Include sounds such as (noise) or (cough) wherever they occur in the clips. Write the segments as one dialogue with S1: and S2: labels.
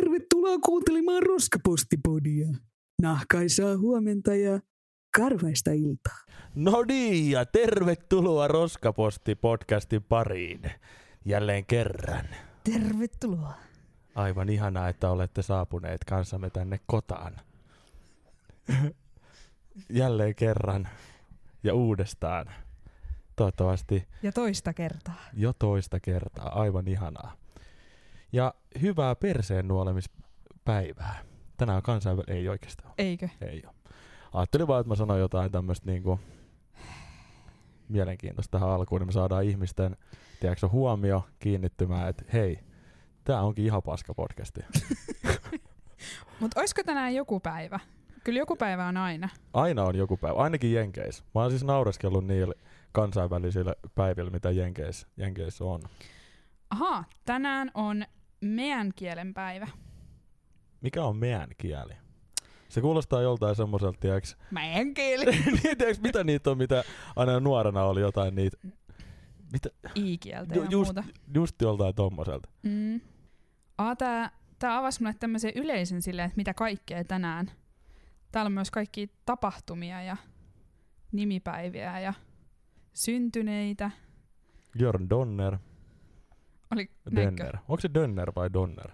S1: Tervetuloa kuuntelemaan Roskapostipodia. Nahkaisaa huomenta ja karvaista iltaa.
S2: No niin, ja tervetuloa Roskaposti-podcastin pariin. Jälleen kerran.
S3: Tervetuloa.
S2: Aivan ihanaa, että olette saapuneet kanssamme tänne kotaan. Jälleen kerran ja uudestaan. Toivottavasti
S3: Ja toista kertaa.
S2: jo toista kertaa. Aivan ihanaa. Ja hyvää perseen nuolemispäivää. Tänään on kansainvälinen, ei oikeastaan.
S3: Eikö?
S2: Ei oo. Ajattelin vaan, että mä sanoin jotain tämmöistä niinku mielenkiintoista tähän alkuun, niin me saadaan ihmisten tiedätkö, huomio kiinnittymään, että hei, tää onkin ihan paska podcasti.
S3: Mutta olisiko tänään joku päivä? Kyllä joku päivä on aina.
S2: Aina on joku päivä, ainakin Jenkeissä. Mä oon siis naureskellut niillä kansainvälisillä päivillä, mitä Jenkeissä, Jenkeissä on.
S3: Aha, tänään on meidän kielen päivä.
S2: Mikä on meidän kieli? Se kuulostaa joltain semmoiselta, tiedätkö,
S3: (laughs) Meidän kieli.
S2: (laughs) niin, tiedätkö, mitä niitä on, mitä aina nuorena oli jotain niitä,
S3: I-kieltä
S2: Ju-
S3: ja
S2: just-
S3: muuta.
S2: just joltain tommoselta.
S3: Mm. Aa, tää, tää avasi mulle tämmöisen yleisen silleen, että mitä kaikkea tänään. Täällä on myös kaikki tapahtumia ja nimipäiviä ja syntyneitä.
S2: Jörn Donner,
S3: Oli näinkö?
S2: Dönner. Onko se Dönner vai Donner?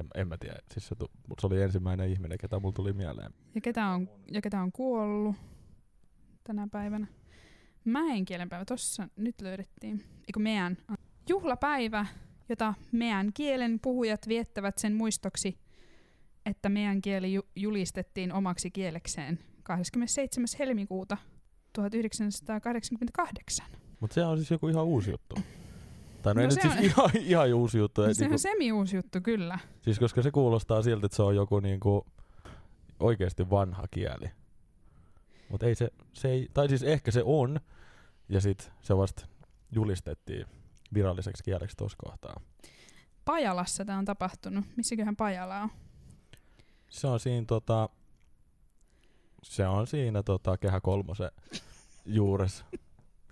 S2: En, en mä tiedä. Siis se, tu- mut se oli ensimmäinen ihminen, ketä mulla tuli mieleen.
S3: Ja ketä on, ja ketä on kuollut tänä päivänä. Mäen kielenpäivä, tossa nyt löydettiin. Eiku meidän. Juhlapäivä, jota meidän kielen puhujat viettävät sen muistoksi, että meidän kieli ju- julistettiin omaksi kielekseen 27. helmikuuta 1988.
S2: Mut se on siis joku ihan uusi juttu. Tai no, ei
S3: No
S2: nyt
S3: se
S2: siis
S3: on-
S2: ihan, ihan uusi juttu. ei
S3: No se
S2: niinku,
S3: on semi-uusi juttu kyllä.
S2: Siis koska se kuulostaa siltä, että se on joku niinku oikeasti vanha kieli. Mut ei se, se ei, tai siis ehkä se on, ja sit se vasta julistettiin viralliseksi kieleksi tuossa kohtaa.
S3: Pajalassa tämä on tapahtunut. Missäköhän Pajala on?
S2: Se on siinä tota... Se on siinä tota kehä kolmosen juures.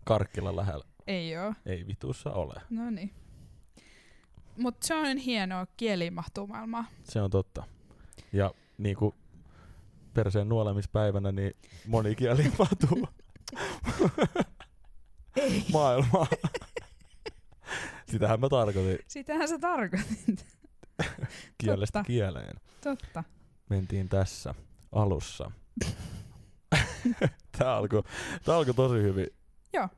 S2: Karkkila lähellä.
S3: Ei oo.
S2: Ei vitussa ole.
S3: No niin. Mutta se on hienoa, kieli mahtuu maailmaan.
S2: Se on totta. Ja niinku perseen nuolemispäivänä niin moni kieli (laughs) matuu
S3: Ei.
S2: maailmaa. Sitähän mä tarkoitin
S3: Sitähän sä tarkoitit.
S2: kielestä
S3: Totta.
S2: kieleen.
S3: Totta.
S2: Mentiin tässä alussa. tää, alkoi, tää alkoi tosi hyvin.
S3: Joo.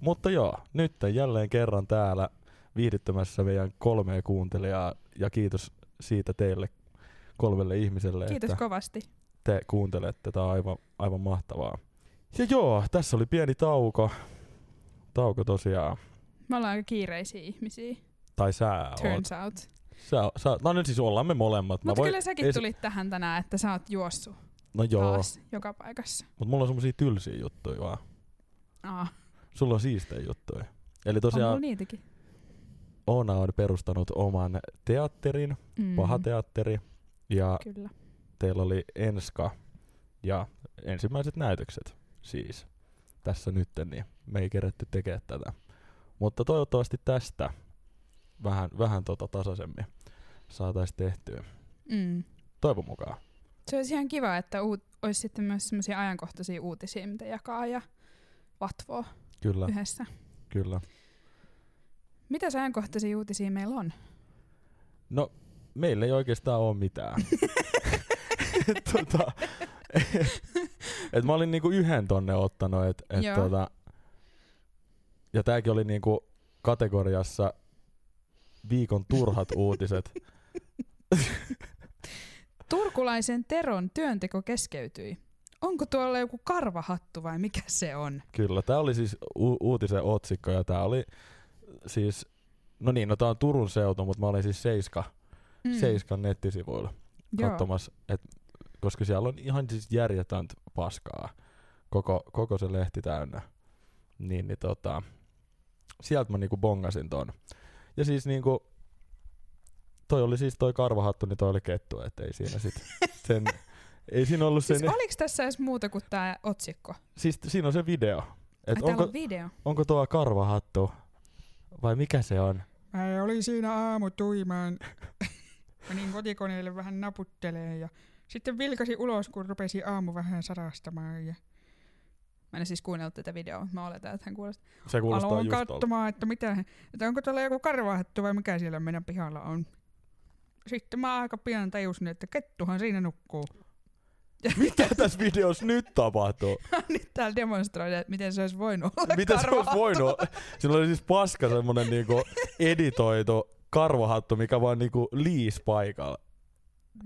S2: Mutta joo, nyt jälleen kerran täällä viihdyttämässä meidän kolmea kuuntelijaa ja kiitos siitä teille kolmelle ihmiselle,
S3: Kiitos
S2: että
S3: kovasti.
S2: te kuuntelette. Tää on aivan, aivan mahtavaa. Ja joo, tässä oli pieni tauko. Tauko tosiaan.
S3: Me ollaan aika kiireisiä ihmisiä.
S2: Tai sä oot.
S3: Turns out.
S2: Sä, sä, no nyt siis ollaan me molemmat. Mä
S3: Mutta
S2: voin-
S3: kyllä säkin
S2: ei se-
S3: tulit tähän tänään, että sä oot juossut
S2: No
S3: Joo.
S2: joo,
S3: taas joka paikassa.
S2: mutta mulla on semmosia tylsiä juttuja vaan.
S3: Aa,
S2: Sulla on siistejä juttuja. Eli
S3: Tosiaan...
S2: tosiaan
S3: on mulla niitäkin.
S2: Oona on perustanut oman teatterin,
S3: Mm,
S2: paha teatteri. Ja
S3: Kyllä.
S2: teillä oli Enska ja ensimmäiset näytökset siis tässä nytten, niin me ei keretty tekemään tätä. Mutta toivottavasti tästä vähän, vähän tota tasaisemmin saataisiin tehtyä.
S3: Mm.
S2: Toivon mukaan.
S3: Se olisi ihan kiva, että uut, olisi sitten myös semmoisia ajankohtaisia uutisia, mitä jakaa ja vatvoa
S2: Kyllä,
S3: yhdessä.
S2: kyllä.
S3: Mitä ajankohtaisia uutisia meillä on? (laughs)
S2: No, meillä ei oikeastaan ole mitään. (laughs) tota, et mä olin niinku yhden tonne ottanut, et, et
S3: Joo.
S2: tota, ja tääkin oli niinku kategoriassa viikon turhat uutiset.
S3: Turkulaisen Teron työnteko keskeytyi. Onko tuolla joku karvahattu vai mikä se on?
S2: Kyllä, tää oli siis u- uutisen otsikko ja tää oli siis, no niin, no tää on Turun seutu, mutta mä olin siis Seiska, mm. Seiskan nettisivuilla.
S3: Joo.
S2: katsomassa, et, koska siellä on ihan siis järjetöntä paskaa, koko, koko se lehti täynnä. Niin, niin tota, sieltä mä niinku bongasin ton. Ja siis niinku, toi oli siis toi karvahattu, niin toi oli kettu, et ei siinä
S3: (laughs)
S2: sit sen, ei siinä ollut sen,
S3: Siis
S2: siis,
S3: oliks tässä edes muuta kuin tämä otsikko?
S2: siis siinä on se video.
S3: Et
S2: Et
S3: Ai, täällä
S2: onko,
S3: on video.
S2: onko tuo karvahattu vai mikä se on?
S3: Mä oli siinä aamu tuimaan. (laughs) Menin kotikoneelle vähän naputtelee ja sitten vilkasi ulos, kun rupesi aamu vähän sarastamaan. Ja... Mä en siis kuunnellut tätä videoa, mä oletan, että hän kuulostaa.
S2: Se kuulostaa
S3: Aloin
S2: just tolta.
S3: katsomaan, että, mitä, että onko tuolla joku karvahattu vai mikä siellä meidän pihalla on. Sitten mä aika pian tajusin, että kettuhan siinä nukkuu.
S2: Mitä tässä videossa nyt tapahtuu?
S3: Nyt täällä demonstroidaan, että miten se olisi voinut olla
S2: Mitä se olisi
S3: karvahattu.
S2: voinut? Sillä oli siis paska semmonen niinku editoitu karvahattu, mikä vaan niinku liis paikalla.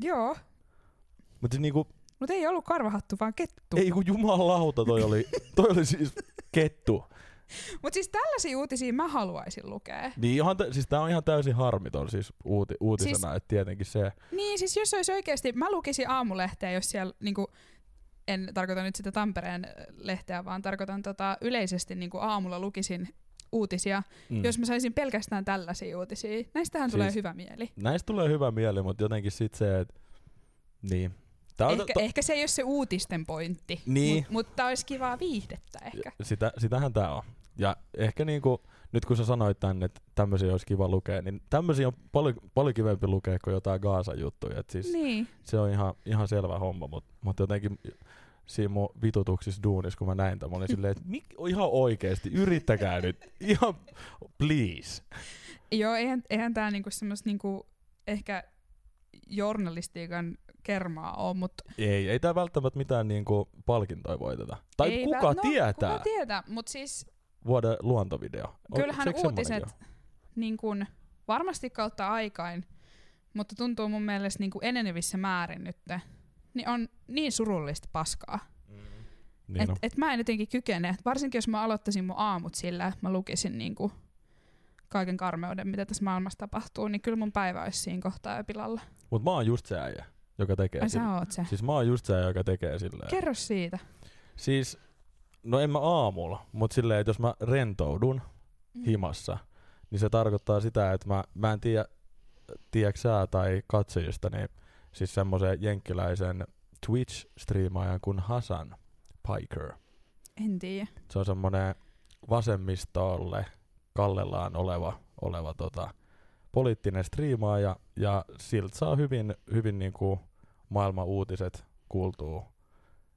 S3: Joo,
S2: Mutta siis niinku,
S3: mutta ei ollut karvahattu, vaan kettu.
S2: ei kun jumalauta toi oli, toi oli siis kettu.
S3: Mutta siis tällaisia uutisia mä haluaisin lukea.
S2: Niin ihan, tä- siis tää on ihan täysin harmiton siis uuti, uutisena, siis... että tietenkin se.
S3: Niin, siis jos olisi oikeasti, mä lukisin aamulehteä, jos siellä, niinku, en tarkoita nyt sitä Tampereen ö, lehteä, vaan tarkoitan tota, yleisesti niinku aamulla lukisin uutisia,
S2: Mm.
S3: mm. jos mä saisin pelkästään tällaisia uutisia. Näistähän siis... tulee
S2: Siis-
S3: hyvä mieli.
S2: Näistä tulee hyvä mieli, mutta jotenkin sit se, että niin. Tää
S3: Ehkä, to... ehkä se ei ole se uutisten pointti,
S2: Niin.
S3: mut, mutta olisi kivaa viihdettä ehkä.
S2: Sitä, sitähän tää on. Ja ehkä niinku, nyt kun sä sanoit tänne, että tämmöisiä olisi kiva lukea, niin tämmöisiä on paljon, paljon kivempi lukea kuin jotain Gaasa-juttuja. Et siis niin.
S3: Niin.
S2: se on ihan, ihan selvä homma, mutta mut jotenkin siinä mun vitutuksissa duunissa, kun mä näin tämän, mä olin silleen, että mik, ihan oikeesti, yrittäkää nyt, ihan please.
S3: Joo, eihän, eihän tämä niinku semmoista niinku, ehkä journalistiikan kermaa ole, mutta
S2: Ei, ei tää välttämättä mitään niinku palkintoja voiteta. Tai
S3: ei
S2: ei, kuka,
S3: vä- no,
S2: tietää?
S3: Kuka tietää, mutta siis
S2: Vuoden luontovideo. On-
S3: Kyllähän
S2: sekö semmonen
S3: uutiset
S2: jo?
S3: niin kun, varmasti kautta aikain, mutta tuntuu mun mielestä niin kun enenevissä määrin nyt, niin on niin surullista paskaa.
S2: Niin
S3: et,
S2: on.
S3: et mä en jotenkin kykene, varsinkin jos mä aloittaisin mun aamut sillä, että mä lukisin niin kun, kaiken karmeuden, mitä tässä maailmassa tapahtuu, niin kyllä mun päivä olisi siinä kohtaa jo pilalla.
S2: Mut mä oon just se äijä, joka tekee
S3: Ai
S2: sille.
S3: sä oot se.
S2: Siis mä oon just se, joka tekee silleen.
S3: Kerro siitä.
S2: siis, no en mä aamulla, mut silleen, että jos mä rentoudun
S3: Mm.
S2: himassa, niin se tarkoittaa sitä, että mä, mä en tiedä, tiedätkö sä tai katsojista, niin siis semmoisen jenkkiläisen Twitch-striimaajan kuin Hasan Piker.
S3: En tiedä.
S2: Se on semmoinen vasemmistolle kallellaan oleva, oleva tota, poliittinen striimaaja ja siltä saa hyvin, hyvin niinku maailman uutiset kuultuu.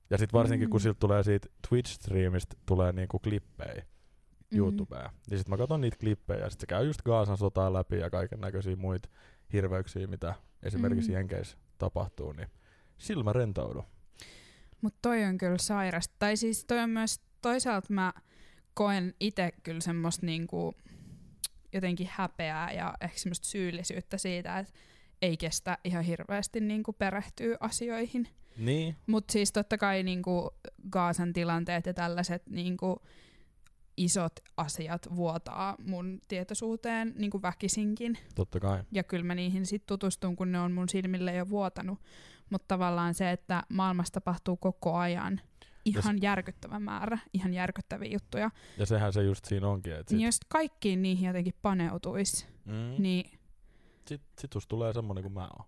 S2: Ja sitten varsinkin kun
S3: Mm.
S2: siltä tulee siitä Twitch-striimistä tulee niinku klippejä
S3: Mm-hmm.
S2: YouTubeen. Niin sitten mä katson niitä klippejä ja sitten se käy just Gaasan sotaa läpi ja kaiken näköisiä muita hirveyksiä, mitä esimerkiksi
S3: Mm.
S2: Jenkeissä tapahtuu, niin silmä rentoudu.
S3: Mutta toi on kyllä sairasta. Tai siis toi on myös, toisaalta mä koen itse kyllä semmoista niinku, jotenkin häpeää ja ehkä semmoista syyllisyyttä siitä, että ei kestä ihan hirveästi niinku perehtyä asioihin.
S2: Niin,
S3: Mutta siis totta kai niinku Gaasan tilanteet ja tällaiset niinku isot asiat vuotaa mun tietoisuuteen niinku väkisinkin.
S2: totta kai.
S3: Ja kyllä mä niihin sit tutustun, kun ne on mun silmille jo vuotanut. Mutta tavallaan se, että maailmassa tapahtuu koko ajan ihan järkyttävä määrä, ihan järkyttäviä juttuja.
S2: Ja sehän se just siinä onkin, että
S3: Niin
S2: sit,
S3: jos kaikkiin niihin jotenkin paneutuisi,
S2: mm,
S3: niin...
S2: sit, sit susta tulee semmonen kuin mä
S3: (laughs)
S2: oon.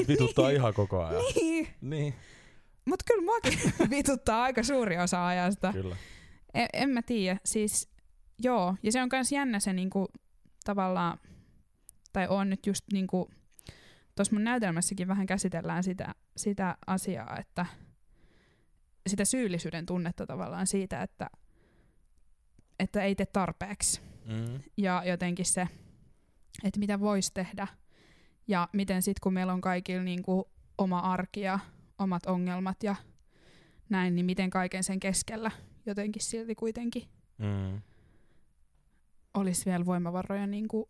S2: Et vituttaa ihan koko ajan.
S3: niin.
S2: niin,
S3: Mutta kyllä muakin (laughs) vituttaa aika suuri osa ajasta.
S2: kyllä.
S3: En, en mä tiedä, siis joo, ja se on myös jännä se niinku, tavallaan, tai on nyt just niinku, tuossa mun näytelmässäkin vähän käsitellään sitä, sitä asiaa, että sitä syyllisyyden tunnetta tavallaan siitä, että, että ei tee tarpeeksi.
S2: Mm.
S3: Ja jotenkin se, että mitä voisi tehdä. Ja miten sitten kun meillä on kaikilla niinku oma arki ja omat ongelmat ja näin, niin miten kaiken sen keskellä jotenkin silti kuitenkin
S2: Mm.
S3: olisi vielä voimavaroja niin kuin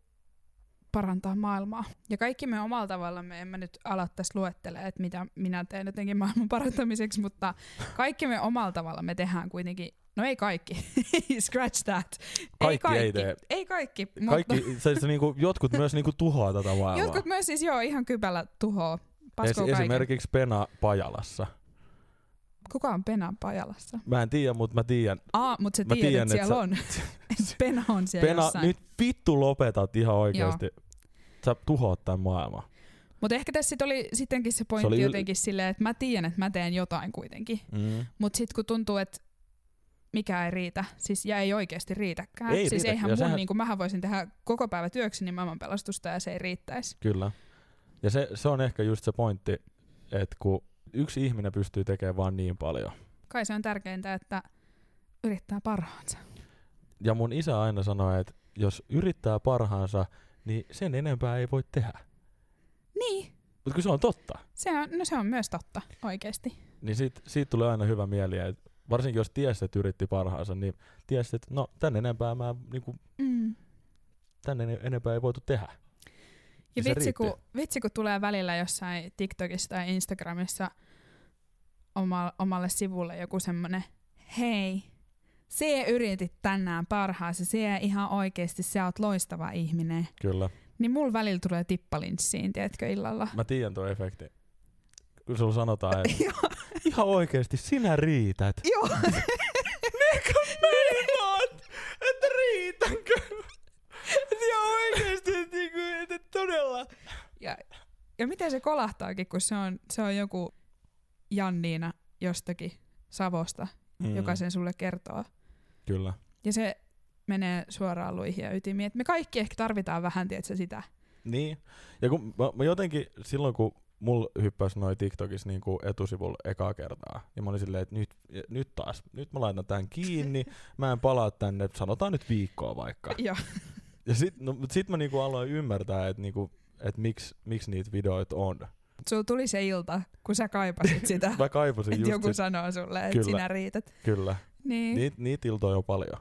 S3: parantaa maailmaa. Ja kaikki me omalla tavallamme, en mä nyt ala tässä luettele, että mitä minä teen jotenkin maailman (laughs) parantamiseksi, mutta kaikki me omalla tavalla me tehdään kuitenkin, no ei kaikki, (laughs) scratch that.
S2: Kaikki ei tee.
S3: Ei kaikki, mutta kaikki
S2: Kaikki, se, se niinku, jotkut myös niinku tuhoaa tätä maailmaa.
S3: jotkut myös siis joo, ihan kypällä tuhoa.
S2: Es,
S3: Paskoo kaiken.
S2: esimerkiksi Pena Pajalassa.
S3: Kuka on Pena Pajalassa?
S2: Mä en tiedä, mutta mä tiedän.
S3: Aa, mutta sä
S2: Mä
S3: tiedät,
S2: tiedän,
S3: että
S2: että
S3: siellä on.
S2: (laughs)
S3: Pena on siellä
S2: Pena,
S3: jossain.
S2: nyt vittu lopetat ihan oikeesti. Sä tuhoat tämän maailman.
S3: Mutta ehkä tässä sit oli sittenkin se pointti
S2: oli
S3: se
S2: yl-
S3: jotenkin silleen, että mä tiedän, että mä teen jotain kuitenkin.
S2: Mm.
S3: Mutta sitten kun tuntuu, että mikä ei riitä, siis ja ei oikeasti riitäkään.
S2: Ei
S3: siis
S2: riitä,
S3: eihän
S2: ja
S3: mun,
S2: sehän-
S3: niin kuin mähän voisin tehdä koko päivä työkseni maailman pelastusta ja se ei riittäisi.
S2: Kyllä. Ja se, se on ehkä just se pointti, että kun yksi ihminen pystyy tekemään vaan niin paljon.
S3: Kai se on tärkeintä, että yrittää parhaansa.
S2: Ja mun isä aina sanoi, että jos yrittää parhaansa, niin sen enempää ei voi tehdä.
S3: Niin,
S2: Mutta kun se on totta,
S3: se on, no se on myös totta oikeasti.
S2: niin siitä, siitä tulee aina hyvä mieli. Et varsinkin jos tiesi, että yritti parhaansa, niin tiesi, että no tän enempää, mä, niin kuin,
S3: Mm.
S2: tän ene- enempää ei voitu tehdä.
S3: Ja
S2: Niin se
S3: vitsi
S2: riitti.
S3: kun, vitsi, kun tulee välillä jossain TikTokissa tai Instagramissa oma, omalle sivulle joku semmonen, hei, se yritit tänään parhaasi, se ihan oikeasti, sä oot loistava ihminen.
S2: Kyllä.
S3: Niin mulla välillä tulee tippalinssiin, tiedätkö, illalla.
S2: Mä tiedän tuo efekti. Kun sulla sanotaan, että
S3: (laughs) Joo,
S2: ihan oikeesti sinä riität. (laughs)
S3: joo.
S2: Eikö meinaat, että
S3: (laughs)
S2: riitänkö? Et ihan oikeesti, et niinku, et, et todella.
S3: Ja, ja miten se kolahtaakin, kun se on, se on joku Janniina jostakin Savosta, mm. joka sen sulle kertoo.
S2: Kyllä.
S3: Ja se menee suoraan luihin ja ytimiin. Et me kaikki ehkä tarvitaan vähän, tiedätkö, sitä.
S2: Niin. Ja kun mä, mä jotenkin silloin, kun mulla hyppäsi noi TikTokissa niinku etusivulla ekaa kertaa, ja mä olin silleen, että nyt, nyt taas, nyt mä laitan tän kiinni, mä en palaa tänne, sanotaan nyt viikkoa vaikka.
S3: Joo.
S2: Ja sit, no, mut sit mä niinku aloin ymmärtää, että niinku, et miksi miksi niitä videoita on.
S3: Sulla tuli se ilta, kun sä
S2: (laughs)
S3: kaipasit sitä,
S2: Mä kaipasin
S3: että
S2: just
S3: Äh, joku
S2: sit,
S3: sanoo sulle, että
S2: Kyllä.
S3: sinä riität.
S2: kyllä.
S3: Niin. niin.
S2: Niit, niitä iltoja on paljon.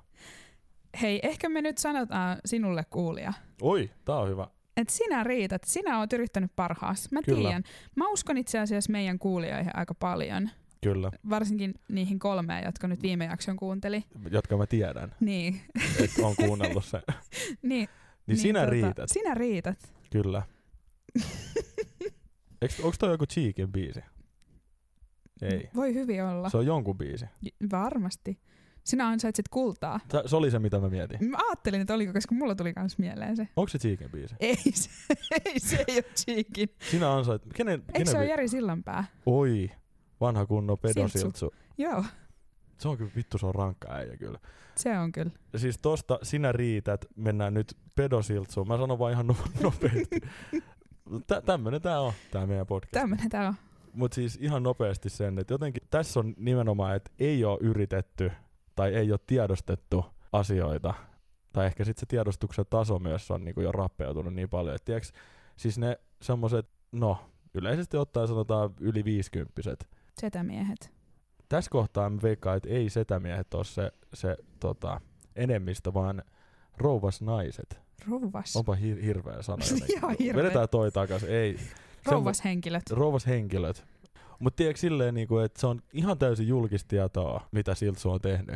S3: Hei, ehkä me nyt sanotaan sinulle kuulija,
S2: Oi, tää on hyvä.
S3: että sinä riität, sinä oot yrittänyt parhaas. Mä
S2: Kyllä.
S3: tiedän. Mä uskon itse asiassa meidän kuulijoihin aika paljon.
S2: Kyllä,
S3: Varsinkin niihin kolmeen, jotka nyt viime jakson kuunteli.
S2: jotka mä tiedän,
S3: Niin, (laughs)
S2: että on kuunnellut sen. Niin,
S3: niin,
S2: niin sinä tota... riität,
S3: Sinä riität. (laughs)
S2: kyllä. Eiks, onks toi joku Cheekin biisi? Ei.
S3: Voi hyvin olla.
S2: Se on jonkun biisi.
S3: J- Varmasti. Sinä ansaitset kultaa.
S2: Tää, se oli se, mitä mä mietin.
S3: Mä ajattelin, että oliko, koska mulla tuli kans mieleen se. (laughs)
S2: Onko se Cheekin biisi?
S3: Ei se, ei se ei ole Cheekin.
S2: Sinä ansait... Kenen,
S3: Eikö
S2: kenen
S3: se ole
S2: bi-
S3: Jari Sillanpää?
S2: Oi, vanha kunno
S3: Siltsu.
S2: pedosiltsu.
S3: Joo,
S2: Se on kyllä, vittu se on rankka äijä kyllä.
S3: se on kyllä.
S2: Siis tosta sinä riität, mennään nyt pedosiltsuun. Mä sanon vaan ihan no- (laughs) nopeasti. Tä, tämmönen tää on, tää meidän podcast.
S3: Tämmönen tää on.
S2: Mutta siis ihan nopeasti sen, että jotenkin tässä on nimenomaan, että ei ole yritetty tai ei ole tiedostettu asioita. Tai ehkä sitten se tiedostuksen taso myös on niinku jo rappeutunut niin paljon. Et tiiäks, siis ne semmoset, no yleisesti ottaen sanotaan yli viisikymppiset.
S3: Setämiehet.
S2: Tässä kohtaa mä veikkaan, että ei setämiehet ole se, se tota, enemmistö, vaan rouvasnaiset.
S3: Rouvas.
S2: Onpa hir- hirveä
S3: (laughs)
S2: sana.
S3: Ihan
S2: jotenkin.
S3: hirveä.
S2: Vedetään toi takas. Ei,
S3: Rouvashenkilöt.
S2: rouvashenkilöt. Mutta tiedätkö silleen, niinku, että se on ihan täysin julkistietoa, mitä Siltsu on tehnyt.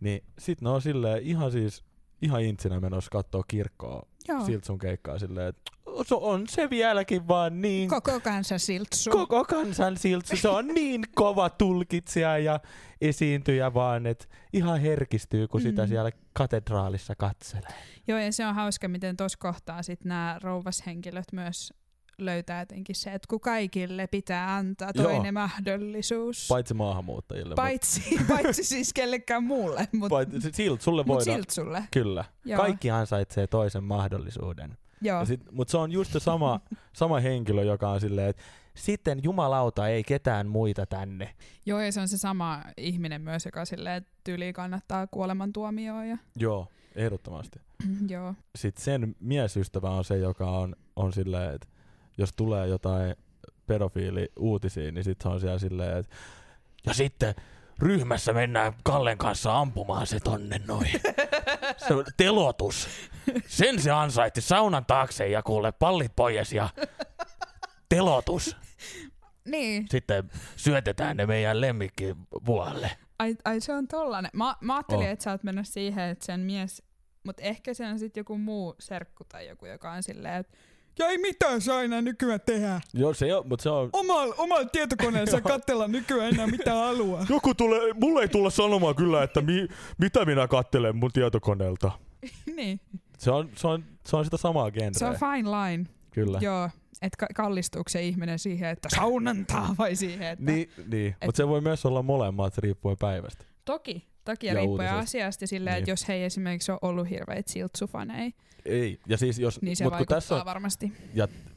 S2: Niin sit ne on silleen ihan siis ihan intsinä menossa kattoo kirkkoa
S3: Joo.
S2: Siltsun keikkaa silleen, että se on se vieläkin vaan niin
S3: Koko kansa siltsu.
S2: koko kansan siltsu, se on niin kova tulkitsija ja esiintyjä vaan, että ihan herkistyy, kun sitä
S3: Mm.
S2: siellä katedraalissa katselee.
S3: Joo, ja se on hauska, miten tuossa kohtaa sit nämä rouvashenkilöt myös löytää jotenkin se, että kun kaikille pitää antaa
S2: Joo.
S3: toinen mahdollisuus.
S2: Paitsi maahanmuuttajille.
S3: paitsi, (laughs) paitsi siis kellekään muulle, mutta
S2: mut, paitsi silt, sulle
S3: mut
S2: voidaan.
S3: silti sulle.
S2: Kyllä.
S3: Joo.
S2: Kaikki ansaitsee toisen mahdollisuuden.
S3: Joo.
S2: Ja sit, mut se on just se (laughs) sama, sama henkilö, joka on silleen, että sitten jumalauta ei ketään muita tänne.
S3: Joo, ja se on se sama ihminen myös, joka silleen tyyliin kannattaa kuolemantuomioon. Ja, (clears throat)
S2: Joo, ehdottomasti.
S3: joo.
S2: Sitten sen miesystävä on se, joka on, on silleen, että jos tulee jotain pedofiili-uutisia, niin sitten on siellä silleen, että ja sitten ryhmässä mennään Kallen kanssa ampumaan se tonne noin. Se on telotus. Sen se ansaitti saunan taakse ja kuule pallit pois ja telotus.
S3: Niin,
S2: sitten syötetään ne meidän lemmikki vuolle.
S3: ai, ai se on tollanen. Mä, mä ajattelin,
S2: On.
S3: että sä oot mennä siihen, että sen mies, mutta ehkä se on sitten joku muu serkku tai joku, joka on silleen, että ja ei mitään saa enää nykyään tehdä.
S2: Joo, se on, mutta se on...
S3: Omalla omal tietokoneella saa katsella nykyään enää mitä haluaa.
S2: Joku tulee, mulle ei tulla sanomaan kyllä, että mi, mitä minä kattelen mun tietokoneelta.
S3: (laughs) niin.
S2: Se on, se on, se on sitä samaa genreä.
S3: Se on fine line.
S2: kyllä.
S3: Joo, että ka- kallistuuko se ihminen siihen, että saunantaa vai siihen, että...
S2: Niin, niin. mutta se voi myös olla molemmat riippuen päivästä.
S3: Toki, takia
S2: Ja
S3: riippuen
S2: uutisista.
S3: asiasta ja silleen,
S2: Niin.
S3: että jos he ei esimerkiksi ole ollut hirveitä siltsufaneja,
S2: Ei. Ja siis jos,
S3: niin se
S2: mut kun
S3: vaikuttaa
S2: tässä on,
S3: varmasti.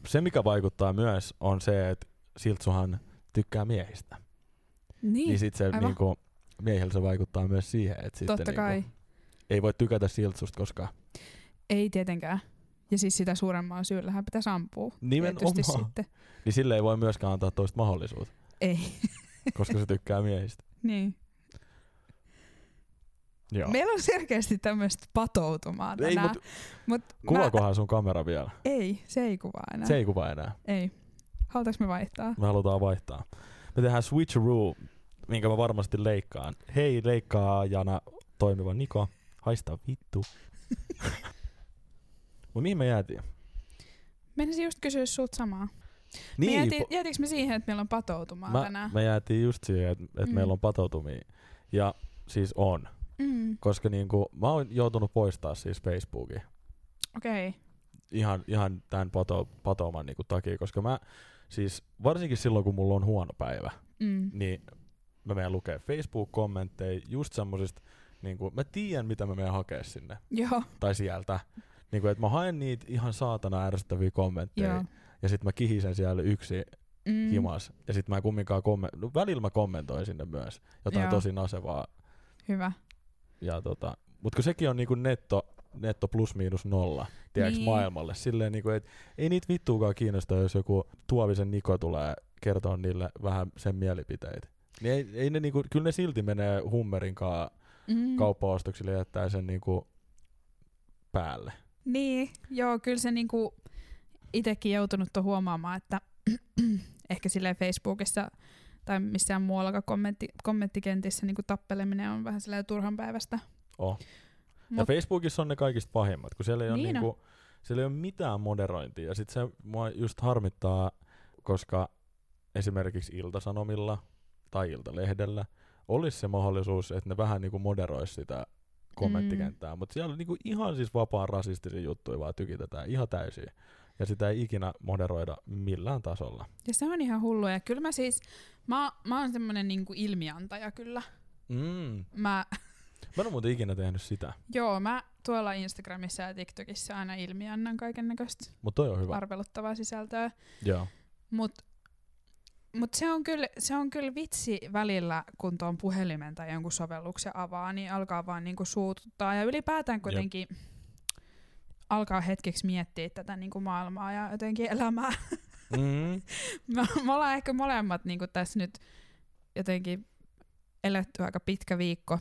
S2: se mikä vaikuttaa myös on se, että Siltsuhan tykkää miehistä.
S3: Niin,
S2: Niin sit se
S3: aivan.
S2: niinku, miehellä se vaikuttaa myös siihen, että sitten
S3: totta kai.
S2: Niinku, ei voi tykätä Siltsusta, koska
S3: Ei tietenkään. Ja siis sitä suuremmaa syyllähän pitäisi ampua. Tietysti
S2: nimenomaan.
S3: sitten.
S2: Niin sille ei voi myöskään antaa toista mahdollisuutta,
S3: Ei. (laughs)
S2: koska se tykkää miehistä.
S3: niin.
S2: (laughs) Joo.
S3: Meillä on selkeästi tämmöistä patoutumaa
S2: ei,
S3: tänään.
S2: mut
S3: mut
S2: kuvakohan sun kamera vielä?
S3: ei, se ei kuvaa enää.
S2: Se ei kuvaa enää.
S3: Ei. Halutaanko me vaihtaa?
S2: Me halutaan vaihtaa. Me tehdään switcheroo, minkä mä varmasti leikkaan. Hei leikkaajana toimiva Niko, haista
S3: (laughs)
S2: vittu. Mut mihin me jäätiin?
S3: Menisin just kysyä sulta samaa. me
S2: Niin,
S3: jäätiin, jäätiinkö me siihen, että meillä on patoutumaa
S2: mä,
S3: tänään?
S2: me jäätiin just siihen, että et
S3: Mm.
S2: mm. meillä on patoutumia. Ja siis on.
S3: Mm,
S2: Koska niinku, mä oon joutunut poistaa siis Facebookin.
S3: Okei. Okay.
S2: ihan, ihan tämän pato, patouman niinku takia, koska mä siis varsinkin silloin kun mulla on huono päivä,
S3: Mm.
S2: niin mä menen lukee Facebook-kommentteja just semmosista, niinku, mä tiedän mitä mä menen hakee sinne
S3: Joo,
S2: tai sieltä. Niinku, että mä haen niitä ihan saatana ärsyttäviä kommentteja
S3: joo.
S2: ja sit mä kihisen siellä yksi
S3: Mm.
S2: mm. himas ja sit mä en kumminkaan kommen- no, välillä mä kommentoin sinne myös jotain
S3: Joo.
S2: tosi nasevaa.
S3: Hyvä.
S2: Ja tota, mut kun sekin on niinku netto, netto plus miinus nolla, tiedäks,
S3: Niin.
S2: niin. maailmalle. Silleen niinku, et ei niitä vittuukaan kiinnosta, jos joku Tuovisen Niko tulee kertoa niille vähän sen mielipiteitä. Niin ei, ei ne niinku, kyllä ne silti menee hummerin kaa
S3: Mm.
S2: mm. kauppaostoksille ja jättää sen niinku päälle.
S3: Niin, joo, kyllä se niinku itsekin joutunut on huomaamaan, että (clears throat) ehkä silleen Facebookissa tai missään muualla kommentti, kommenttikentissä niinku tappeleminen on vähän silleen turhan päivästä.
S2: Oh. Ja
S3: Mut-
S2: Facebookissa on ne kaikista pahimmat, kun siellä ei,
S3: Niin
S2: ole, niinku, siellä ei ole mitään moderointia. Ja sit se mua just harmittaa, koska esimerkiksi Iltasanomilla tai Iltalehdellä olisi se mahdollisuus, että ne vähän niinku moderoisi sitä kommenttikenttää. Mm. Mutta siellä on niinku ihan siis vapaan rasistisia juttuja vaan tykitetään ihan täysin. Ja sitä ei ikinä moderoida millään tasolla.
S3: Ja se on ihan hullua. Ja kyllä mä siis, mä, mä oon semmonen niinku ilmiantaja kyllä.
S2: Mm.
S3: Mä,
S2: Mä en ole muuten ikinä tehnyt sitä,
S3: joo, mä tuolla Instagramissa ja TikTokissa aina ilmiannan kaiken näköistä
S2: mutta toi on hyvä.
S3: arveluttavaa sisältöä.
S2: Joo.
S3: Mut, mut se, on kyllä, se on kyllä vitsi välillä, kun tuon puhelimen tai jonkun sovelluksen avaa, niin alkaa vaan niinku suututtaa. Ja ylipäätään kuitenkin alkaa hetkeksi miettiä tätä niinku maailmaa ja jotenkin elämää. (laughs)
S2: Mm.
S3: Me, me ollaan ehkä molemmat niinku tässä nyt jotenkin eletty aika pitkä viikko.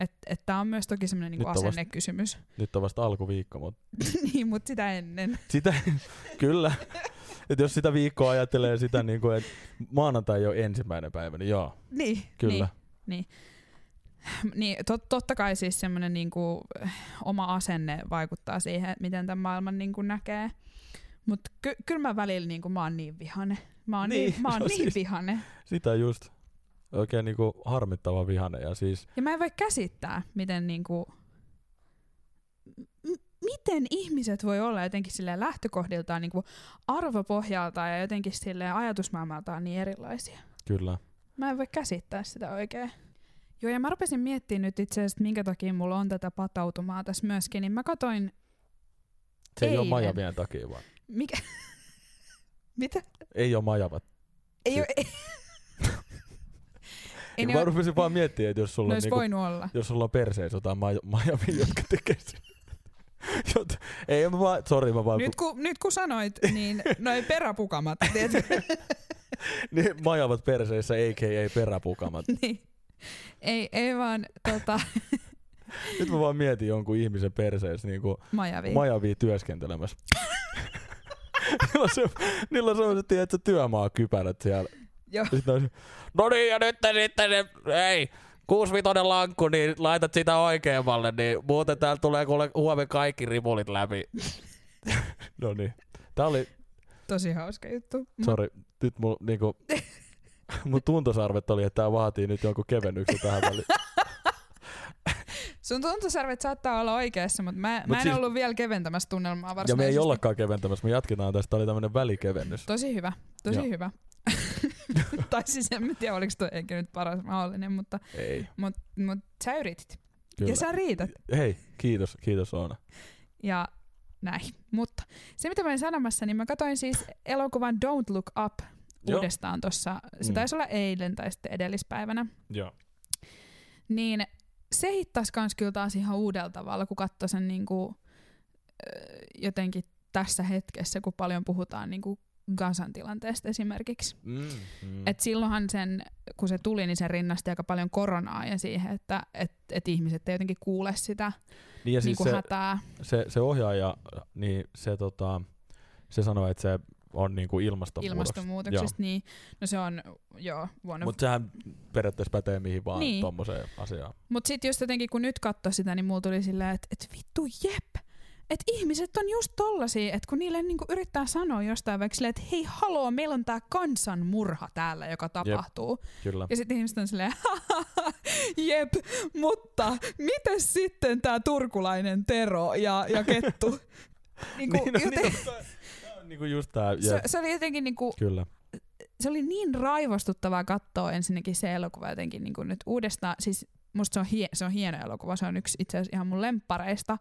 S3: Että et tämä on myös toki semmoinen niinku
S2: Nyt on vasta-
S3: asennekysymys. (laughs)
S2: Nyt on vasta alkuviikko, mutta
S3: niin, mutta sitä ennen.
S2: Sitä, (laughs) kyllä. Et jos sitä viikkoa ajattelee sitä, niin kuin, että maanantai ei ole ensimmäinen päivä, niin joo,
S3: Niin,
S2: kyllä.
S3: Niin, (laughs) niin tot, totta kai siis semmoinen niinku, eh, oma asenne vaikuttaa siihen, että miten tämän maailman niinku, näkee. Mutta ky, kyllä mä välillä niinku, mä oon niin vihane. Mä oon niin,
S2: Niin,
S3: niin, mä oon
S2: (laughs) no
S3: niin
S2: siis-
S3: vihane.
S2: Sitä just oikein niin kuin harmittava vihane. Ja siis,
S3: Ja mä en voi käsittää, miten niinku, m- miten ihmiset voi olla jotenkin sille lähtökohdiltaan niinku arvopohjaltaan ja jotenkin sille ajatusmaailmaltaan niin erilaisia.
S2: kyllä.
S3: Mä en voi käsittää sitä oikein. Joo, ja mä rupesin miettimään nyt itse asiassa, että minkä takia mulla on tätä patoutumaa tässä myöskin, niin mä katoin,
S2: Se ei, ei ole
S3: Eilen.
S2: majavien takia vaan.
S3: mikä... (laughs) Mitä?
S2: Ei ole majavat.
S3: Ei, oo-
S2: (laughs)
S3: ei, ei
S2: Ei
S3: ne
S2: Niin mä
S3: ole,
S2: rupesin vaan miettimään, että jos sulla, on,
S3: ne No, olisi
S2: niinku,
S3: voinut olla.
S2: jos sulla on perseissä jotain maja, majavia, jotka tekee sen. (laughs) Jot, ei mä vaan, sori mä vaan, (laughs)
S3: Nyt kun, nyt kun sanoit, niin noin peräpukamat, tiedätkö?
S2: ne Niin majavat perseissä, a.k.a. peräpukamat.
S3: niin. Ei, ei vaan tota, (laughs)
S2: Nyt mä vaan mietin jonkun ihmisen perseissä niinku
S3: majavi.
S2: majavia työskentelemässä. (laughs) niillä on se, niillä on sellaiset, tiedätkö, työmaakypärät siellä.
S3: Joo.
S2: Ja sit ne on se, no niin, ja nyt sitten, niin, ei, kuusvitonen lankku, niin laitat sitä oikeammalle, niin muuten täällä tulee kuule huomenna kaikki ripulit läpi. (laughs) no niin. Tää oli,
S3: Tosi hauska juttu. Mut-
S2: sorry, nyt mun niinku, (laughs) mun tuntosarvet oli, että tää vaatii nyt jonkun kevennyksen tähän väliin.
S3: Sun tuntosarvet saattaa olla oikeassa, mutta mä,
S2: Mut
S3: mä en
S2: siis-
S3: ollut vielä keventämässä tunnelmaa
S2: Ja me
S3: varsinaisesti.
S2: ei ollakaan keventämässä, me jatketaan tästä, tää oli tämmönen välikevennys.
S3: Tosi hyvä, (laughs) tosi
S2: Joo.
S3: hyvä. tai siis en mä tiedä, oliko toi ehkä nyt paras mahdollinen, mutta,
S2: Ei.
S3: mutta, mutta sä yritit.
S2: Kyllä.
S3: Ja sä riität.
S2: Hei, kiitos, kiitos Oona.
S3: Ja näin. Mutta se, mitä mä olin sanomassa, niin mä katsoin siis elokuvan Don't Look Up
S2: Joo.
S3: uudestaan tuossa. Se
S2: Mm.
S3: taisi olla eilen tai sitten edellispäivänä.
S2: Joo.
S3: Niin se hittasi kans kyllä taas ihan uudella tavalla, kun katsoi sen niinku, ö, jotenkin tässä hetkessä, kun paljon puhutaan niinku Gazan tilanteesta esimerkiksi.
S2: Mm, mm.
S3: Et silloinhan sen, kun se tuli, niin sen rinnasti aika paljon koronaa ja siihen, että et, et ihmiset ei jotenkin kuule sitä
S2: niin ja siis
S3: siis niinku
S2: se,
S3: hätää.
S2: se, se, ohjaaja, niin se, tota, se sanoi, että se on niinku ilmastonmuutos.
S3: ilmastonmuutoksesta, niin no se on joo, vuonna. Mutta
S2: Mutta sehän periaatteessa pätee mihin vaan
S3: Niin.
S2: niin. tommoseen asiaan.
S3: Mut sitten just jotenkin kun nyt katsoi sitä, niin mulla tuli silleen, että et vittu jep, että ihmiset on just tollasia, että kun niille niinku yrittää sanoa jostain vaikka silleen, että hei haloo, meillä on tää kansanmurha täällä, joka tapahtuu. Jep.
S2: Kyllä.
S3: Ja sitten ihmiset on silleen, (laughs) "Hahaha, jep, mutta miten sitten tää turkulainen Tero ja,
S2: (laughs)
S3: ja Kettu? niinku,
S2: (laughs) niin, no,
S3: joten,
S2: niin, no, tää on niinku just tää, jep,
S3: se,
S2: se,
S3: se, oli jotenkin niinku,
S2: kyllä.
S3: se oli niin raivostuttavaa katsoa ensinnäkin se elokuva jotenkin niin kuin nyt uudestaan. Siis musta se on, hie- se on hieno elokuva, se on yksi itse asiassa ihan mun lemppareista.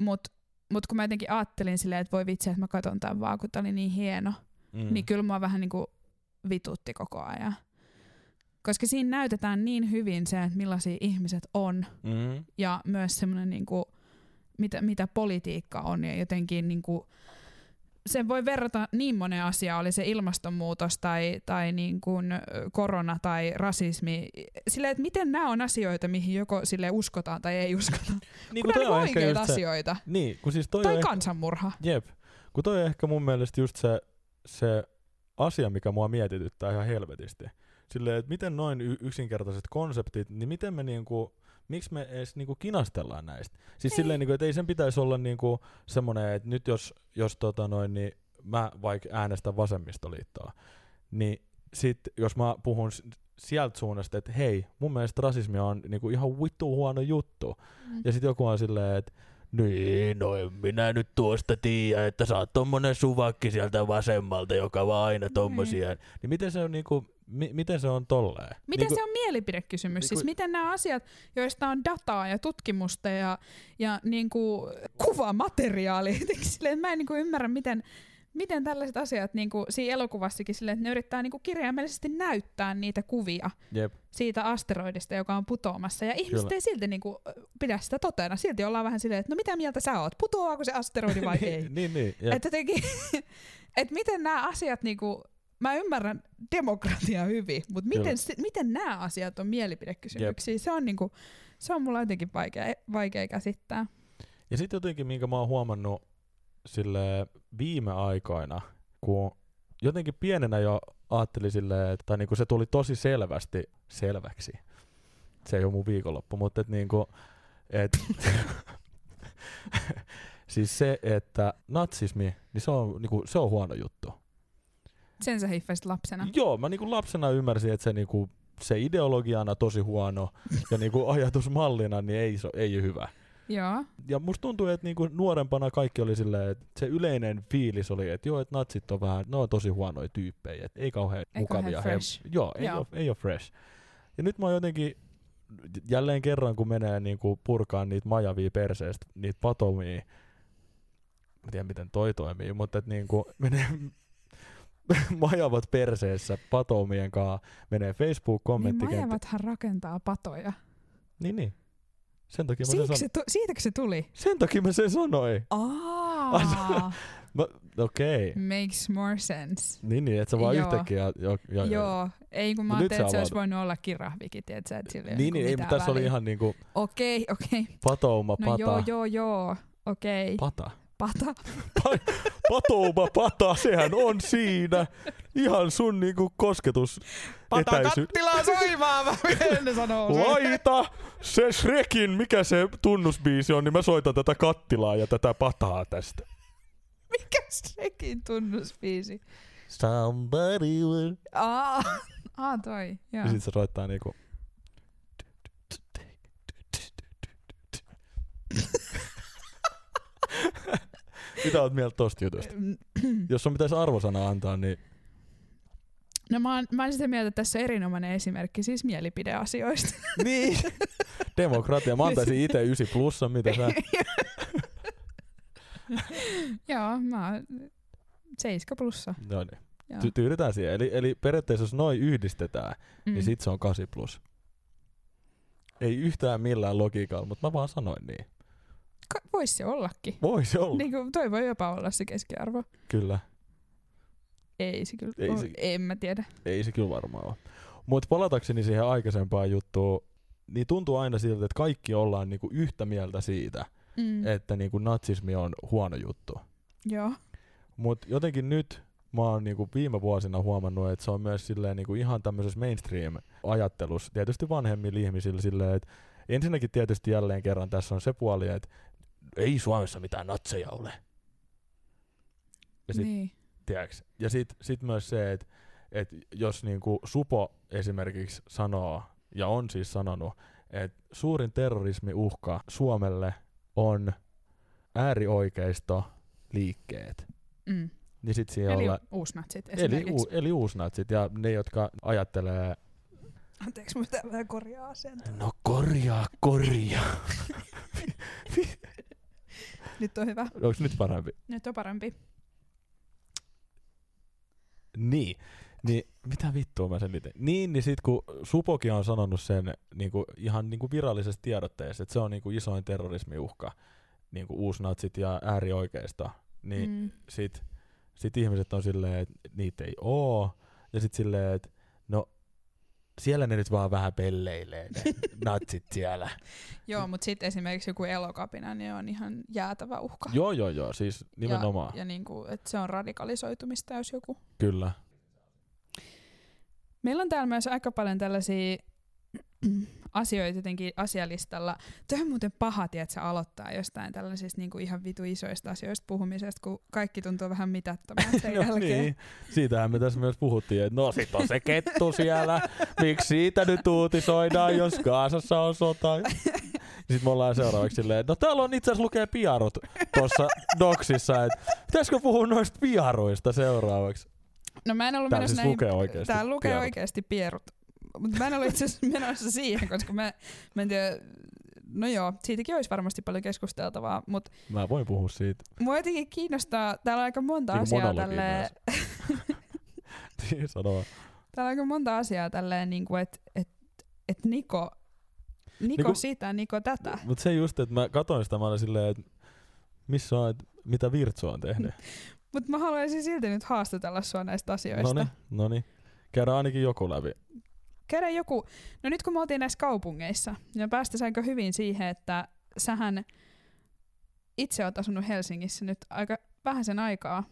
S3: Mutta mut kun mä jotenkin ajattelin silleen, että voi vitsi, että mä katson tämän vaan, kun tää oli niin hieno,
S2: Mm.
S3: mm. niin kyllä mua vähän niin kuin vitutti koko ajan. Koska siinä näytetään niin hyvin se, että millaisia ihmiset on
S2: Mm.
S3: ja myös semmoinen, niin kuin, mitä, mitä politiikka on ja jotenkin niin kuin, sen voi verrata niin moneen asiaan, oli se ilmastonmuutos tai, tai niin kuin ö, korona tai rasismi. Silleen, että miten nämä on asioita, mihin joko sille uskotaan tai ei uskota.
S2: Niin,
S3: Kun
S2: kun
S3: nämä
S2: toi
S3: on niinku
S2: on ehkä
S3: oikeita
S2: just se,
S3: asioita. Se,
S2: niin, kun siis toi on
S3: tai
S2: ehkä-
S3: kansanmurha.
S2: Jep. Kun toi on ehkä mun mielestä just se, se asia, mikä mua mietityttää ihan helvetisti. Silleen, että miten noin y- yksinkertaiset konseptit, niin miten me niinku, miksi me edes niinku kinastellaan näistä? Siis
S3: Ei.
S2: ei. silleen, niinku, että ei sen pitäisi olla niinku semmoinen, että nyt jos, jos tota noin, niin mä vaikka äänestän vasemmistoliittoa, niin sit jos mä puhun s- sieltä suunnasta, että hei, mun mielestä rasismi on niinku ihan vittu huono juttu, ja sitten joku on silleen, että niin, no en minä nyt tuosta tiedä, että sä oot tommonen suvakki sieltä vasemmalta, joka vaan aina
S3: Mm.
S2: tommosia. Niin, miten se on niinku, mi, miten se on tolleen?
S3: Miten
S2: niinku,
S3: se on mielipidekysymys?
S2: niinku-
S3: siis miten nämä asiat, joista on dataa ja tutkimusta ja, ja niin kuin kuvamateriaalia, (laughs) jotenkin silleen, että mä en niin kuin ymmärrä, miten, miten tällaiset asiat niin kuin siinä elokuvassakin silleen, että ne yrittää niin kuin kirjaimellisesti näyttää niitä kuvia
S2: Jep,
S3: siitä asteroidista, joka on putoamassa. Ja ihmiset
S2: Kyllä.
S3: ei silti niin kuin pidä sitä totena. Silti ollaan vähän silleen, että no mitä mieltä sä oot? Putoaako se asteroidi
S2: (laughs)
S3: vai ei?
S2: niin, niin, jep,
S3: Että jotenkin, (laughs) et miten nämä asiat, niinku, mä ymmärrän demokratiaa hyvin, mutta
S2: Kyllä.
S3: miten, se, miten nämä asiat on mielipidekysymyksiä, se on, niinku, se on mulla jotenkin vaikea, vaikea käsittää.
S2: Ja sitten jotenkin, minkä mä oon huomannut sille viime aikoina, kun jotenkin pienenä jo ajattelin silleen, että tai niinku se tuli tosi selvästi selväksi. Se ei ole mun viikonloppu, mutta et niinku, et, (laughs) siis se, että natsismi, niin se on, niinku, se on huono juttu.
S3: Sen sä hiffasit lapsena.
S2: Joo, mä niinku lapsena ymmärsin, että se, niinku, se ideologiana tosi huono ja niinku ajatusmallina niin ei, se, ei ole hyvä.
S3: Joo. Niin
S2: Ja musta tuntuu, että niinku nuorempana kaikki oli silleen, että se yleinen fiilis oli, että joo, että natsit on vähän, ne on tosi huonoja tyyppejä, että ei kauhean
S3: Ei
S2: mukavia.
S3: kauhean fresh.
S2: He, joo, ei,
S3: Joo.
S2: joo. Ole, ei ole fresh. Ja nyt mä oon jotenkin, jälleen kerran kun menee niinku purkaan niitä majavia perseestä, niitä patomia, mä tiedän miten toi toimii, mutta et niinku (laughs) menee majavat perseessä patomien kanssa, menee
S3: Niin
S2: Facebook-kommenttikenttään.
S3: majavathan rakentaa patoja.
S2: Niin, niin. Sen takia mä sen, san...
S3: Siitäkö se, tu- siitäkö se tuli?
S2: sen takia mä sen sanoin. (laughs)
S3: Aa,
S2: Mä- Okei.
S3: makes more sense.
S2: Niin, niin, että sä vaan
S3: Joo.
S2: joo. yhtäkkiä... Jo, jo,
S3: Joo, ei kun mä
S2: Mut nyt
S3: ajattelin,
S2: sä
S3: että se olisi
S2: avaat.
S3: voinut olla kirahvikin, tiedätkö, että sillä ei
S2: Niin,
S3: ole
S2: niin, ei,
S3: mitään
S2: mutta tässä oli
S3: väliä.
S2: ihan niinku
S3: Okei, okei.
S2: patouma,
S3: No
S2: pata.
S3: joo, joo, joo. Okei,
S2: Pata.
S3: pata.
S2: Patouma, pata, sehän on siinä. Ihan sun niinku kosketus etäisy.
S3: kattilaa soimaan, mä miten ne sanoo. sen?
S2: Laita se Shrekin, mikä se tunnusbiisi on, niin mä soitan tätä kattilaa ja tätä pataa tästä.
S3: Mikä sekin tunnusbiisi?
S2: Somebody will...
S3: Aa, aa toi, joo.
S2: Ja sit se soittaa niinku... Mitä oot mieltä tosta jutusta?
S3: Mm, Mm,
S2: Jos sun pitäisi arvosana antaa, niin
S3: (clears throat) No mä oon, mä oon sitä mieltä, että tässä on erinomainen esimerkki siis mielipideasioista. (laughs)
S2: Niin. Demokratia. Mä antaisin itse ysi plussa, mitä (laughs) sä...
S3: Joo, mä oon 7 plussa.
S2: No niin.
S3: Joo.
S2: Ty- tyydytään siihen. Eli, eli periaatteessa jos noin yhdistetään,
S3: Mm.
S2: niin sit se on 8 plus. Ei yhtään millään logiikalla, mutta mä vaan sanoin niin.
S3: Ka- Voisi se ollakin.
S2: Voisi olla. Niin.
S3: Niin kuin, toi voi jopa olla se keskiarvo.
S2: Kyllä.
S3: Ei se kyllä,
S2: Ei
S3: ei
S2: se-
S3: se... en mä tiedä.
S2: Ei se kyllä varmaan ole. Mutta palatakseni siihen aikaisempaan juttuun, niin tuntuu aina siltä, että kaikki ollaan niinku yhtä mieltä siitä,
S3: Mm.
S2: mm. että niinku natsismi on huono juttu.
S3: Joo.
S2: Mutta jotenkin nyt mä oon niinku viime vuosina huomannut, että se on myös silleen niinku ihan tämmöisessä mainstream-ajattelussa, tietysti vanhemmilla ihmisillä silleen, että ensinnäkin tietysti jälleen kerran tässä on se puoli, että ei Suomessa mitään natseja ole. Ja sit, niin.
S3: Niin.
S2: tiiäks, ja sit, sit myös se, että et jos niinku Supo esimerkiksi sanoo, ja on siis sanonut, että suurin terrorismiuhka Suomelle on äärioikeisto liikkeet.
S3: Mm.
S2: Niin sit siinä
S3: Eli
S2: olla,
S3: uusnatsit
S2: Eli,
S3: esimerkiksi.
S2: uu, eli uusnatsit ja ne, jotka ajattelee,
S3: Anteeksi, mun pitää vähän korjaa sen.
S2: no korjaa, korjaa. (laughs)
S3: Nyt on hyvä.
S2: Onko nyt parempi?
S3: Nyt on parempi.
S2: Niin. Niin, mitä vittua mä selitän? Niin, niin sit kun Supokin on sanonut sen niin kuin, ihan niin kuin virallisessa tiedotteessa, että se on niin kuin isoin terrorismiuhka, niin kuin uusnatsit ja äärioikeista, niin mm.
S3: Mm.
S2: sit, sit ihmiset on silleen, että niitä ei oo, ja sit silleen, että no siellä ne nyt vaan vähän pelleilee ne (laughs) natsit siellä.
S3: Joo, mutta sitten esimerkiksi joku elokapina, niin on ihan jäätävä uhka.
S2: Joo, joo, joo, siis nimenomaan.
S3: Ja, ja niinku, et se on radikalisoitumista, jos joku.
S2: Kyllä.
S3: Meillä on täällä myös aika paljon tällaisia (clears throat) asioita jotenkin asialistalla. Tämä on muuten paha, että se aloittaa jostain tällaisista niinku ihan vitu isoista asioista puhumisesta, kun kaikki tuntuu vähän
S2: (laughs)
S3: mitättömältä sen
S2: No
S3: jälkeen.
S2: niin, siitähän me tässä myös puhuttiin, että no sit on se kettu siellä, miksi siitä nyt uutisoidaan, jos Kaasassa on sota. Sitten me ollaan seuraavaksi silleen, no täällä on itse asiassa lukee piarut tuossa doksissa, että pitäisikö puhua noista piaruista seuraavaksi.
S3: No mä en ollut
S2: Täällä
S3: menossa
S2: siis
S3: näihin.
S2: lukee oikeesti
S3: Tää lukee
S2: pierut.
S3: oikeasti pierut. Mutta mä en ollut itse asiassa menossa siihen, koska mä, mä en tiedä, no joo, siitäkin olisi varmasti paljon keskusteltavaa, mutta
S2: Mä voin puhua siitä. (laughs)
S3: mua jotenkin kiinnostaa, täällä on aika monta
S2: Niinku
S3: asiaa
S2: monologi
S3: tälleen,
S2: Niin sanoa.
S3: täällä on aika monta asiaa tälleen, niin kuin, että et, et Niko, Niko
S2: Niinku-
S3: niin sitä, Niko tätä.
S2: Mut se just, että mä katoin sitä, mä olin silleen, että missä on, että mitä Virtsu on tehnyt.
S3: Mutta mä haluaisin silti nyt haastatella sua näistä asioista.
S2: Noni, noni. Käydään no niin. ainakin joku läpi.
S3: Käydä joku, no nyt kun me oltiin näissä kaupungeissa, niin ja päästäisiin aika hyvin siihen, että sähän itse oot asunut Helsingissä nyt aika vähän sen aikaa,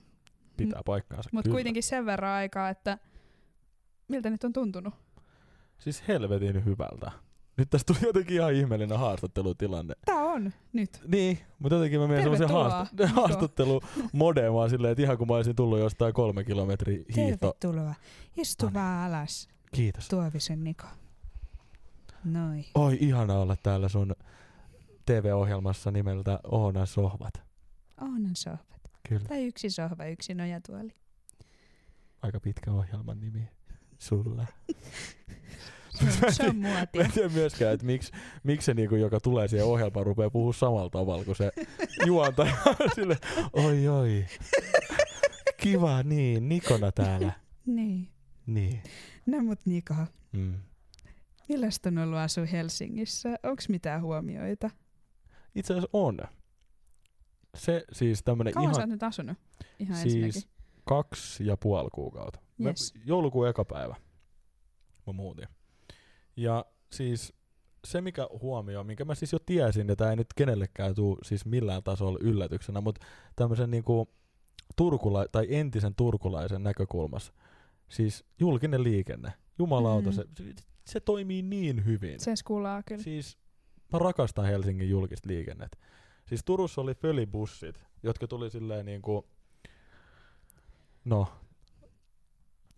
S2: Pitää paikkaansa.
S3: mutta
S2: kyllä.
S3: kuitenkin sen verran aikaa, että miltä nyt on tuntunut.
S2: Siis helvetin hyvältä. Nyt tästä tuli jotenkin ihan ihmeellinen haastattelutilanne.
S3: Tää on nyt.
S2: Niin, mutta jotenkin mä menen semmoisen
S3: Tervetuloa,
S2: haasta-
S3: Niko.
S2: haastattelumodeen vaan silleen, että ihan kun mä olisin tullut jostain kolme kilometri hiihto.
S4: Tervetuloa. Istu
S2: No niin.
S4: vaan alas,
S2: Kiitos.
S4: Tuovisen Niko. Noi.
S2: Oi, ihana olla täällä sun TV-ohjelmassa nimeltä Oonan sohvat.
S4: Oonan sohvat.
S2: Kyllä,
S4: Tai yksi sohva, yksi nojatuoli.
S2: aika pitkä ohjelman nimi sulla.
S4: Se on, se on muotia.
S2: Mä (laughs) en tiedä myöskään, että miksi, miksi se, niinku, joka tulee siihen ohjelmaan, rupeaa puhua samalla tavalla kuin (laughs) se juontaja. Sille, oi
S4: (laughs)
S2: oi, kiva niin, Nikona
S3: (laughs)
S2: täällä.
S4: Niin.
S2: Niin.
S4: No mut Niko,
S2: Mm.
S4: millaista on ollut asu Helsingissä? Onks mitään huomioita?
S2: Itse asiassa on. Se siis tämmönen
S3: Kauan sä
S2: ihan
S3: oot nyt asunut ihan siis... ensinnäkin.
S2: siis kaksi ja puoli kuukautta. Mä-
S3: Yes.
S2: Joulukuun eka päivä mä muutin. Ja siis se mikä huomio, minkä mä siis jo tiesin, ja tää ei nyt kenellekään tuu siis millään tasolla yllätyksenä, mutta tämmöisen niinku turkula- tai entisen turkulaisen näkökulmassa, siis julkinen liikenne, jumalauta,
S3: Mm.
S2: mm. se, se toimii niin hyvin.
S3: Se skulaa kyllä.
S2: Siis mä rakastan Helsingin julkista liikennettä. Siis Turussa oli fölibussit, jotka tuli silleen niinku, no,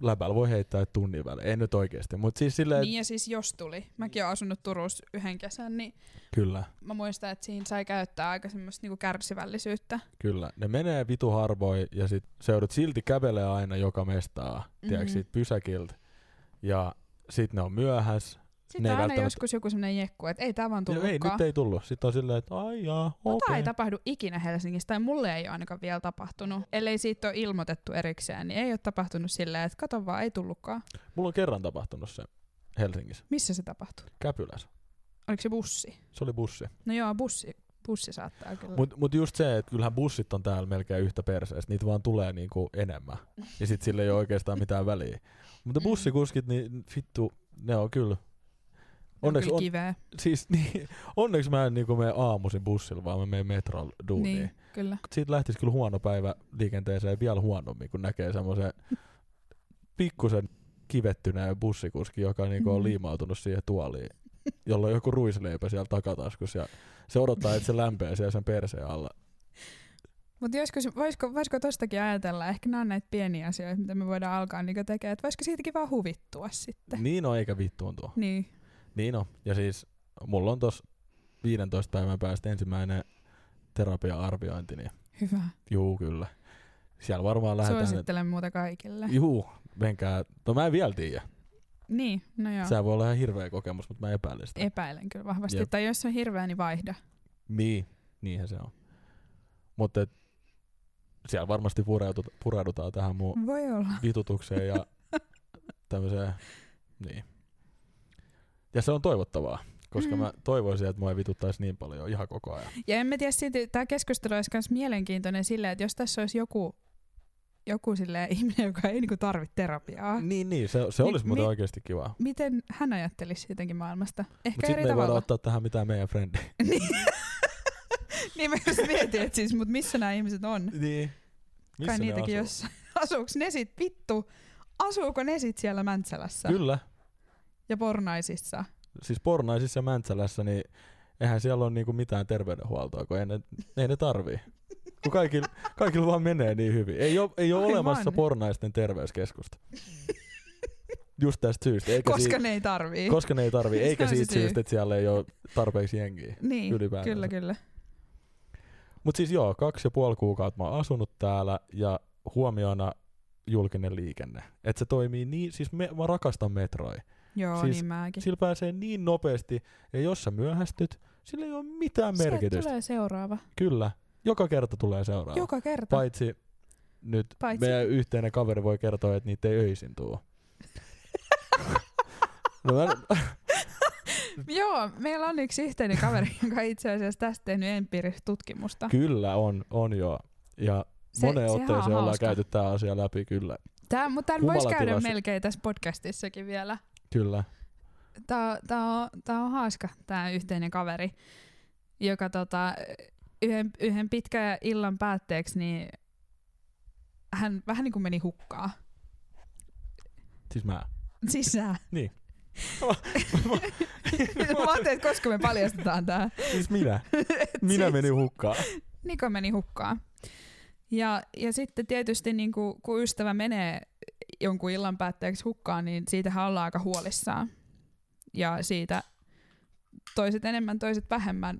S2: läpällä voi heittää tunnin välein, ei nyt oikeesti, mutta siis silleen,
S3: Niin ja siis jos tuli. Mäkin oon asunut Turussa yhden kesän, niin
S2: kyllä,
S3: mä muistan, että siinä sai käyttää aika semmoista niinku kärsivällisyyttä.
S2: kyllä, ne menee vitu harvoin ja sit se joudut silti kävelee aina joka mestaa, mm-hmm. tiedätkö,
S3: Mhm.
S2: siitä pysäkiltä ja sit ne on myöhäs,
S3: Sitten
S2: Ne
S3: on
S2: ei
S3: aina
S2: välttämättä-
S3: joskus joku semmoinen jekku, että ei tämä vaan
S2: Joo, ei,
S3: tullutkaan.
S2: nyt ei tullut. Sitten on silleen, että ai jaa,
S3: No, tää
S2: okei.
S3: ei tapahdu ikinä Helsingissä, tai mulle ei ole ainakaan vielä tapahtunut. Ellei siitä ole ilmoitettu erikseen, niin ei ole tapahtunut silleen, että kato vaan, ei tullutkaan.
S2: Mulla on kerran tapahtunut se Helsingissä,
S3: Missä se tapahtui?
S2: Käpylässä.
S3: Oliko se bussi?
S2: Se oli bussi.
S3: No joo, bussi, bussi saattaa kyllä.
S2: Mm. Mut, mut just se, että kyllähän bussit on täällä melkein yhtä perseestä, niitä vaan tulee niinku enemmän. Ja sit sillä ei ole oikeastaan mitään väliä. Mutta
S3: Mm.
S2: bussikuskit, niin vittu, ne on kyllä.
S3: Ne on
S2: Onneksi,
S3: kyllä
S2: on,
S3: kiveä.
S2: siis, (laughs) niin, onneksi mä en niinku mene aamuisin bussilla, vaan mä menen metrolla duuniin. Niin.
S3: Niin, kyllä.
S2: Siitä lähtisi kyllä huono päivä liikenteeseen vielä huonommin, kun näkee semmoisen pikkusen kivettyneen bussikuski, joka niinku on
S3: Mm.
S2: liimautunut siihen tuoliin, jolla on joku ruisleipä siellä takataskussa ja se odottaa, että se lämpee siellä sen perseen alla.
S3: Mutta joskus, voisiko, voisiko tostakin ajatella, ehkä nämä on näitä pieniä asioita, mitä me voidaan alkaa niinku tekemään, että voisiko siitäkin vaan huvittua sitten.
S2: Niin on, eikä vittuun tuo.
S3: Niin.
S2: Niin on. Ja siis mulla on tos 15 päivän päästä ensimmäinen terapia-arviointi, niin
S3: Hyvä.
S2: juu kyllä. Siellä varmaan lähdetään...
S3: Suosittelen muuta kaikille.
S2: Juu, menkää. No mä en vielä tiedä.
S3: Niin, no joo.
S2: Sehän voi olla ihan hirveä kokemus, mutta mä epäilen sitä.
S3: Epäilen kyllä vahvasti.
S2: Jep.
S3: Tai jos on hirveä, niin vaihda.
S2: Niin, niinhän se on. Mutta et, siellä varmasti pureudut, pureudutaan tähän mun
S3: Voi olla.
S2: vitutukseen
S3: (laughs)
S2: ja tämmöiseen. Niin. Ja se on toivottavaa, koska
S3: Mm.
S2: mä toivoisin, että mua ei vituttaisi niin paljon ihan koko ajan.
S3: Ja en mä tiedä, silti tämä keskustelu olisi myös mielenkiintoinen silleen, että jos tässä olisi joku, joku silleen ihminen, joka ei niinku tarvitse (laughs) terapiaa,
S2: Niin, niin, se, se
S3: Niin,
S2: olisi muuten
S3: mi-
S2: oikeasti kiva.
S3: miten hän ajattelisi jotenkin maailmasta? Ehkä
S2: Mutta
S3: eri
S2: sitten me ei voida
S3: tavalla.
S2: ottaa tähän mitään meidän frendiä.
S3: Niin. (laughs) niin mä just mietin, että siis, mutta missä nämä ihmiset on?
S2: (laughs) niin.
S3: Kai
S2: ne
S3: niitäkin
S2: asuu?
S3: (laughs) jos... Asuuko ne sit, vittu? Asuuko ne sit siellä Mäntsälässä
S2: Kyllä.
S3: ja Pornaisissa?
S2: Siis Pornaisissa ja Mäntsälässä, niin eihän siellä ole niinku mitään terveydenhuoltoa, kun ei ne, ei ne tarvii. Kun kaikilla,
S3: (laughs)
S2: kaikilla vaan menee niin hyvin. Ei ole, ei ole
S3: Aivan.
S2: olemassa pornaisten terveyskeskusta. Just tästä syystä. Eikä
S3: Koska niin.
S2: sii-
S3: ne ei tarvii.
S2: koska ne ei tarvii. Eikä
S3: on se
S2: siitä
S3: syy.
S2: syystä, että siellä ei ole tarpeeksi jengiä.
S3: niin,
S2: ylipäätänsä.
S3: kyllä, kyllä.
S2: Mutta siis joo, kaksi ja puoli kuukautta mä oon asunut täällä ja huomiona julkinen liikenne. Että se toimii niin, siis me, mä rakastan metroja.
S3: Joo,
S2: Siis
S3: niin mäkin.
S2: Sillä pääsee niin nopeasti ja jos sä myöhästyt, sillä ei ole mitään merkitystä.
S3: Se tulee seuraava.
S2: Kyllä, joka kerta tulee seuraava.
S3: Joka kerta. (laughs)
S2: Paitsi nyt
S3: Paitsi-
S2: Paitsi. meidän yhteinen kaveri voi kertoa, että niitä ei öisin tuu. No mä,
S3: Joo, meillä on yksi yhteinen kaveri, joka itse asiassa tästä tehnyt empiiristä tutkimusta.
S2: kyllä on, on joo. Ja
S3: Se-
S2: se, moneen
S3: sehän on
S2: otteeseen ollaan
S3: hauska.
S2: käyty tämä asia läpi, kyllä.
S3: Tää, mutta tämän voisi käydä
S2: Humalatilassa.
S3: melkein tässä podcastissakin vielä.
S2: Kyllä.
S3: Tää, tää, on, tää on hauska, tää yhteinen kaveri, joka tota, yhden, yhden pitkän illan päätteeksi, niin hän vähän niin kuin meni hukkaa.
S2: Siis
S3: (laughs)
S2: mä. (laughs)
S3: Sisään.
S2: Niin.
S3: Mä ajattelin, että koska me paljastetaan tää.
S2: Siis (laughs) minä. Minä menin hukkaan.
S3: Niko meni hukkaan. Ja, ja sitten tietysti niin kuin, kun ystävä menee jonkun illan päätteeksi hukkaan, niin siitähän ollaan aika huolissaan. Ja siitä toiset enemmän, toiset vähemmän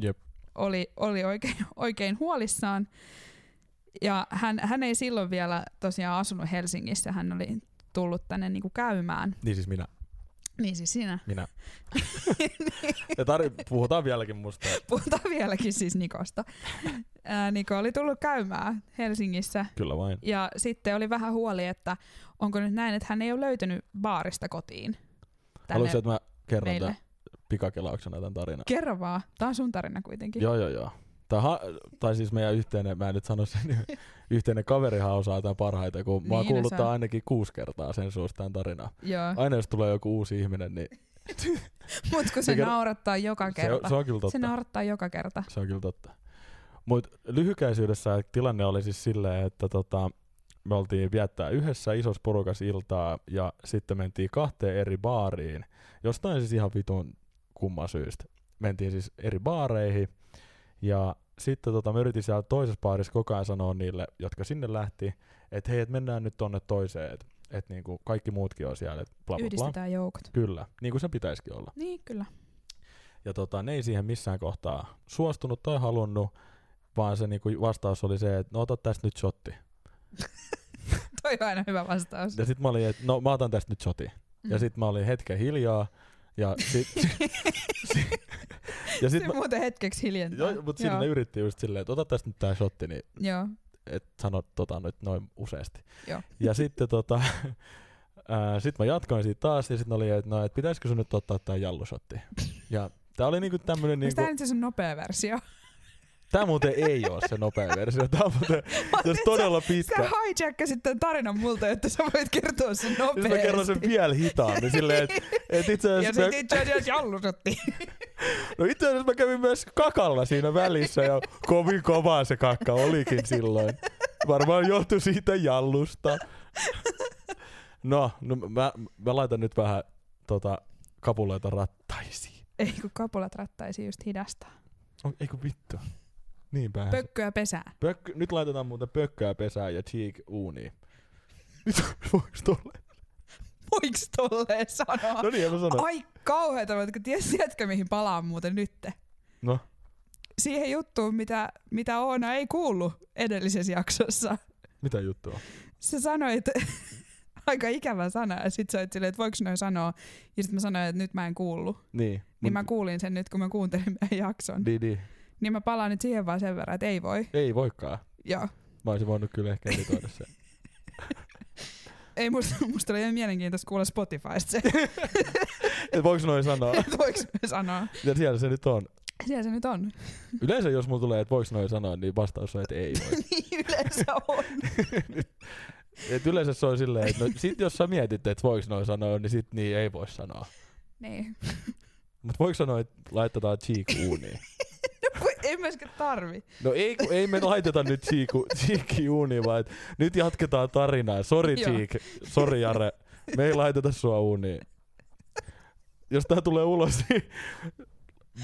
S2: Jep.
S3: oli, oli oikein, (laughs) oikein huolissaan. Ja hän, hän ei silloin vielä tosiaan asunut Helsingissä, hän oli tullut tänne niin kuin käymään.
S2: Niin siis minä.
S3: Niin siis sinä.
S2: Minä. Ja tar- puhutaan vieläkin musta.
S3: (laughs) Puhutaan vieläkin siis Nikosta. (laughs) Ää, Niko oli tullut käymään Helsingissä
S2: Kyllä vain.
S3: Ja sitten oli vähän huoli, että onko nyt näin, että hän ei ole löytänyt baarista kotiin.
S2: Haluatko, että mä kerron
S3: meille.
S2: tämän pikakelauksena tämän tarinan?
S3: Kerro vaan. Tämä on sun tarina kuitenkin.
S2: Joo, joo, joo. Tai, ha- tai siis meidän yhteinen, mä en nyt sano sen,
S3: (laughs)
S2: nimen, yhteinen kaverihan osaa tämän parhaiten, kun mä oon
S3: Niin,
S2: kuullut
S3: osaa.
S2: tämän ainakin kuusi kertaa sen suosta tämän tarinaa.
S3: Joo.
S2: Aina jos tulee joku uusi ihminen, niin
S3: Mut kun se
S2: Se ker-
S3: naurattaa joka
S2: se, on-
S3: kerta.
S2: se on kyllä
S3: Se
S2: totta.
S3: naurattaa joka kerta.
S2: Se on kyllä totta. Mutta lyhykäisyydessä tilanne oli siis silleen, että tota, me oltiin viettää yhdessä isossa porukas iltaa ja sitten mentiin kahteen eri baariin. Jostain siis ihan vitun kumman syystä. Mentiin siis eri baareihin ja sitten tota, mä yritin siellä toisessa baarissa koko ajan sanoa niille, jotka sinne lähti, että hei, et mennään nyt tonne toiseen, että et niinku kaikki muutkin on siellä, et bla bla bla.
S3: Yhdistetään joukot.
S2: Kyllä, niin kuin se pitäisikin olla.
S3: Niin, kyllä.
S2: Ja tota, ne ei siihen missään kohtaa suostunut tai halunnut, vaan se niinku vastaus oli se, että no ota tästä nyt shotti.
S3: Toi on aina hyvä vastaus.
S2: Ja sit mä olin, että no mä otan tästä nyt shoti. Mm. Ja sit mä olin hetken hiljaa. Ja (laughs) sit, si- ja sit
S3: Se
S2: mä,
S3: muuten hetkeksi hiljentää.
S2: joo, mut siinä ne yritti just silleen, että ota tästä nyt tää shotti, niin
S3: Joo.
S2: et sano tota nyt noin useasti.
S3: Joo.
S2: Ja sitten tota, (laughs) ää, sit mä jatkoin siitä taas ja sitten oli, että no, et pitäisikö sun nyt ottaa tää jallusotti. Ja tää oli niinku tämmönen
S3: Niin
S2: niinku,
S3: Tämä nyt se on nopea versio.
S2: tää muuten ei oo se nopea versio, tää on muuten, (laughs) jos
S3: nyt
S2: todella
S3: Sä,
S2: pitkä.
S3: sä hijackasit tämän tarinan multa, että sä voit kertoa sen
S2: Jos
S3: nopeasti.
S2: mä kerron
S3: (laughs)
S2: sen vielä hitaammin silleen, että et itse
S3: ja
S2: asiassa,
S3: sitten
S2: mä,
S3: itse asiassa jallusotti. (laughs)
S2: no itse asiassa mä kävin myös kakalla siinä välissä ja kovin kovaa se kakka olikin silloin. Varmaan johtui siitä jallusta. No, no mä, mä laitan nyt vähän tota, kapuloita rattaisiin.
S3: Ei kun kapulat rattaisi just hidastaa.
S2: O, ei kun vittu. Niin päin. Pök-
S3: Pökköä pesää.
S2: pök- nyt laitetaan muuten pökkää pesään ja cheek uuniin. Nyt voiks tolle?
S3: Voiks tolleen sanoa?
S2: No niin, en mä sano.
S3: Ai kauheeta, mutta kun ties- tiedätkö mihin palaan muuten nytte?
S2: No.
S3: Siihen juttuun, mitä, mitä Oona ei kuullut edellisessä jaksossa.
S2: Mitä juttua?
S3: Sä sanoit (laughs) aika ikävä sana ja sit sä oot silleen, että voiko noin sanoa. Ja sit mä sanoin, että nyt mä en kuullut.
S2: Niin.
S3: Niin mä kuulin sen nyt, kun mä kuuntelin (laughs) meidän jakson.
S2: Niin, niin.
S3: Niin mä palaan nyt siihen vaan sen verran, että ei voi.
S2: Ei voikaan.
S3: Joo.
S2: Mä olisin voinut kyllä ehkä editoida sen.
S3: Ei musta, (laughs) musta oli ihan mielenkiintoista kuulla Spotifysta se,
S2: (laughs) Et voiko noin sanoa?
S3: että (laughs) voiks me sanoa.
S2: Ja siellä se nyt on.
S3: Siellä se nyt on.
S2: Yleensä jos mulla tulee, että voiko noin sanoa, niin vastaus on, että ei voi.
S3: (laughs) niin yleensä on.
S2: Et yleensä se on silleen, että no, sit jos sä mietit, että voiko noin sanoa, niin sit niin ei voi sanoa.
S3: niin.
S2: Mut voiko sanoa, että laitetaan cheek uuniin?
S3: (laughs) No kun ei myöskään tarvi.
S2: No ei, kun ei me laiteta nyt Cheeku, Cheeki uuniin, vaan et nyt jatketaan tarinaa. Sori
S3: Joo.
S2: Cheek, sori Jare, me ei laiteta sua uuniin. Jos tää tulee ulos, niin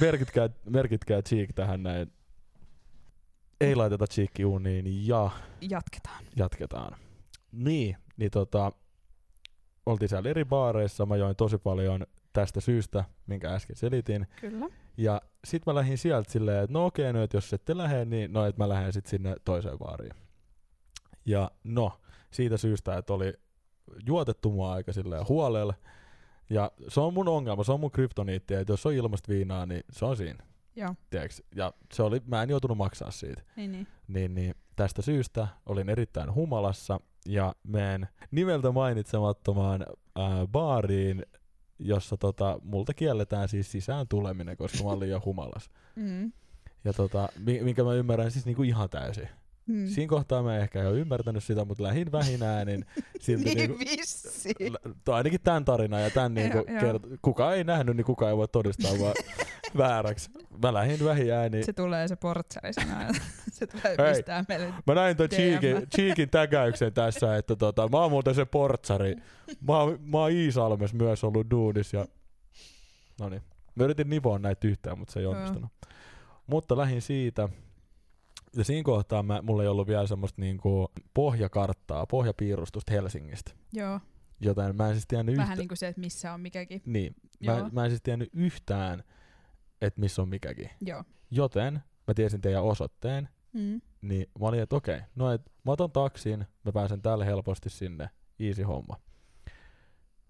S2: merkitkää, merkitkää Cheek tähän näin. Ei laiteta Cheekki uuniin ja
S3: Jatketaan.
S2: jatketaan. Niin, niin tota, oltiin siellä eri baareissa, mä join tosi paljon tästä syystä, minkä äsken selitin.
S3: Kyllä.
S2: Ja sit mä lähdin sieltä silleen, että no okei, no et jos ette lähde, niin no et mä lähden sit sinne toiseen baariin. Ja no, siitä syystä, että oli juotettu mua aika silleen huolella. Ja se on mun ongelma, se on mun kryptoniitti, että jos on ilmasta viinaa, niin se on siinä.
S3: Joo.
S2: Tiedätkö? Ja se oli, mä en joutunut maksaa siitä.
S3: Niin, niin.
S2: Niin, niin tästä syystä olin erittäin humalassa ja menen nimeltä mainitsemattomaan ää, baariin, jossa tota, multa kielletään siis sisään tuleminen, koska mä olin liian humalas.
S3: Mm.
S2: Ja tota, mi- minkä mä ymmärrän siis niinku ihan täysin.
S3: Mm.
S2: Mm. Siinä kohtaa mä ehkä en ole ymmärtänyt sitä, mutta lähin vähinään, niin silti
S3: (laughs)
S2: niinku,
S3: vissi.
S2: lä- tai ainakin tämän tarinan ja tämän niinku
S3: Niin. Joo, joo.
S2: kert- kuka ei nähnyt, niin kuka ei voi todistaa
S3: (laughs)
S2: vaan vääräksi. Mä lähin vähin ääniin.
S3: Se tulee se
S2: (laughs)
S3: portsari sana. se tulee
S2: Niin. Hei.
S3: pistää meille.
S2: Mä näin ton
S3: DM.
S2: Cheekin, Cheekin täkäyksen tässä, että tota, mä oon muuten se portsari. Mä, oon- mä oon Iisalmes myös ollut duunis ja... Noniin. Mä yritin nivoa näitä yhtään, mutta se ei
S3: Joo.
S2: onnistunut. Mutta lähin siitä. Ja siinä kohtaa mä, mulla ei ollut vielä semmoista niinku pohjakarttaa, pohjapiirustusta Helsingistä.
S3: Joo.
S2: Joten mä en siis tiennyt
S3: Vähän
S2: yhtään.
S3: niin kuin se, että missä on mikäkin.
S2: Niin, mä,
S3: Joo.
S2: en- mä en siis tiennyt yhtään, että missä on mikäkin.
S3: Joo.
S2: Joten mä tiesin teidän osoitteen,
S3: Mm.
S2: niin mä olin, että okei, no et mä otan taksin, mä pääsen täällä helposti sinne, easy homma.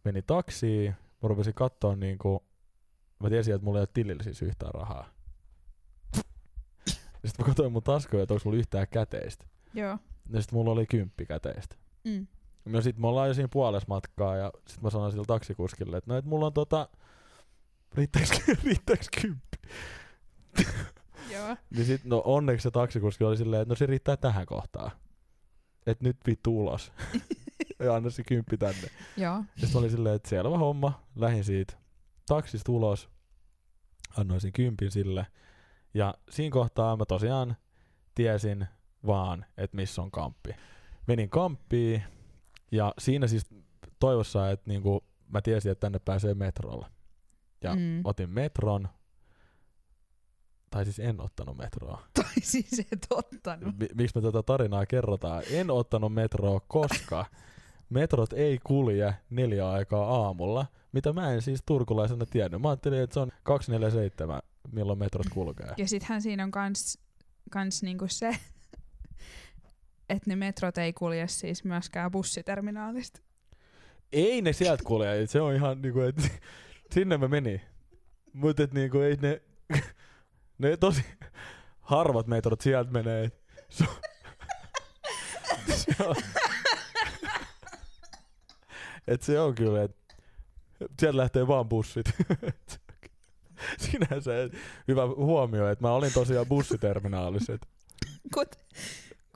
S2: Meni taksiin, mä rupesin katsoa niinku, mä tiesin, että mulla ei ole tilillä siis yhtään rahaa. Sitten mä katsoin mun taskuja, että onko mulla yhtään käteistä.
S3: Joo.
S2: Ja sitten mulla oli kymppi käteistä.
S3: Mm.
S2: No sit me ollaan jo siinä puolessa matkaa ja sit mä sanoin sille taksikuskille, että no et mulla on tota, riittääks, (laughs) riittääks kymppi?
S3: Joo.
S2: Niin sit, no onneksi se taksikuski oli silleen, että no se riittää tähän kohtaan. Et nyt vittu ulos. ja anna se kymppi tänne.
S3: Joo.
S2: Ja sit mä olin silleen, että selvä homma, lähin siitä taksista ulos. Annoin sen kympin sille. Ja siinä kohtaa mä tosiaan tiesin vaan, että missä on kamppi. Menin kamppiin ja siinä siis toivossa, että niinku, mä tiesin, että tänne pääsee metrolla. Ja
S3: Mm.
S2: Otin metron, tai siis en ottanut metroa.
S3: Tai siis et ottanut.
S2: Mi- miksi me tätä tarinaa kerrotaan. En ottanut metroa, koska metrot ei kulje neljä aikaa aamulla, mitä mä en siis turkulaisena tiennyt. Mä ajattelin, että se on 247, milloin metrot kulkee.
S3: Ja sittenhän siinä on kans, kans niinku se, että ne metrot ei kulje siis myöskään bussiterminaalista.
S2: Ei ne sieltä kulje, et (laughs) se on ihan niinku, että sinne mä meni. Mut et niinku ei ne, (laughs) ne tosi harvat metrot sieltä menee. (laughs) et Se on, se on, (laughs) et se on kyllä, et sieltä lähtee vaan bussit. (laughs) Et Sinänsä et, hyvä huomio, että mä olin tosiaan bussiterminaalissa. Et
S3: Kut,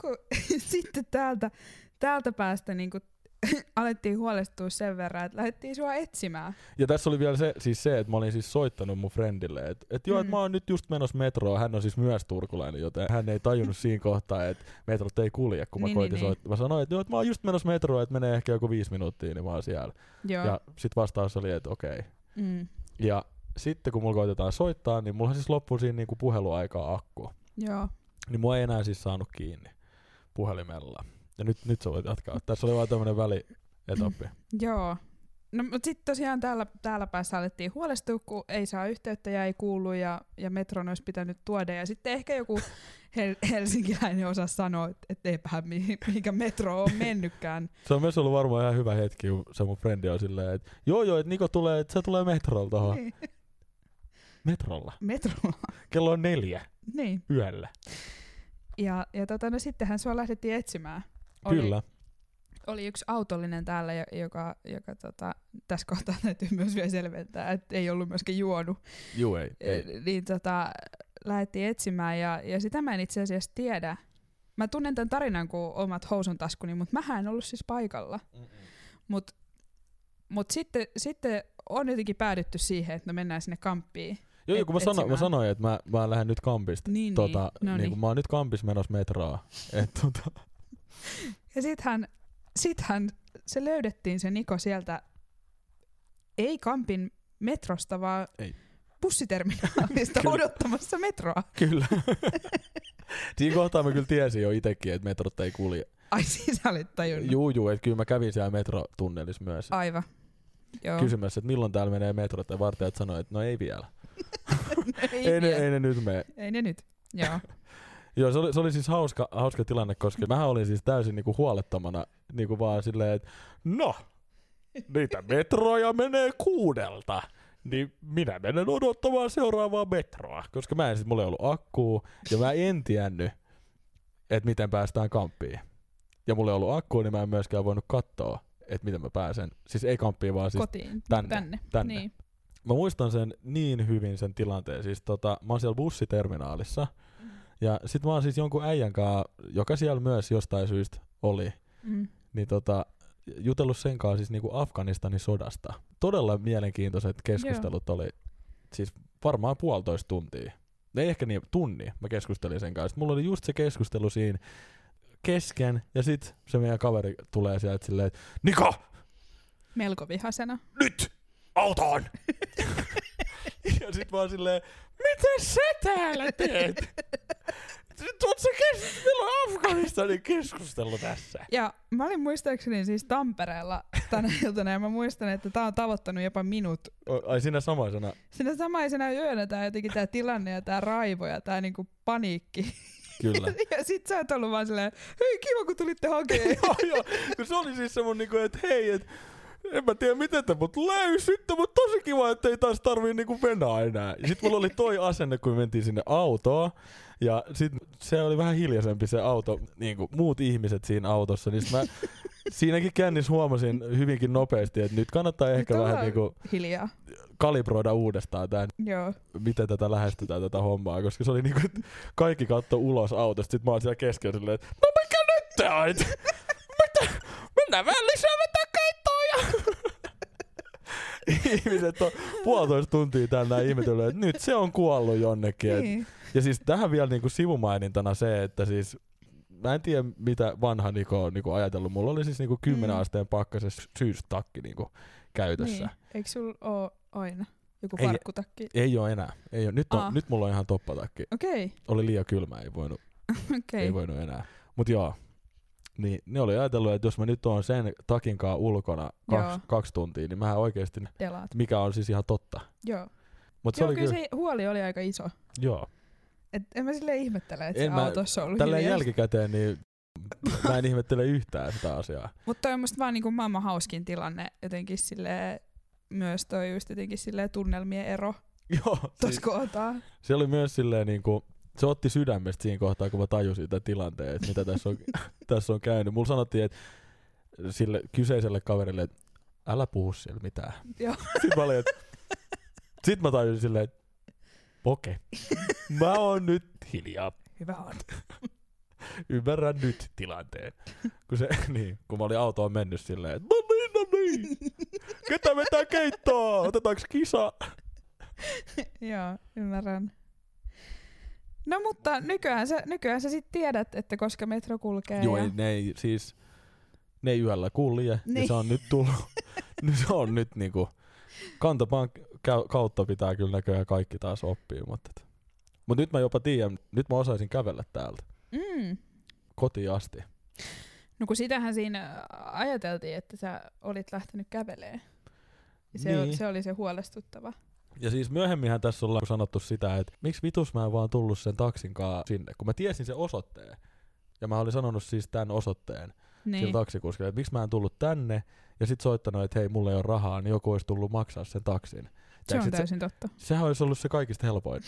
S3: ku, (laughs) sitten täältä, täältä päästä niinku (laughs) alettiin huolestua sen verran, että lähdettiin sua etsimään.
S2: Ja tässä oli vielä se, siis se, että mä olin siis soittanut mun friendille, että et joo, mm.
S3: Mm.
S2: että mä oon nyt just menossa metroon, hän on siis myös turkulainen, joten hän ei tajunnut siinä kohtaa, että metrot ei kulje, kun mä niin,
S3: Niin,
S2: koitin
S3: niin,
S2: niin, soittaa. Mä sanoin, että joo, että mä oon just menossa metroon, että menee ehkä joku viisi minuuttia, niin mä oon siellä.
S3: Joo.
S2: Joo. Ja sit vastaus oli, että okei.
S3: Mm.
S2: Ja sitten kun mulla koitetaan soittaa, niin mulla siis loppui siinä niinku puheluaikaa akku.
S3: Joo.
S2: Niin mua ei enää siis saanut kiinni puhelimella. Ja nyt, nyt sä voit jatkaa. Tässä oli vaan tämmönen väli etappi.
S3: Joo. No mut sit tosiaan täällä, täällä päässä alettiin huolestua, kun ei saa yhteyttä ja ei kuulu ja, ja metron olisi pitänyt tuoda. Ja sitten ehkä joku hel- helsinkiläinen osaa sanoa, että et eipähän mi- mihinkä metro on mennytkään.
S2: Se on myös ollut varmaan ihan hyvä hetki, kun se mun frendi on silleen, että joo joo, että Niko tulee, että se tulee metrolla tohon.
S3: Niin.
S2: Metrolla.
S3: Metrolla.
S2: Kello on neljä
S3: niin.
S2: yöllä.
S3: Ja, ja tota, no sittenhän sua lähdettiin etsimään. Oli,
S2: Kyllä.
S3: oli yksi autollinen täällä, jo- joka, joka tota, tässä kohtaa täytyy myös vielä selventää, että ei ollut myöskään juonut.
S2: Juu ei.
S3: niin tota, lähdettiin etsimään ja, ja sitä mä en itse asiassa tiedä. Mä tunnen tämän tarinan kuin omat housun taskuni, mutta mähän en ollut siis paikalla. Mutta mut sitten, sitten on jotenkin päädytty siihen, että no mennään sinne kamppiin.
S2: Joo, joo, kun mä,
S3: Et-
S2: sano, mä
S3: etsimään.
S2: sanoin, että mä, mä lähden nyt kampista.
S3: Niin,
S2: Tota,
S3: niin. No niin.
S2: niin, kun mä oon nyt kampis menossa metroa. Et, tota,
S3: Ja sittenhän, sittenhän se löydettiin se Niko sieltä, ei kampin metrosta, vaan
S2: Ei. (laughs)
S3: bussiterminaalista
S2: Kyllä.
S3: odottamassa metroa.
S2: kyllä. (laughs) Siinä kohtaa mä kyllä tiesin jo itekin, että metrot ei kulje.
S3: Ai siis sä olit tajunnut.
S2: Juu, juu, että kyllä mä kävin siellä metrotunnelissa myös.
S3: Aivan. Joo.
S2: Kysymässä, että milloin täällä menee metrot, ja vartijat sanoi, että no ei vielä.
S3: ei,
S2: Ei, ei, ne,
S3: vielä.
S2: ei ne nyt mene.
S3: ei ne nyt. Joo.
S2: Joo, se oli, se oli siis hauska, hauska tilanne, koska mä olin siis täysin niinku huolettomana niinku vaan silleen, että no, niitä metroja menee kuudelta. Niin minä menen odottamaan seuraavaa metroa, koska mä en sit, mulla ei ollut akkuu ja mä en tiennyt, että miten päästään kamppiin. Ja mulla ei ollut akkuu, niin mä en myöskään voinut katsoa, että miten mä pääsen. Siis ei kamppiin, vaan siis
S3: kotiin.
S2: tänne,
S3: tänne.
S2: tänne.
S3: Niin.
S2: mä muistan sen niin hyvin sen tilanteen. Siis tota, mä oon siellä bussiterminaalissa. Ja sit mä oon siis jonkun äijän kanssa, joka siellä myös jostain syystä oli,
S3: Mm.
S2: niin tota, jutellut sen kanssa siis niinku Afganistanin sodasta. Todella mielenkiintoiset keskustelut oli, siis varmaan puolitoista tuntia. Ei ehkä niin, tunni mä keskustelin sen kanssa. Mulla oli just se keskustelu siinä kesken, ja sit se meidän kaveri tulee sieltä silleen, että Niko,
S3: Melko vihasena.
S2: nyt autoon! (laughs) ja sit vaan silleen, mitä sä täällä teet? Oot sä kes- meillä on Afganistanin keskustelu tässä.
S3: Ja mä olin muistaakseni siis Tampereella tänä (laughs) iltana ja mä muistan, että tää on tavoittanut jopa minut.
S2: O- Ai siinä samaisena.
S3: Sinä samaisena yönä tää jotenkin tää tilanne ja tää raivo ja tää niinku paniikki.
S2: Kyllä.
S3: (laughs) Ja sit sä oot ollut vaan silleen, hei kiva kun tulitte hakemaan.
S2: joo, joo. Kun se oli siis semmonen, niinku, että hei, et, en mä tiedä miten te mut löysitte, mut tosi kiva, että ei taas tarvii niinku venaa enää. Ja sit mulla oli toi asenne, kun me mentiin sinne autoon. Ja sit se oli vähän hiljaisempi se auto, niinku muut ihmiset siinä autossa. Niin sit mä siinäkin kännissä huomasin hyvinkin nopeasti, että nyt kannattaa (laughs) ehkä
S3: ollaan-
S2: vähän niinku
S3: Hiljaa.
S2: kalibroida uudestaan tää
S3: Joo.
S2: miten tätä lähestytään tätä hommaa, koska se oli niinku, että kaikki katto ulos autosta, sit mä oon siellä keskellä silleen, että no mikä (laughs) nyt te oit? (laughs) Mitä? Mennään vähän lisää vetää keittoon ja... Ihmiset on puolitoista tuntia täällä näin ihmetellyt, että nyt se on kuollut jonnekin. Et-
S3: Niin.
S2: Ja siis tähän vielä niinku sivumainintana se, että siis Mä en tiedä, mitä vanha Niko on niinku ajatellut. Mulla oli siis niinku 10
S3: Mm.
S2: asteen pakkasen syystakki niinku käytössä.
S3: niin. Eikö sul oo aina joku
S2: Ei.
S3: farkkutakki?
S2: Ei oo enää. Ei oo. Nyt,
S3: Aa.
S2: on, nyt mulla on ihan toppatakki
S3: Okei,
S2: oli liian kylmä, ei voinut,
S3: okei.
S2: ei voinut enää. Mut joo, niin ne oli ajatellut, että jos mä nyt oon sen takinkaan ulkona
S3: Joo.
S2: kaksi, kaksi tuntia, niin mä oikeasti,
S3: Pelaat.
S2: mikä on siis ihan totta.
S3: Joo.
S2: Mutta se
S3: Joo,
S2: oli
S3: kyllä
S2: kyllä,
S3: se huoli oli aika iso.
S2: joo.
S4: Et en mä silleen ihmettele, että se
S2: En mä-
S4: autossa on ollut
S2: Tällä
S4: hiljaista.
S2: jälkikäteen, niin mä en ihmettele yhtään sitä asiaa.
S3: Mutta toi on musta vaan niinku maailman hauskin tilanne jotenkin silleen, myös toi just jotenkin silleen tunnelmien ero
S2: (laughs) Joo, siis,
S4: Tuossa
S2: (laughs)
S4: kohtaa.
S2: se oli myös silleen niin kuin, se otti sydämestä siinä kohtaa, kun mä tajusin tämän tilanteen, että mitä (laughs) tässä on, tässä on käynyt. Mulla sanottiin, että sille kyseiselle kaverille, että älä puhu siellä (laughs) mitään.
S4: Joo.
S2: Sitten mä, olin, että, sit mä tajusin silleen, että okei, mä oon nyt hiljaa.
S4: Hyvä on.
S2: Ymmärrän nyt tilanteen. Kun, se, (laughs) niin, kun mä olin autoon mennyt silleen, että no niin, no niin. Ketä vetää keittoa? Otetaanko kisa?
S4: Joo, ymmärrän. No mutta nykyään sä, nykyään sä sit tiedät, että koska metro kulkee.
S2: Joo,
S4: ja...
S2: ei, ne ei siis, ne ei yöllä kulje, niin. ja
S4: Niin.
S2: se on nyt tullut, (laughs) niin se on nyt niinku, kantapaan kä- kautta pitää kyllä näköjään kaikki taas oppia, mutta et. Mut nyt mä jopa tiedän, nyt mä osaisin kävellä täältä
S3: Mm.
S2: kotiin asti.
S3: No kun sitähän siinä ajateltiin, että sä olit lähtenyt käveleen. Ja se, niin.
S2: Niin.
S3: se oli se huolestuttava.
S2: Ja siis myöhemminhän tässä ollaan sanottu sitä, että miksi vitus mä en vaan tullut sen taksin kaa sinne, kun mä tiesin sen osoitteen. Ja mä olin sanonut siis tämän osoitteen niin.
S3: Niin.
S2: sillä taksikuskille, että miksi mä en tullut tänne, ja sit soittanut, että hei, mulla ei ole rahaa, niin joku olisi tullut maksaa sen taksin.
S3: Se
S2: Tiedätkö,
S3: on
S2: et
S3: täysin totta.
S2: Sehän olisi ollut se kaikista helpoin.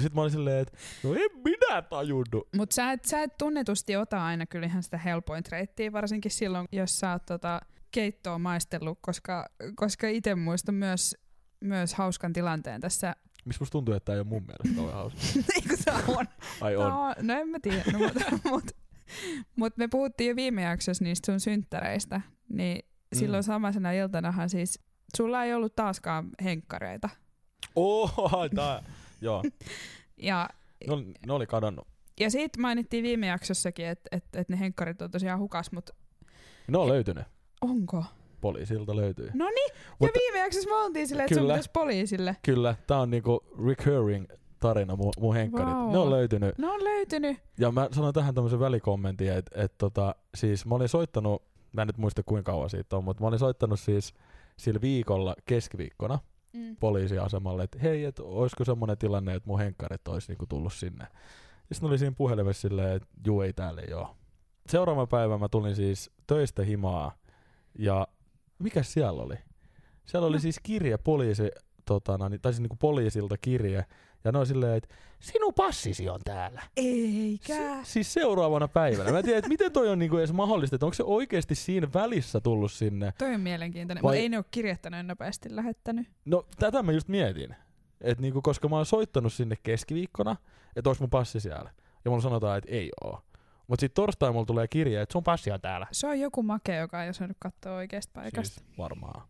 S2: Sitten mä olin silleen, että no en minä tajunnut.
S3: Mutta sä et, sä et tunnetusti ota aina kyllähän sitä helpoin reittiä, varsinkin silloin, jos sä oot tota keittoa maistellut, koska, koska itse muistan myös, myös hauskan tilanteen tässä.
S2: Miksi musta tuntuu, että tää ei ole mun mielestä kauhean hauska?
S3: (laughs) Eikö se on?
S2: Ai on.
S3: No, no en mä tiedä, no, mutta mut, (laughs) mut me puhuttiin jo viime jaksossa niistä sun synttäreistä, niin
S2: Mm.
S3: mm. silloin samaisena iltanahan siis sulla ei ollut taaskaan henkkareita.
S2: Oho, ai tää. Joo,
S3: Ja,
S2: ne oli, ne oli kadonnut.
S3: ja siitä mainittiin viime jaksossakin, että et, et ne henkkarit on tosiaan hukas, mutta
S2: Ne on löytynyt.
S3: onko?
S2: Poliisilta löytyy.
S3: Ja
S2: Mutta-
S3: viime jaksossa me oltiin silleen, että sun
S2: Kyllä.
S3: pitäisi poliisille.
S2: Kyllä, tää on niinku recurring tarina mun, mun henkkarit.
S3: Vau.
S2: Ne on löytynyt.
S3: No on löytynyt.
S2: Ja mä sanon tähän tämmöisen välikommentin, että et tota, siis mä olin soittanut, mä en nyt muista kuinka kauan siitä on, mutta mä olin soittanut siis sillä viikolla keskiviikkona
S3: Mm.
S2: poliisiasemalle, että hei, et olisiko semmoinen tilanne, että mun henkkarit olisi niinku tullut sinne. Ja sitten oli siinä puhelimessa silleen, että juu ei täällä joo. Seuraavana päivänä mä tulin siis töistä himaa ja mikä siellä oli? Siellä oli
S3: No.
S2: siis kirje poliisi, totana, niin- tai siis niinku poliisilta kirje, ja ne on silleen, että sinun passisi on täällä.
S4: Eikä.
S2: Si- siis seuraavana päivänä. Mä en tiedä, että miten toi on niinku edes mahdollista, että onko se oikeasti siinä välissä tullut sinne.
S3: Toi on mielenkiintoinen,
S2: Vai-
S3: mutta ei ne ole kirjoittanut nopeasti lähettänyt.
S2: No tätä mä just mietin. Et niinku, koska mä oon soittanut sinne keskiviikkona, että onko mun passi siellä. Ja mulla sanotaan, että ei oo. Mut sit torstai mulla tulee kirje, että sun passi on täällä.
S3: Se on joku make, joka ei osannut katsoa oikeasta paikasta. Siis.
S2: Siis varmaan.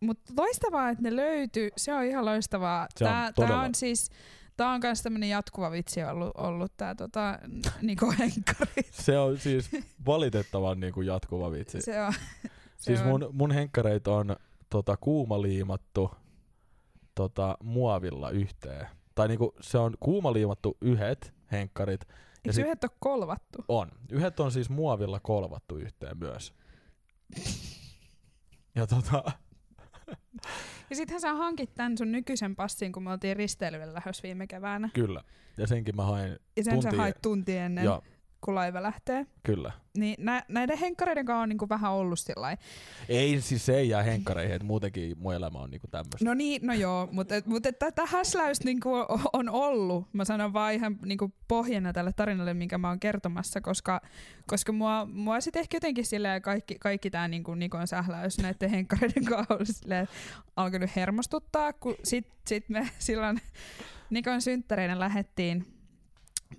S3: Mutta loistavaa, että ne löytyy. Se on ihan loistavaa.
S2: Se on
S3: tää,
S2: todella-
S3: tää on siis... Tää on myös tämmönen jatkuva vitsi ollut, ollut tää tota, Niko Henkkarit.
S2: Se on
S3: (laughs)
S2: siis valitettavan niinku jatkuva vitsi.
S3: Se
S2: (laughs)
S3: on, se
S2: siis
S3: on.
S2: mun, mun henkkareit on tota, kuumaliimattu tota, muovilla yhteen. Tai niinku, se on kuumaliimattu yhdet henkkarit.
S3: Eikö
S2: sit-
S3: sit... yhdet ole kolvattu?
S2: On. Yhdet on siis muovilla kolvattu yhteen
S3: (laughs)
S2: myös. Ja tota,
S3: Ja sittenhän sä hankit tän sun nykyisen passin, kun me oltiin risteilyllä lähes viime keväänä.
S2: Kyllä. Ja senkin mä hain.
S3: Ja sen tunti...
S2: Tunti-
S3: sä hait tunti ennen,
S2: Ja,
S3: kun laiva lähtee.
S2: kyllä.
S3: Niin nä- näiden henkkareiden kanssa on niinku vähän ollut sillä
S2: Ei, siis se ei jää henkkareihin, että muutenkin mun elämä on niinku tämmöistä.
S3: No niin, no joo, mutta mut et tätä häsläystä niinku o- on ollut. Mä sanon vaan ihan niinku pohjana tälle tarinalle, minkä mä oon kertomassa, koska, koska mua, mua sitten ehkä jotenkin silleen kaikki, kaikki tämä niinku Nikon sähläys näiden henkkareiden kanssa on silleen alkanut hermostuttaa, kun sit, sit me silloin Nikon synttäreinä lähettiin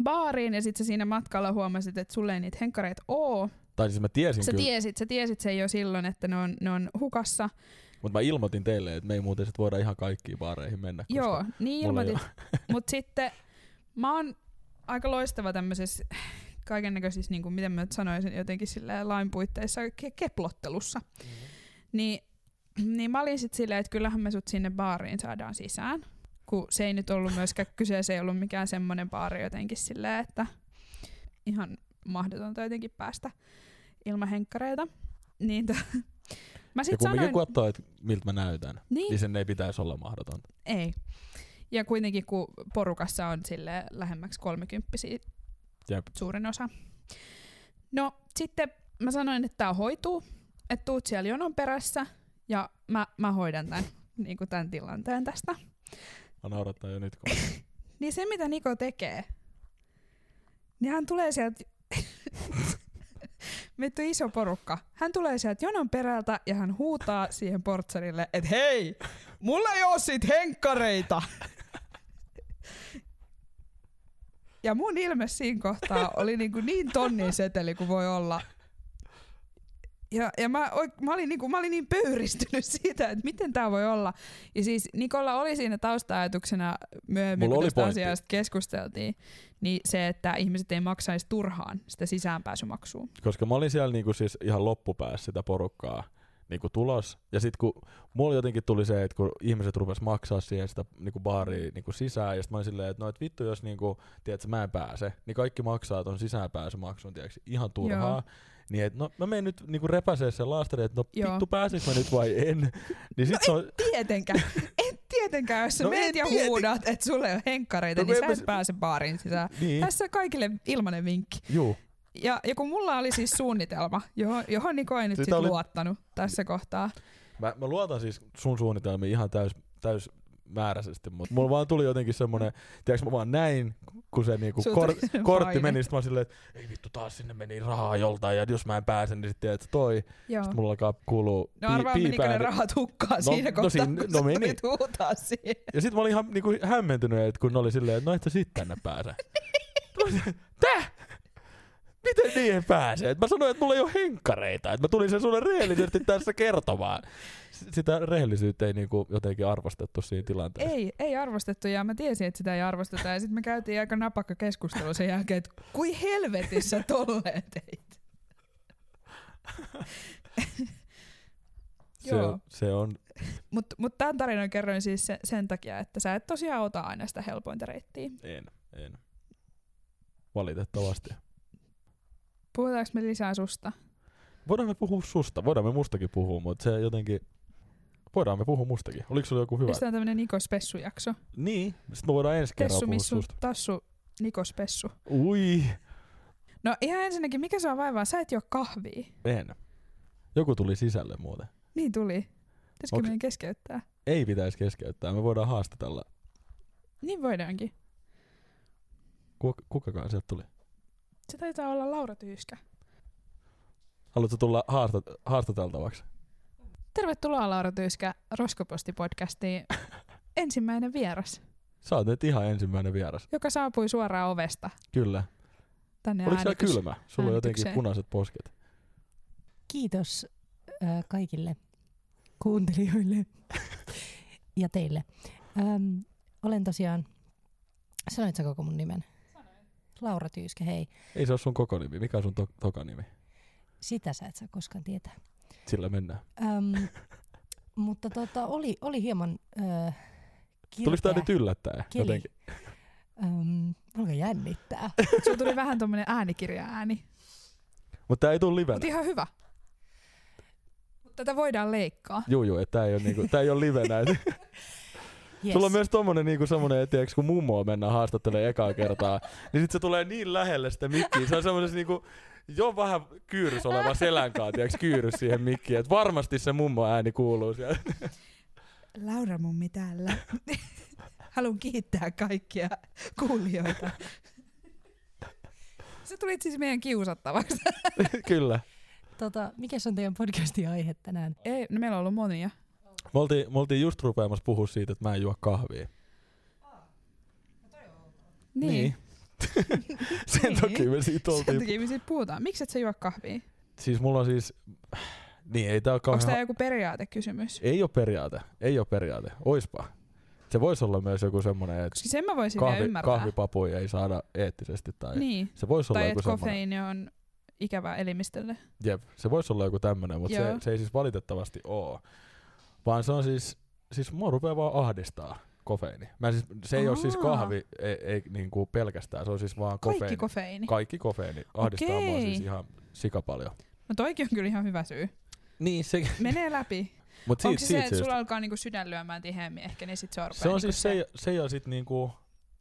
S3: baariin ja sitten siinä matkalla huomasit, että sulle ei niitä henkkareita oo.
S2: Tai siis mä tiesin
S3: Sä
S2: kyllä,
S3: tiesit, sä tiesit sen jo silloin, että ne on, ne on hukassa.
S2: mutta mä ilmoitin teille, että me ei muuten sit voida ihan kaikkiin baareihin mennä. koska-
S3: Joo, niin
S2: mulla ei
S3: ilmoitit. Mutta sitten mä oon aika loistava tämmöisessä kaiken näköisissä, niin miten mä nyt sanoisin, jotenkin sillä lain puitteissa ke- keplottelussa.
S2: Mm-hmm.
S3: Niin, niin mä olin sitten silleen, että kyllähän me sut sinne baariin saadaan sisään. Kun se ei nyt ollut myöskään kyseessä, ei ollut mikään semmoinen baari jotenkin silleen, että ihan mahdotonta jotenkin päästä ilman henkkareita. Niin to, (laughs) mä
S2: Ja kumminkin
S3: sit sanoin,
S2: kun katsoo, että miltä mä näytän,
S3: niin,
S2: niin sen ei pitäisi olla mahdotonta.
S3: ei. Ja kuitenkin kun porukassa on sille lähemmäksi kolmikymppisiä
S2: Jep.
S3: suurin osa. No sitten mä sanoin, että tämä hoituu, että tuut siellä jonon perässä ja mä, mä hoidan (laughs) tämän, niin kuin tämän tilanteen tästä.
S2: Mä naurattaa jo nyt, kun
S3: Niin se mitä Niko tekee, niin hän tulee sieltä, vittu iso porukka, hän tulee sieltä jonon perältä ja hän huutaa siihen portsarille, että hei, mulla ei oo sit henkkareita. Ja mun ilme siinä kohtaa oli niinku niin tonnin seteli kuin voi olla. Ja, ja mä, oik- mä, olin niinku, mä olin niin pöyristynyt (laughs) siitä, että miten tämä voi olla. Ja siis Nikolla oli siinä tausta-ajatuksena myöhemmin,
S2: Mulla
S3: kun
S2: oli
S3: tästä
S2: pointti.
S3: asiasta keskusteltiin, niin se, että ihmiset ei maksaisi turhaan sitä sisäänpääsymaksua.
S2: koska mä olin siellä niinku siis ihan loppupäässä sitä porukkaa niinku tulos. Ja sitten kun mulla jotenkin tuli se, että kun ihmiset rupes maksaa siihen sitä niinku baariin niinku sisään, ja sit mä olin silleen, että no et vittu, jos niinku, tiedätkö, mä en pääse, niin kaikki maksaa ton sisäänpääsymaksun, tiedätkö, ihan turhaa.
S3: Joo.
S2: Joo. Niin et, no mä menen nyt niinku repäsee sen laastari, että no
S3: Joo.
S2: vittu pääsis mä nyt vai
S3: (laughs)
S2: en. niin sit no se on,
S3: Tietenkään. (laughs) Et tietenkään, jos sä
S2: No
S3: no
S2: en
S3: meet ja
S2: tieten-
S3: huudat, että sulle ei ole henkkareita,
S2: No kun en
S3: niin sä
S2: mä
S3: et
S2: s-
S3: pääse baariin sisään.
S2: (laughs) niin,
S3: Tässä on kaikille ilmainen vinkki.
S2: juu.
S3: Ja, ja kun mulla oli siis suunnitelma, johon, johon Niko ei nyt
S2: Sitä
S3: sit
S2: oli-
S3: luottanut tässä kohtaa.
S2: Mä, mä luotan siis sun suunnitelmiin ihan täys, täys määräisesti, mutta mulla vaan tuli jotenkin semmonen, tiiäks mä vaan näin, kun se niinku
S3: Sulla
S2: kor-
S3: tuli semmonen
S2: kortti
S3: paine.
S2: meni, sit mä oon silleen, että ei vittu taas sinne meni rahaa joltain, ja jos mä en pääse, niin sitten tiedät toi,
S3: Joo.
S2: sit mulla alkaa kuulua
S3: No arvaa,
S2: pii-
S3: menikö ne
S2: piipääni.
S3: rahat hukkaan
S2: No-
S3: siinä
S2: no
S3: kohtaa,
S2: siinä-
S3: kun
S2: no
S3: sä
S2: meni.
S3: tulit huutaa siihen.
S2: Ja sit mä olin ihan niinku hämmentynyt, että kun ne oli silleen, että no että sit tänne
S3: (laughs)
S2: pääse. Mä olin silleen, Täh? Miten niihin pääsee? Et mä sanoin, että mulla ei ole henkkareita. Et mä tulin sen sulle rehellisesti tässä kertomaan. S- sitä rehellisyyttä ei niinku jotenkin arvostettu siinä tilanteessa.
S3: Ei, ei arvostettu ja mä tiesin, että sitä ei arvosteta. Ja sitten me käytiin aika napakka keskustelu sen jälkeen, että kui helvetissä tolleen teit.
S2: Se,
S3: Joo.
S2: se on,
S3: Mutta mut tämän tarinan kerroin siis se, sen takia, että sä et tosiaan ota aina sitä helpointa reittiä.
S2: en, en. Valitettavasti.
S3: Puhutaanko me lisää susta?
S2: Voidaan me puhua susta, voidaan me mustakin puhua, mutta se jotenkin... Voidaan me puhua mustakin. Oliko sulla joku hyvä?
S3: Mistä on tämmönen Nikos Pessu-jakso?
S2: Niin, sitten me voidaan ensi kerralla
S3: Tessu,
S2: puhua
S3: missu,
S2: susta.
S3: tassu, Nikos Pessu.
S2: Ui,
S3: No ihan ensinnäkin, mikä se on vaivaa? Sä et juo kahvia.
S2: en. Joku tuli sisälle muuten.
S3: Niin tuli. Pitäisikö
S2: Onks-
S3: meidän keskeyttää?
S2: Ei pitäisi keskeyttää, me voidaan haastatella.
S3: Niin voidaankin.
S2: Kuka, kukakaan sieltä tuli?
S3: Se taitaa olla Laura Tyyskä.
S2: Haluatko tulla haastat, haastateltavaksi?
S3: Tervetuloa Laura Tyyskä
S2: (laughs)
S3: Roskopostipodcastiin. Ensimmäinen vieras,
S2: Sä oot nyt ihan ensimmäinen vieras.
S3: joka saapui suoraan ovesta
S2: Kyllä.
S3: tänne
S2: Oliko siellä
S3: äänitys-
S2: kylmä? Sulla on jotenkin
S3: äänitykseen.
S2: punaiset posket.
S5: Kiitos äh, kaikille kuuntelijoille (laughs) ja teille. Ähm, olen tosiaan, sanoit sä koko mun nimen? Laura Tyyskä, hei.
S2: Ei se ole sun koko nimi. Mikä on sun to- toka nimi?
S5: Sitä sä et saa koskaan tietää.
S2: Sillä mennään.
S5: Ähm, mutta tota, oli, oli hieman äh,
S2: Tuliko tää
S5: kirpeä
S2: nyt yllättäen?
S5: keli.
S2: Jotenkin.
S5: Ähm, alkaa jännittää.
S3: Sulla tuli vähän tommonen äänikirja-ääni.
S2: Mutta tää ei tule livenä.
S3: Mut ihan hyvä. Mut Tätä voidaan leikkaa.
S2: Juu, juu, että tää ei ole, niinku, tää ei ole
S3: (laughs)
S2: livenä. Et (laughs)
S5: Yes.
S2: Sulla on myös tommonen niinku semmonen, että tiiäks, kun mummoa mennään haastattelemaan ekaa kertaa, niin sit se tulee niin lähelle sitä mikkiä. Se on semmoisessa niinku, jo vähän kyyrys oleva selänkaa, tiiäks, kyyrys siihen mikkiin. Että varmasti se mummo ääni kuuluu siellä.
S3: Laura mummi täällä. (laughs) Haluan kiittää kaikkia kuulijoita. Se tuli siis meidän kiusattavaksi.
S2: (laughs) Kyllä.
S5: tota, mikä on teidän podcastin aihe tänään?
S3: Ei, no meillä on ollut monia.
S2: Me oltiin, me oltiin just rupeamassa puhua siitä, että mä en juo kahvia. (laughs)
S3: Niin. (laughs) niin.
S2: Sen
S3: Niin.
S2: takia me siitä
S3: Sen
S2: oltiin.
S3: takia me siitä puhutaan. Miksi et sä juo kahvia?
S2: Siis mulla on siis... Niin, ei tää ole
S3: Onko
S2: kauhean...
S3: tämä joku periaatekysymys?
S2: Ei ole periaate. Ei ole periaate. Oispa. Se voisi olla myös joku semmoinen, että
S3: Koska sen mä voisin vielä
S2: kahvi,
S3: ymmärtää.
S2: kahvipapuja ei saada eettisesti. Tai
S3: Niin.
S2: Se voisi olla
S3: Tai
S2: joku
S3: että
S2: semmoinen.
S3: kofeiini on ikävää elimistölle.
S2: Jep, se voisi olla joku tämmöinen, mutta se,
S3: Joo.
S2: se, ei siis valitettavasti oo. Vaan se on siis, siis mua rupeaa vaan ahdistaa, kofeiini. Mä siis, se ei ole siis
S3: Aa.
S2: kahvi ei, ei niinku pelkästään, se on siis vaan
S3: Kaikki
S2: kofeiini.
S3: kofeiini.
S2: Kaikki kofeiini ahdistaa mua
S3: Okei.
S2: siis ihan sikapaljon.
S3: No toikin on kyllä ihan hyvä syy.
S2: Niin, se,
S3: Menee läpi.
S2: mut siitä,
S3: Onko se se,
S2: siitä
S3: että
S2: syystä.
S3: sulla alkaa niinku sydän lyömään tiheämmin ehkä, niin sit se rupeaa
S2: Se on
S3: niinku
S2: siis se, se ja sit niinku,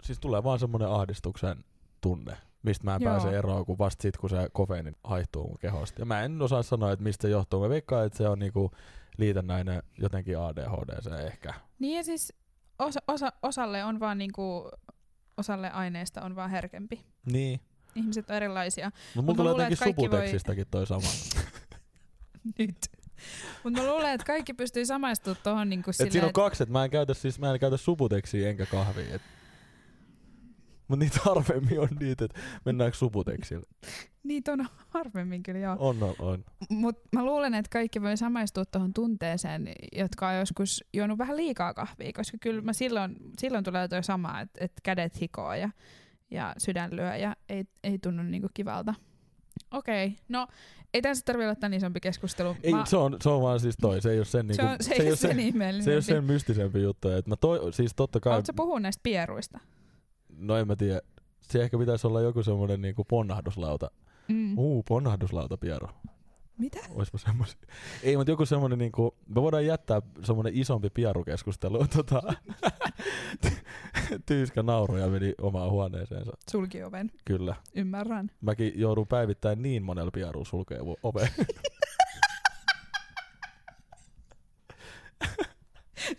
S2: siis tulee vaan semmonen ahdistuksen tunne, mistä mä en
S3: Joo.
S2: pääse eroon, kun vasta sit kun se kofeiini haihtuu mun kehosta. Ja mä en osaa sanoa, että mistä se johtuu. Mä veikkaan, että se on niinku liitännäinen jotenkin ADHDC ehkä.
S3: Niin ja siis osa, osa, osalle on vaan niinku, osalle aineesta on vaan herkempi.
S2: Niin.
S3: Ihmiset on erilaisia.
S2: Mut
S3: Mut
S2: mulla
S3: mä
S2: tulee
S3: luulen,
S2: jotenkin
S3: että kaikki voi-
S2: subutekstistäkin toi
S3: (laughs)
S2: sama.
S3: Nyt. Mutta mä luulen, että kaikki pystyy samaistumaan tuohon niinku
S2: Et
S3: silleen,
S2: siinä on kaksi, että mä en käytä, siis, mä en käytä subuteksiä enkä kahvia. Et... Mut niitä harvemmin on niitä, että mennäänkö subuteksille.
S3: niitä on harvemmin kyllä joo.
S2: On, on, on.
S3: Mut mä luulen, että kaikki voi samaistua tuohon tunteeseen, jotka on joskus juonut vähän liikaa kahvia, koska kyllä mä silloin, silloin tulee toi sama, että et kädet hikoo ja, ja sydän lyö ja ei, ei tunnu niinku kivalta. Okei, no ei tässä tarvitse olla tämän isompi keskustelu.
S2: Ei,
S3: mä,
S2: se, on, se on vaan siis toi, se ei oo sen
S3: se,
S2: niinku...
S3: on, se, ei ole sen ihmeellisempi.
S2: Se ei ole sen mystisempi juttu, että mä toi, siis totta kai,
S3: Mm-hmm. Oletko puhunut näistä pieruista?
S2: no en mä tiedä, se ehkä pitäisi olla joku semmonen niinku ponnahduslauta.
S3: Mm.
S2: Uu, ponnahduslauta Piero.
S3: Mitä?
S2: Oispa semmosia. Ei, mutta joku semmonen niinku, me voidaan jättää semmonen isompi pierukeskustelu. Tota, (laughs) tyyskä nauroja meni omaan huoneeseensa.
S3: Sulki oven,
S2: Kyllä.
S3: ymmärrän. (laughs)
S2: Mäkin joudun päivittäin niin monella pierulla sulkee ove.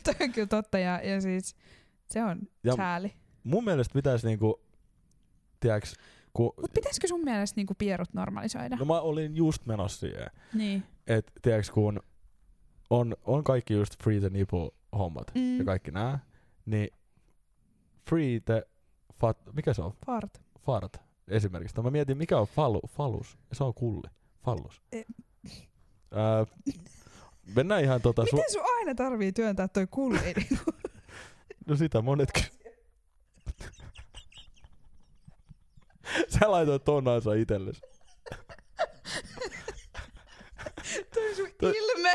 S3: Toi on kyllä totta ja, ja siis se on
S2: Ja-
S3: ja, sääli.
S2: (laughs) Mun mielestä pitäisi niinku, tiiäks, kun,
S3: Mut pitäisikö sun mielestä niinku pierut normalisoida?
S2: no mä olin just menossa siihen.
S3: Niin.
S2: et tiedäks kun on, on kaikki just free the nipple hommat mm.
S3: Mm.
S2: ja kaikki nää, niin free the fat, mikä se on?
S3: Fart.
S2: Fart esimerkiksi. No mä mietin mikä on falu, falus, se on kulli, fallus.
S3: E-
S2: Öö, mennään ihan tota, su-
S3: Miten sun aina tarvii työntää toi
S2: (laughs)
S3: kulli?
S2: no sitä monet ky- (laughs) Sä laitoit ton ansa itelles.
S3: toi sun
S2: Toi-
S3: ilme.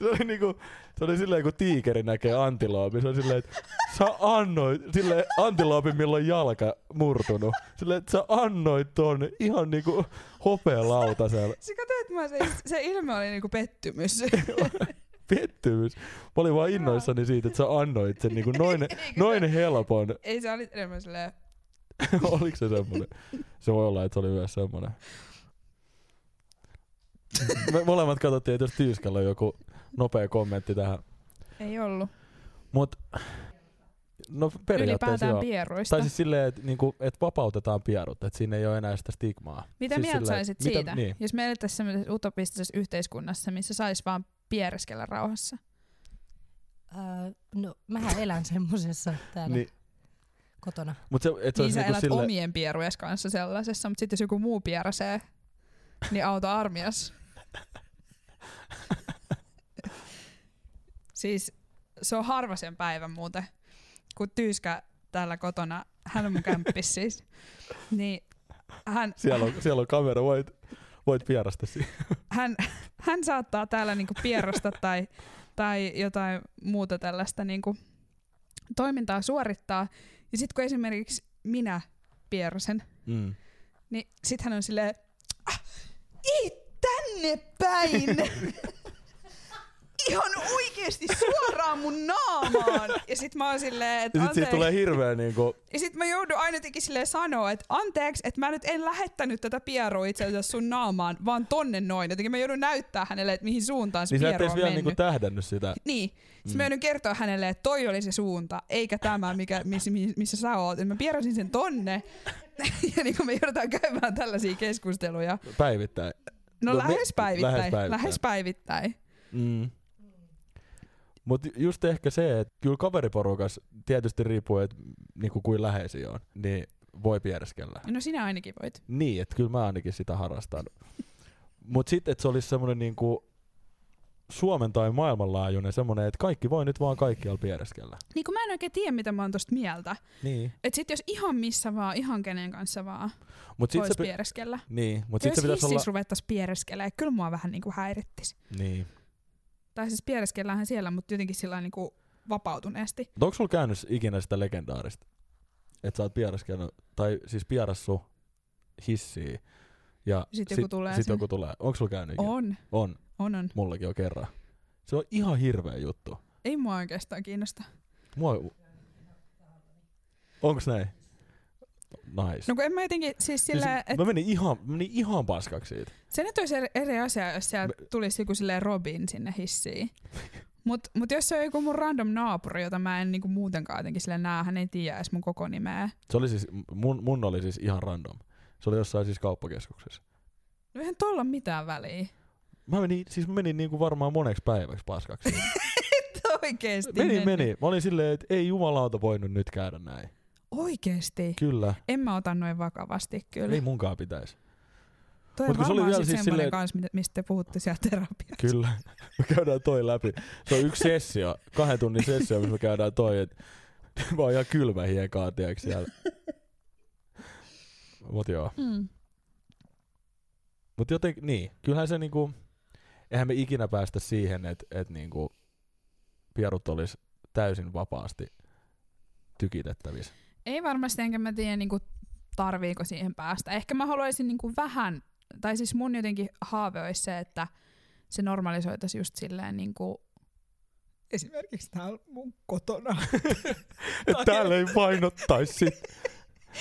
S2: Se oli niinku, se oli silleen kun tiikeri näkee antiloopin, se on silleen, että sä annoit, silleen antiloopin milloin jalka murtunut, silleen, että sä annoit ton ihan niinku hopealautasella.
S3: Sä katsoit mä se, se ilme oli niinku
S2: (laughs)
S3: pettymys.
S2: Pettymys. Mä olin vaan innoissani siitä, että sä annoit sen niinku noin, noin helpon.
S3: Ei sä olit enemmän silleen,
S2: Oliko se semmonen? Se voi olla, että se oli myös semmonen. Me molemmat katsottiin, että jos Tyyskällä on joku nopea kommentti tähän.
S3: ei ollut.
S2: Mut, no periaatteessa
S3: Ylipäätään
S2: joo.
S3: pieruista.
S2: Tai siis silleen, että niinku, et vapautetaan pierut, että siinä ei ole enää sitä stigmaa.
S3: Mitä
S2: siis
S3: siis mieltä
S2: silleen,
S3: saisit
S2: mitä-
S3: siitä,
S2: niin.
S3: niin. jos me elettäisiin sellaisessa utopistisessa yhteiskunnassa, missä sais vaan piereskellä rauhassa?
S5: Öö, no, mähän elän semmosessa täällä
S2: Niin,
S5: niin. kotona.
S2: mut se, et se
S3: Niin
S2: olisi
S3: sä
S2: niinku
S3: elät
S2: sille,
S3: omien pierujes kanssa sellaisessa, mutta sitten jos joku muu pieräsee, niin auta armias. (laughs) siis se on harva sen päivän muuten, kun Tyyskä täällä kotona, hän on mun kämppis siis, (laughs) niin hän,
S2: siellä, on, siellä on kamera, voit, voit vierasta siihen.
S3: hän, hän saattaa täällä niinku pierrosta tai, tai jotain muuta tällaista niinku toimintaa suorittaa. Ja sitten kun esimerkiksi minä pierrosen,
S2: Mm.
S3: niin sit hän on silleen, "Ah, ei tänne päin! Ihan oikeesti suoraan mun naamaan! Ja sit mä oon silleen, että
S2: Ja sit siitä
S3: anteeksi.
S2: tulee hirveä niinku,
S3: Ja sit mä joudun aina jotenkin silleen sanoa, että anteeksi, että mä nyt en lähettänyt tätä pieroa itse asiassa sun naamaan, vaan tonne noin. Jotenkin mä joudun näyttää hänelle, että mihin suuntaan se
S2: niin
S3: niin
S2: sä et
S3: piero
S2: ees
S3: on
S2: vielä
S3: mennyt.
S2: niinku tähdännyt sitä.
S3: Niin. Sitten
S2: Mm.
S3: mä joudun kertoa hänelle, että toi oli se suunta, eikä tämä, mikä, missä, missä sä oot. Et mä pierosin sen tonne. (laughs) ja niin kun me joudutaan käymään tällaisia keskusteluja.
S2: Päivittäin.
S3: No,
S2: No
S3: no
S2: me-
S3: lähes, päivittäin,
S2: lähes
S3: lähes
S2: päivittäin.
S3: päivittäin. Lähes päivittäin.
S2: Mm. Mut ju- just ehkä se, että kyllä kaveriporukas tietysti riippuu, että niinku kuin läheisiä on, niin voi piereskellä.
S3: No sinä ainakin voit.
S2: Niin, että kyllä mä ainakin sitä harrastan. Mut sitten, että se olisi semmonen niinku Suomen tai maailmanlaajuinen semmonen, että kaikki voi nyt vaan kaikkialla piereskellä.
S3: Niin kun mä en oikein tiedä, mitä mä oon tosta mieltä.
S2: Niin.
S3: Et sit jos ihan missä vaan, ihan kenen kanssa vaan,
S2: Mut sit
S3: voisi
S2: se, pi-
S3: piereskellä.
S2: niin, mut sit
S3: Jos
S2: se pitäisi
S3: hississä
S2: olla...
S3: olla... ruvettaisiin piereskelemään, kyllä mua vähän niinku häirittis.
S2: Niin.
S3: Tai siis piereskelläänhän siellä, mutta jotenkin sillä niinku vapautuneesti.
S2: Onko sulla käynyt ikinä sitä legendaarista? Että sä oot pieraskellut, tai siis pierassu hissiin. Ja
S3: Sitten joku tulee
S2: Sit
S3: sinne.
S2: joku tulee. Onko sulla käynyt ikinä?
S3: On,
S2: On.
S3: on, on.
S2: Mullakin on kerran. Se on ihan hirveä juttu.
S3: Ei mua oikeastaan kiinnosta.
S2: Mua... Onks näin? Nice.
S3: No kun en mä jotenkin, siis sillä,
S2: siis,
S3: et,
S2: Mä menin ihan, mä menin ihan paskaksi siitä.
S3: se nyt olisi eri, eri asia, jos siellä tulisi joku silleen Robin sinne
S2: (laughs)
S3: hissiin. Mut, mut jos se on joku mun random naapuri, jota mä en niinku muutenkaan jotenkin sille näe, hän ei tiedä edes mun koko nimeä.
S2: Se oli siis, mun, mun oli siis ihan random. Se oli jossain siis kauppakeskuksessa.
S3: No eihän tolla mitään väliä. (laughs)
S2: Mä menin, siis mä menin niinku varmaan moneksi päiväksi
S3: (laughs)
S2: paskaksi. siitä.
S3: Oikeesti.
S2: meni,
S3: niin.
S2: meni. Mä olin silleen, että ei jumalauta voinut nyt käydä näin.
S3: Oikeesti.
S2: Kyllä.
S3: En mä ota noin vakavasti kyllä.
S2: Ei munkaan pitäisi.
S3: Toi
S2: Mut
S3: on
S2: kun se oli
S3: varmaan
S2: vielä
S3: sit
S2: siis
S3: semmonen
S2: silleen-
S3: kans, mitä- mistä te puhutte siellä terapiassa.
S2: Kyllä. (laughs) Me käydään toi läpi. Se on yksi sessio, kahden tunnin sessio, missä me käydään toi, että (laughs) mä oon ihan kylmä hiekaa, tiedätkö
S3: (laughs)
S2: siellä. Mut joo.
S5: Mm.
S2: Mut joten, niin, kyllähän se niinku, eihän me ikinä päästä siihen, että et niinku pierut olisi täysin vapaasti tykitettävissä.
S3: Ei varmasti, enkä mä tiedä niinku, tarviiko siihen päästä. Ehkä mä haluaisin niinku, vähän, tai siis mun jotenkin haave olisi se, että se normalisoitaisi just silleen niinku, Esimerkiksi täällä mun kotona.
S2: (laughs) Että täällä ei painottaisi sit.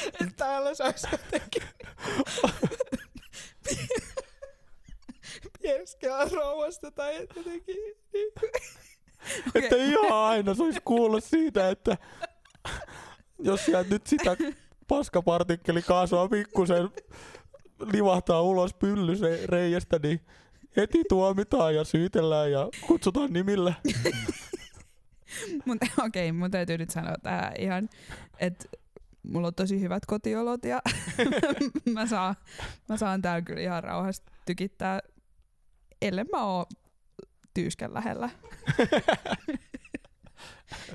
S3: Että täällä saisi
S2: (laughs)
S3: jotenkin... (laughs) Pieskeä rouvasta tai jotenkin...
S2: Että ihan aina se olisi kuulla siitä, että jos jää nyt sitä paskapartikkeli kaasua pikkusen livahtaa ulos pyllyreiästä, niin heti tuomitaan ja syytellään ja kutsutaan nimillä.
S3: Mun, (laughs) okei, mun täytyy nyt sanoa tähän ihan, että mulla on tosi hyvät kotiolot ja (laughs) mä, saan, mä saan täällä kyllä ihan rauhassa tykittää, ellei mä oo tyyskän lähellä.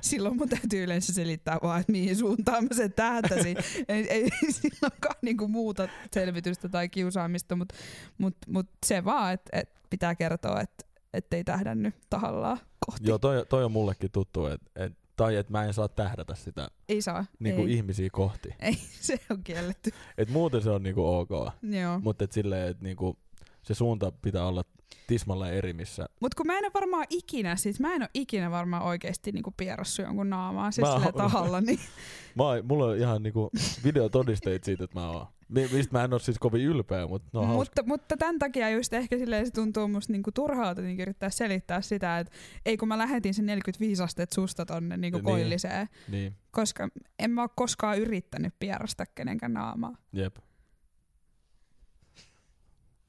S3: Silloin mun täytyy yleensä selittää vaan, että mihin suuntaan mä sen tähtäisin. Ei, ei silloinkaan niinku muuta selvitystä tai kiusaamista, mutta mut, mut se vaan, että et pitää kertoa, että et ei tähdänny tahallaan kohti.
S2: Joo, toi, toi on mullekin tuttu, et, et, tai että mä en saa tähdätä sitä
S3: Ei saa.
S2: niinku
S3: ei.
S2: ihmisiä kohti.
S3: Ei, (laughs) se on kielletty.
S2: Et muuten se on niinku ok,
S3: Joo. Mut,
S2: mutta et silleen, että niinku, se suunta pitää olla tismalle eri, missä
S3: Mut kun mä en ole varmaan ikinä, siis mä en ole ikinä varmaan oikeesti niinku pierassu jonkun naamaa, siis
S2: Mä
S3: sillä
S2: oon.
S3: tahalla, niin
S2: (laughs) Mä, oon- mulla on ihan niinku videotodisteet siitä, että mä oon. Mi- Mistä mä en oo siis kovin ylpeä, mutta no hauska.
S3: mutta, mutta tämän takia just ehkä silleen se tuntuu musta niinku turhaalta niin yrittää selittää sitä, että ei kun mä lähetin sen 45 astetta susta tonne niinku
S2: Niin.
S3: koilliseen,
S2: Niin,
S3: koska en mä oo koskaan yrittänyt pierasta kenenkään naamaa.
S2: jep.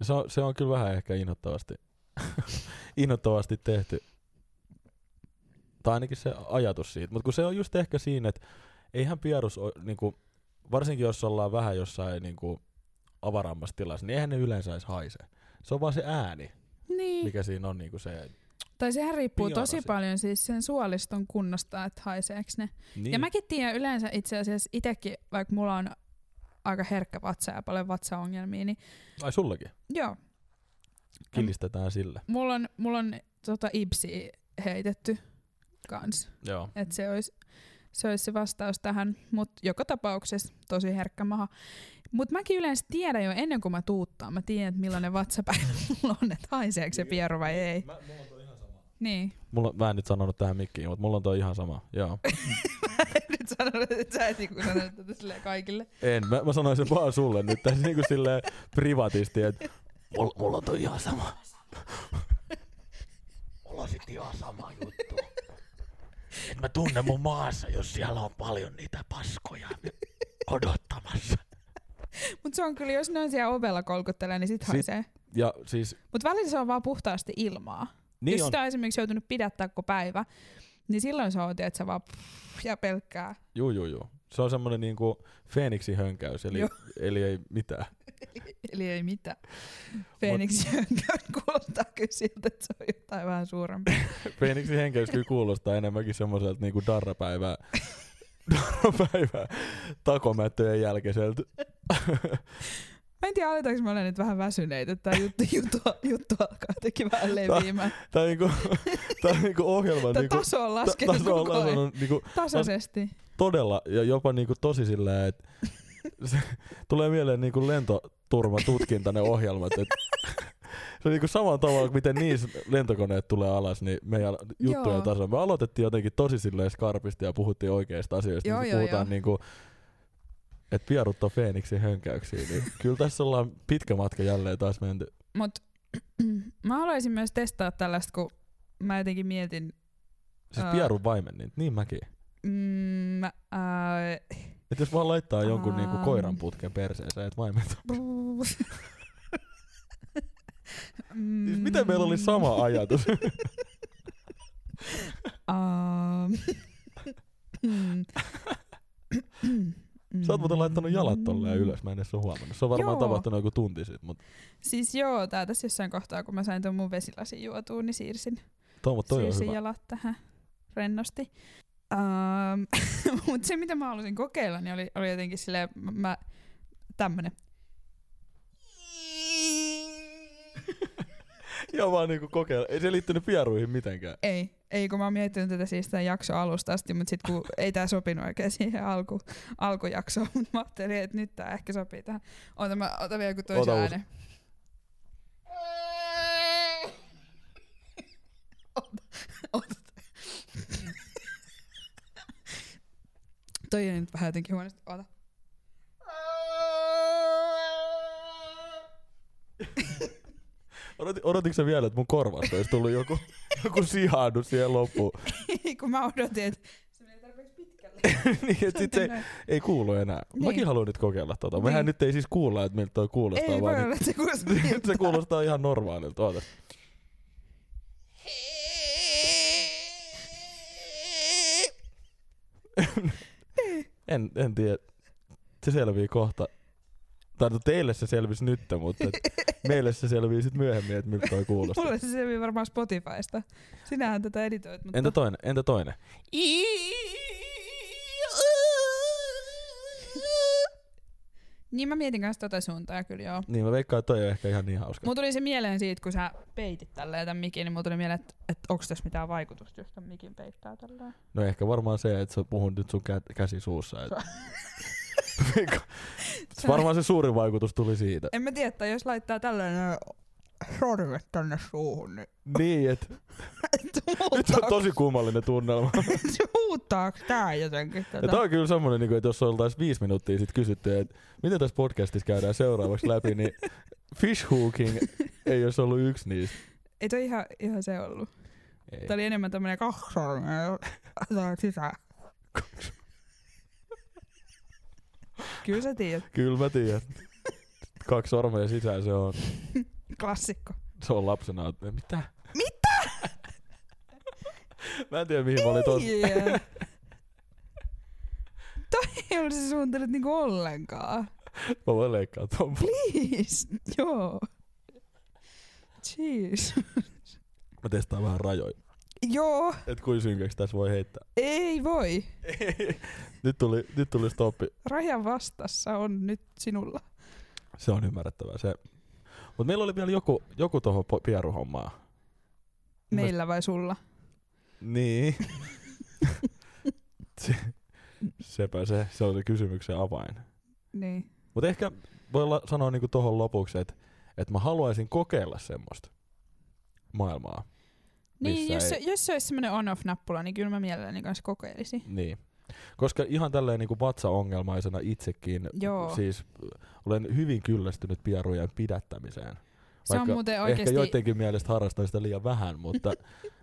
S2: Se on, se on kyllä vähän ehkä (laughs) inhottavasti, inhottavasti tehty. Tai ainakin se ajatus siitä. Mutta kun se on just ehkä siinä, että eihän pierus, o, niinku, varsinkin jos ollaan vähän jossain niinku, avarammassa tilassa, niin eihän ne yleensä edes haise. Se on vaan se ääni,
S3: Niin.
S2: mikä siinä on niinku se.
S3: Tai sehän riippuu
S2: Piirasi.
S3: tosi paljon siis sen suoliston kunnosta, että haiseeks ne.
S2: Niin.
S3: Ja mäkin tiedän yleensä itse asiassa itsekin, vaikka mulla on aika herkkä vatsa ja paljon vatsaongelmia, niin
S2: Ai sullakin.
S3: joo,
S2: Kilistetään sillä.
S3: mulla on, mulla on tota ipsi heitetty kans.
S2: Joo.
S3: Et se olisi se, olis se vastaus tähän, mutta joka tapauksessa tosi herkkä maha. Mutta mäkin yleensä tiedän jo ennen kuin mä tuuttaan, mä tiedän, että millainen vatsapäivä (laughs) mulla on, että haiseeko se pieru vai ei. Mä, mulla on ihan sama. Niin.
S2: Mulla, mä en nyt sanonut tähän mikkiin, mutta mulla on toi ihan sama. Joo.
S3: (laughs) Nyt sanonut, että sä et niinku sanonut tätä silleen kaikille.
S2: En, mä, mä sanoin sen vaan sulle nyt tässä niinku silleen privatisti, että mulla, mulla on toi ihan sama. mulla on sit ihan sama juttu. Et mä tunnen mun maassa, jos siellä on paljon niitä paskoja odottamassa.
S3: Mut se on kyllä, jos ne on siellä ovella kolkuttelee, niin sit
S2: Sit-
S3: haisee.
S2: Ja siis,
S3: Mutta välillä se on vaan puhtaasti ilmaa. Niin
S2: niin
S3: Jos
S2: on,
S3: sitä on esimerkiksi joutunut pidättää koko päivä, niin silloin se on, että se vaan pff, ja pelkkää.
S2: juu juu juu. Se on semmonen niinku Feeniksin hönkäys, eli,
S3: Joo.
S2: eli ei mitään.
S3: Eli ei mitään. Phoenix Jönkä (laughs) kuulostaa kyllä siltä, että se on jotain vähän suurempi.
S2: Phoenixin henkeys kyllä kuulostaa enemmänkin semmoiselta niinku darrapäivää, (laughs) darrapäivää takomättöjen jälkeiseltä.
S3: Mä Mä en tiedä, aletaanko me olla nyt vähän väsyneitä, että tää juttu, (laughs) juttu, juttu alkaa jotenkin vähän leviämään.
S2: Tää on
S3: (laughs)
S2: niinku, tää on niinku ohjelma
S3: Tää
S2: niinku,
S3: taso on
S2: ta-
S3: laskenut
S2: taso on
S3: koko ajan.
S2: laskenut niinku,
S3: Tasaisesti.
S2: todella ja jopa niinku tosi silleen,
S3: (laughs)
S2: että se tulee mieleen niinku lentoturvatutkinta ne ohjelmat. Et, (laughs) se on niinku samalla tavalla, miten niissä lentokoneet tulee alas, niin meidän juttujen
S3: Joo.
S2: taso. Me aloitettiin jotenkin tosi silleen skarpisti ja puhuttiin oikeista asioista.
S3: Joo,
S2: niin
S3: joo,
S2: puhutaan
S3: joo.
S2: niinku, että vierut on Feeniksin hönkäyksiä. Niin kyllä tässä ollaan pitkä matka jälleen taas menty.
S3: Mut (clears throat) mä haluaisin myös testaa tällaista, kun mä jotenkin mietin,
S2: Siis
S3: Ää.
S2: pierun vaimen, niin, niin mäkin.
S3: mm, ää,
S2: Et jos vaan laittaa jonkun niinku
S3: Aa.
S2: koiran putken perseeseen, et vaimet.
S3: mm,
S2: Siis miten meillä oli sama ajatus?
S3: (laughs) Aa, mm.
S2: Sä oot muuten laittanut jalat tolleen ylös, mä en edes oo huomannut. Se on varmaan
S3: Joo.
S2: tapahtunut joku tunti sit, mut
S3: Siis joo, tää tässä jossain kohtaa, kun mä sain ton mun vesilasin juotua, niin siirsin,
S2: Tomo, toi on (laughs)
S3: siirsin
S2: hyvä.
S3: jalat tähän rennosti. (laughs) Ähm, Mutta se, mitä mä halusin kokeilla, niin oli, oli jotenkin silleen, mä- mä, tämmönen.
S2: Ja vaan niinku kokeilla. Ei se liittynyt pieruihin mitenkään.
S3: Ei, ei kun mä oon miettinyt tätä siis tämän jakson alusta asti, mutta sit kun ei tää sopinut oikein siihen alku, alkujaksoon, mutta mä ajattelin, että nyt tää ehkä sopii tähän. Ota, mä, ota vielä joku toisen
S2: Ota uusi.
S3: äänen. Ota, ota. Toi ei nyt vähän jotenkin huonosti. Ota.
S2: Odotin, odotitko sä vielä, että mun korvasta olisi tullut
S3: (laughs)
S2: joku, joku sihahdus siihen loppuun?
S3: Ei, kun mä odotin, että se menee tarpeeksi pitkälle.
S2: niin, et sit se ei, ei kuulu enää.
S3: Niin.
S2: Mäkin haluan nyt kokeilla tota. Mehän
S3: Niin.
S2: nyt ei siis kuulla, että miltä toi kuulostaa.
S3: Ei voi
S2: vaan niin-
S3: olla, että se
S2: (laughs)
S3: kuulostaa
S2: Nyt se
S3: miltä.
S2: kuulostaa ihan normaalilta. Ootas. en, en tiedä. Se selvii kohta. Tai no teille se selvisi nyt, mutta et meille se selvii sitten myöhemmin, että miltä toi kuulostaa.
S3: Mulle se selvii varmaan Spotifysta. Sinähän tätä editoit, mutta...
S2: Entä toinen? Entä toinen?
S3: Niin mä mietin kanssa tota suuntaa kyllä joo.
S2: Niin mä veikkaan, että toi ei ole ehkä ihan niin hauska.
S3: Mulla tuli se mieleen siitä, kun sä peitit tälleen tämän mikin, niin mulla tuli mieleen, että, että onko tässä mitään vaikutusta, jos tämän mikin peittää tälleen.
S2: No ehkä varmaan se, että sä puhun nyt sun kä- käsi suussa. Et... Veikka- (laughs) varmaan se suurin vaikutus tuli siitä.
S3: En mä tiedä, että jos laittaa tällainen sormet tänne suuhun, niin
S2: Niin, että
S3: että
S2: nyt on
S3: muuttaako,
S2: tosi kummallinen tunnelma.
S3: että muuttaako tää jotenkin tota?
S2: Ja tää
S3: tätä?
S2: on kyllä semmonen, niinku, että jos oltais viisi minuuttia sit kysytty, että miten tässä podcastissa käydään seuraavaksi läpi,
S3: (laughs)
S2: niin fishhooking ei olisi ollut yksi niistä.
S3: Ei toi ihan, ihan se ollut.
S2: Ei.
S3: Tää oli enemmän tämmönen kaksi sormea tää (laughs) sisään. Kyllä sä tiedät,
S2: Kyllä mä tiedän. Kaksi sormea sisään se on.
S3: klassikko.
S2: Se on lapsena. että Mitä? Mitä? (laughs) mä en tiedä mihin mä olin tos.
S3: Yeah. Toi ei olisi suuntanut niinku ollenkaan.
S2: Mä voin leikkaa ton.
S3: Please, joo. Jeez.
S2: Mä testaan vähän rajoja.
S3: Joo,
S2: Et kuin synkäksi tässä voi heittää.
S3: ei voi.
S2: nyt, tuli, nyt tuli stoppi.
S3: Rajan vastassa on nyt sinulla.
S2: Se on ymmärrettävää se. Mut meillä oli vielä joku, joku tohon po- pieruhommaan.
S3: Meillä vai sulla?
S2: Niin. (laughs) se, sepä se, se on se kysymyksen avain.
S3: Niin.
S2: Mutta ehkä voi olla, sanoa niinku tohon lopuksi, että et mä haluaisin kokeilla semmoista maailmaa.
S3: Niin,
S2: Missä
S3: jos, se,
S2: ei-
S3: jos se olisi semmoinen on-off-nappula, niin kyllä mä mielelläni kanssa kokeilisin.
S2: Niin. Koska ihan tälleen niinku vatsaongelmaisena itsekin,
S3: Joo.
S2: siis äh, olen hyvin kyllästynyt pierujen pidättämiseen.
S3: Se on
S2: Vaikka
S3: muuten
S2: Ehkä
S3: oikeasti...
S2: joidenkin mielestä harrastan sitä liian vähän,
S3: (laughs)
S2: mutta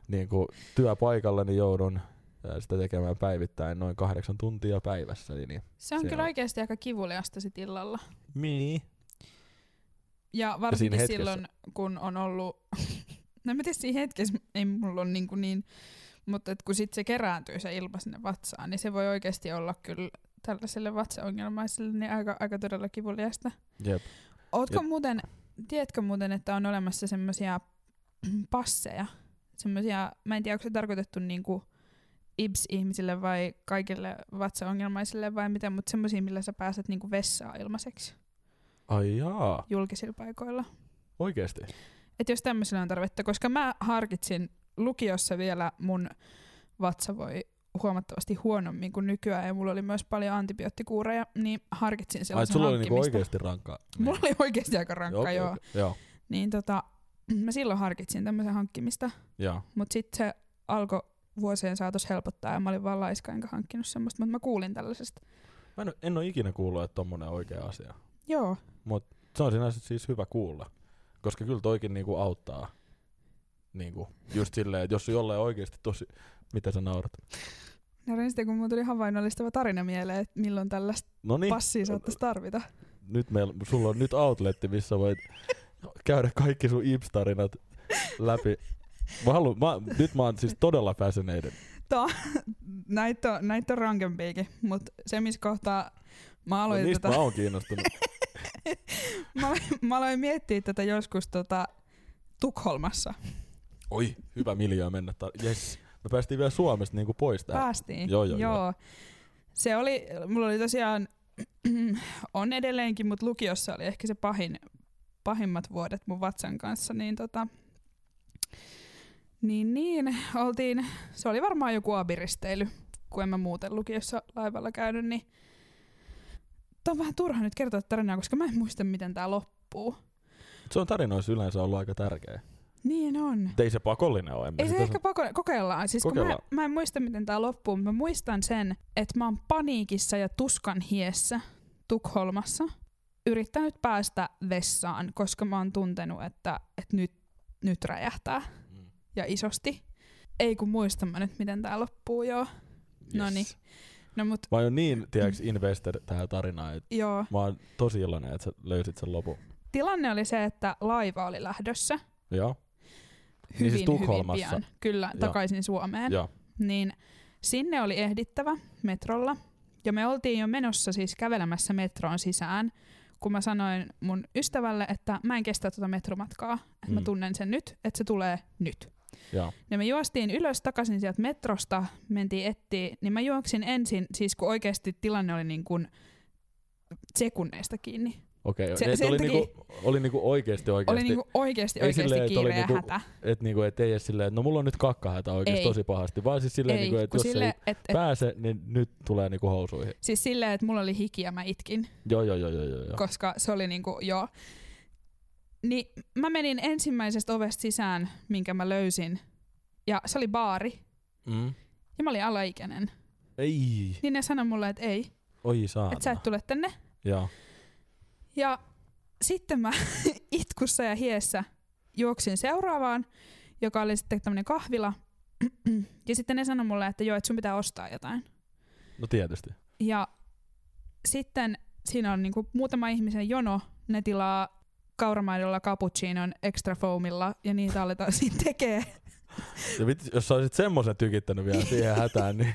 S2: niin kuin työpaikallani joudun äh, sitä tekemään päivittäin noin kahdeksan tuntia päivässä. Niin
S3: Se on
S2: se
S3: kyllä
S2: on.
S3: oikeasti aika kivuliasta sit illalla.
S2: Niin.
S3: Ja
S2: siinä
S3: varsinkin
S2: hetkessä.
S3: silloin, kun on ollut... (laughs) no mä tiedän, siinä hetkessä ei mulla ole niin, niin mutta et kun sit se kerääntyy se ilma sinne vatsaan, niin se voi oikeasti olla kyllä tällaiselle vatsaongelmaiselle niin aika, aika todella kivuliasta.
S2: Jep.
S3: Ootko
S2: Ja-
S3: muuten, tiedätkö muuten, että on olemassa semmoisia (clears throat) passeja, semmoisia, mä en tiedä, onko se tarkoitettu niinku IBS-ihmisille vai kaikille vatsaongelmaisille vai mitä, mutta semmoisia, millä sä pääset niinku vessaan ilmaiseksi.
S2: Ai jaa,
S3: julkisilla paikoilla.
S2: oikeesti.
S3: Että jos tämmöisellä on tarvetta, koska mä harkitsin lukiossa vielä mun vatsa voi huomattavasti huonommin kuin nykyään ja mulla oli myös paljon antibioottikuureja, niin harkitsin
S2: Ai,
S3: sellaisen
S2: sulla oli niinku
S3: hankkimista.
S2: oikeesti rankkaa.
S3: Mulla oli oikeasti aika rankka,
S2: Okei,
S3: joo.
S2: okei, joo.
S3: Niin tota, (clears throat) mä silloin harkitsin tämmöisen hankkimista,
S2: Joo.
S3: mutta sitten se alkoi vuosien saatossa helpottaa ja mä olin vaan laiska enkä hankkinut semmoista, mutta mä kuulin tällaisesta.
S2: Mä en, oo- en ole ikinä kuullut, että tommonen on oikea asia.
S3: Joo,
S2: Se on sinänsä siis hyvä kuulla, koska kyllä toikin niinku auttaa. Niinku, just silleen, että jos jollain oikeesti tosi... Mitä sä naurat?
S3: näin sitten kun mulla tuli havainnollistava tarina mieleen, että milloin tällaista
S2: No niin,
S3: passia saattaisi tarvita.
S2: nyt meillä, sulla on nyt outletti, missä voit käydä kaikki sun Ibs-tarinat läpi. Mä haluun, mä, nyt mä oon siis todella fascinated.
S3: Näitä on, näit on rankempiikin, mutta se missä kohtaa mä
S2: No,
S3: aloin,
S2: niistä
S3: tätä,
S2: mä oon kiinnostunut.
S3: (laughs) mä, aloin, mä aloin miettiä tätä joskus tota, Tukholmassa.
S2: Oi, hyvä miljoa mennä. Tar- yes. Me päästiin vielä Suomesta niinku pois täältä.
S3: Päästiin.
S2: Joo, joo, joo.
S3: Se oli, mulla oli tosiaan, (clears throat) on edelleenkin, mutta lukiossa oli ehkä se pahin, pahimmat vuodet mun vatsan kanssa, niin tota, niin, niin, oltiin, se oli varmaan joku abiristeily, kun en mä muuten lukiossa laivalla käynyt, niin Tämä on vähän turha nyt kertoa tarinaa, koska mä en muista, miten tämä loppuu.
S2: Se on tarinoissa yleensä ollut aika tärkeä.
S3: Niin on.
S2: Mut Ei se pakollinen ole. en mä
S3: Ei Niin se
S2: sitä
S3: ehkä pako- kokeillaan. Siis kokeillaan.
S2: Kokeillaan.
S3: Kun mä, mä en muista, miten tämä loppuu, mutta mä muistan sen, että mä oon paniikissa ja tuskan hiessä Tukholmassa yrittänyt päästä vessaan, koska mä oon tuntenut, että, että nyt, nyt räjähtää
S2: Mm.
S3: ja isosti. Ei kun muistan mä nyt, miten tämä loppuu, joo.
S2: Yes.
S3: Noniin. No mut
S2: Mä oon niin, tiedäks, invested tähän tarinaan, että
S3: joo.
S2: mä oon tosi iloinen, että sä löysit sen lopun.
S3: Tilanne oli se, että laiva oli lähdössä
S2: Joo,
S3: hyvin,
S2: siis Tukholmassa.
S3: hyvin pian. Kyllä,
S2: Joo.
S3: takaisin Suomeen.
S2: joo.
S3: niin sinne oli ehdittävä metrolla. Ja me oltiin jo menossa siis kävelemässä metroon sisään, kun mä sanoin mun ystävälle, että mä en kestä tuota metromatkaa, että mä
S2: Mm.
S3: tunnen sen nyt, että se tulee nyt.
S2: Joo.
S3: Ja me juostiin ylös takaisin sieltä metrosta, mentiin etsiin, niin mä juoksin ensin, siis kun oikeasti tilanne oli niin kuin sekunneista kiinni.
S2: Okei,
S3: Se-
S2: okay. se,
S3: sen
S2: oli,
S3: takia-
S2: niinku, oli niinku oikeesti oikeesti.
S3: Oli niin kuin oikeasti,
S2: Ei
S3: oikeasti
S2: silleen, että oli
S3: kiire ja
S2: niinku-
S3: hätä.
S2: Et niinku, et ei edes silleen, että no mulla on nyt kakkahätä oikeesti
S3: Ei.
S2: tosi pahasti. Vaan siis silleen,
S3: Ei,
S2: niinku, että
S3: kun
S2: jos sille,
S3: sille,
S2: ei
S3: et, et,
S2: pääse, niin nyt tulee niinku housuihin.
S3: siis silleen, että mulla oli hiki ja mä itkin.
S2: Joo, joo, joo, joo, joo. joo.
S3: koska se oli niinku, joo. Niin mä menin ensimmäisestä ovesta sisään, minkä mä löysin, ja se oli baari,
S2: Mm.
S3: ja mä olin alaikäinen.
S2: Ei,
S3: Niin ne sanoi mulle, että ei,
S2: oi saana.
S3: että sä et tule tänne.
S2: Joo.
S3: Ja sitten mä (laughs) itkussa ja hiessä juoksin seuraavaan, joka oli sitten tämmönen kahvila. (clears throat) Ja sitten ne sanoi mulle, että joo, että sun pitää ostaa jotain.
S2: No tietysti.
S3: Ja sitten siinä on niinku muutama ihmisen jono, ne tilaa kauramaidolla cappuccinon extra foamilla ja niitä aletaan (laughs) siinä tekee.
S2: Ja vitsi, jos sä olisit semmosen tykittänyt vielä siihen hätään,
S3: (laughs)
S2: niin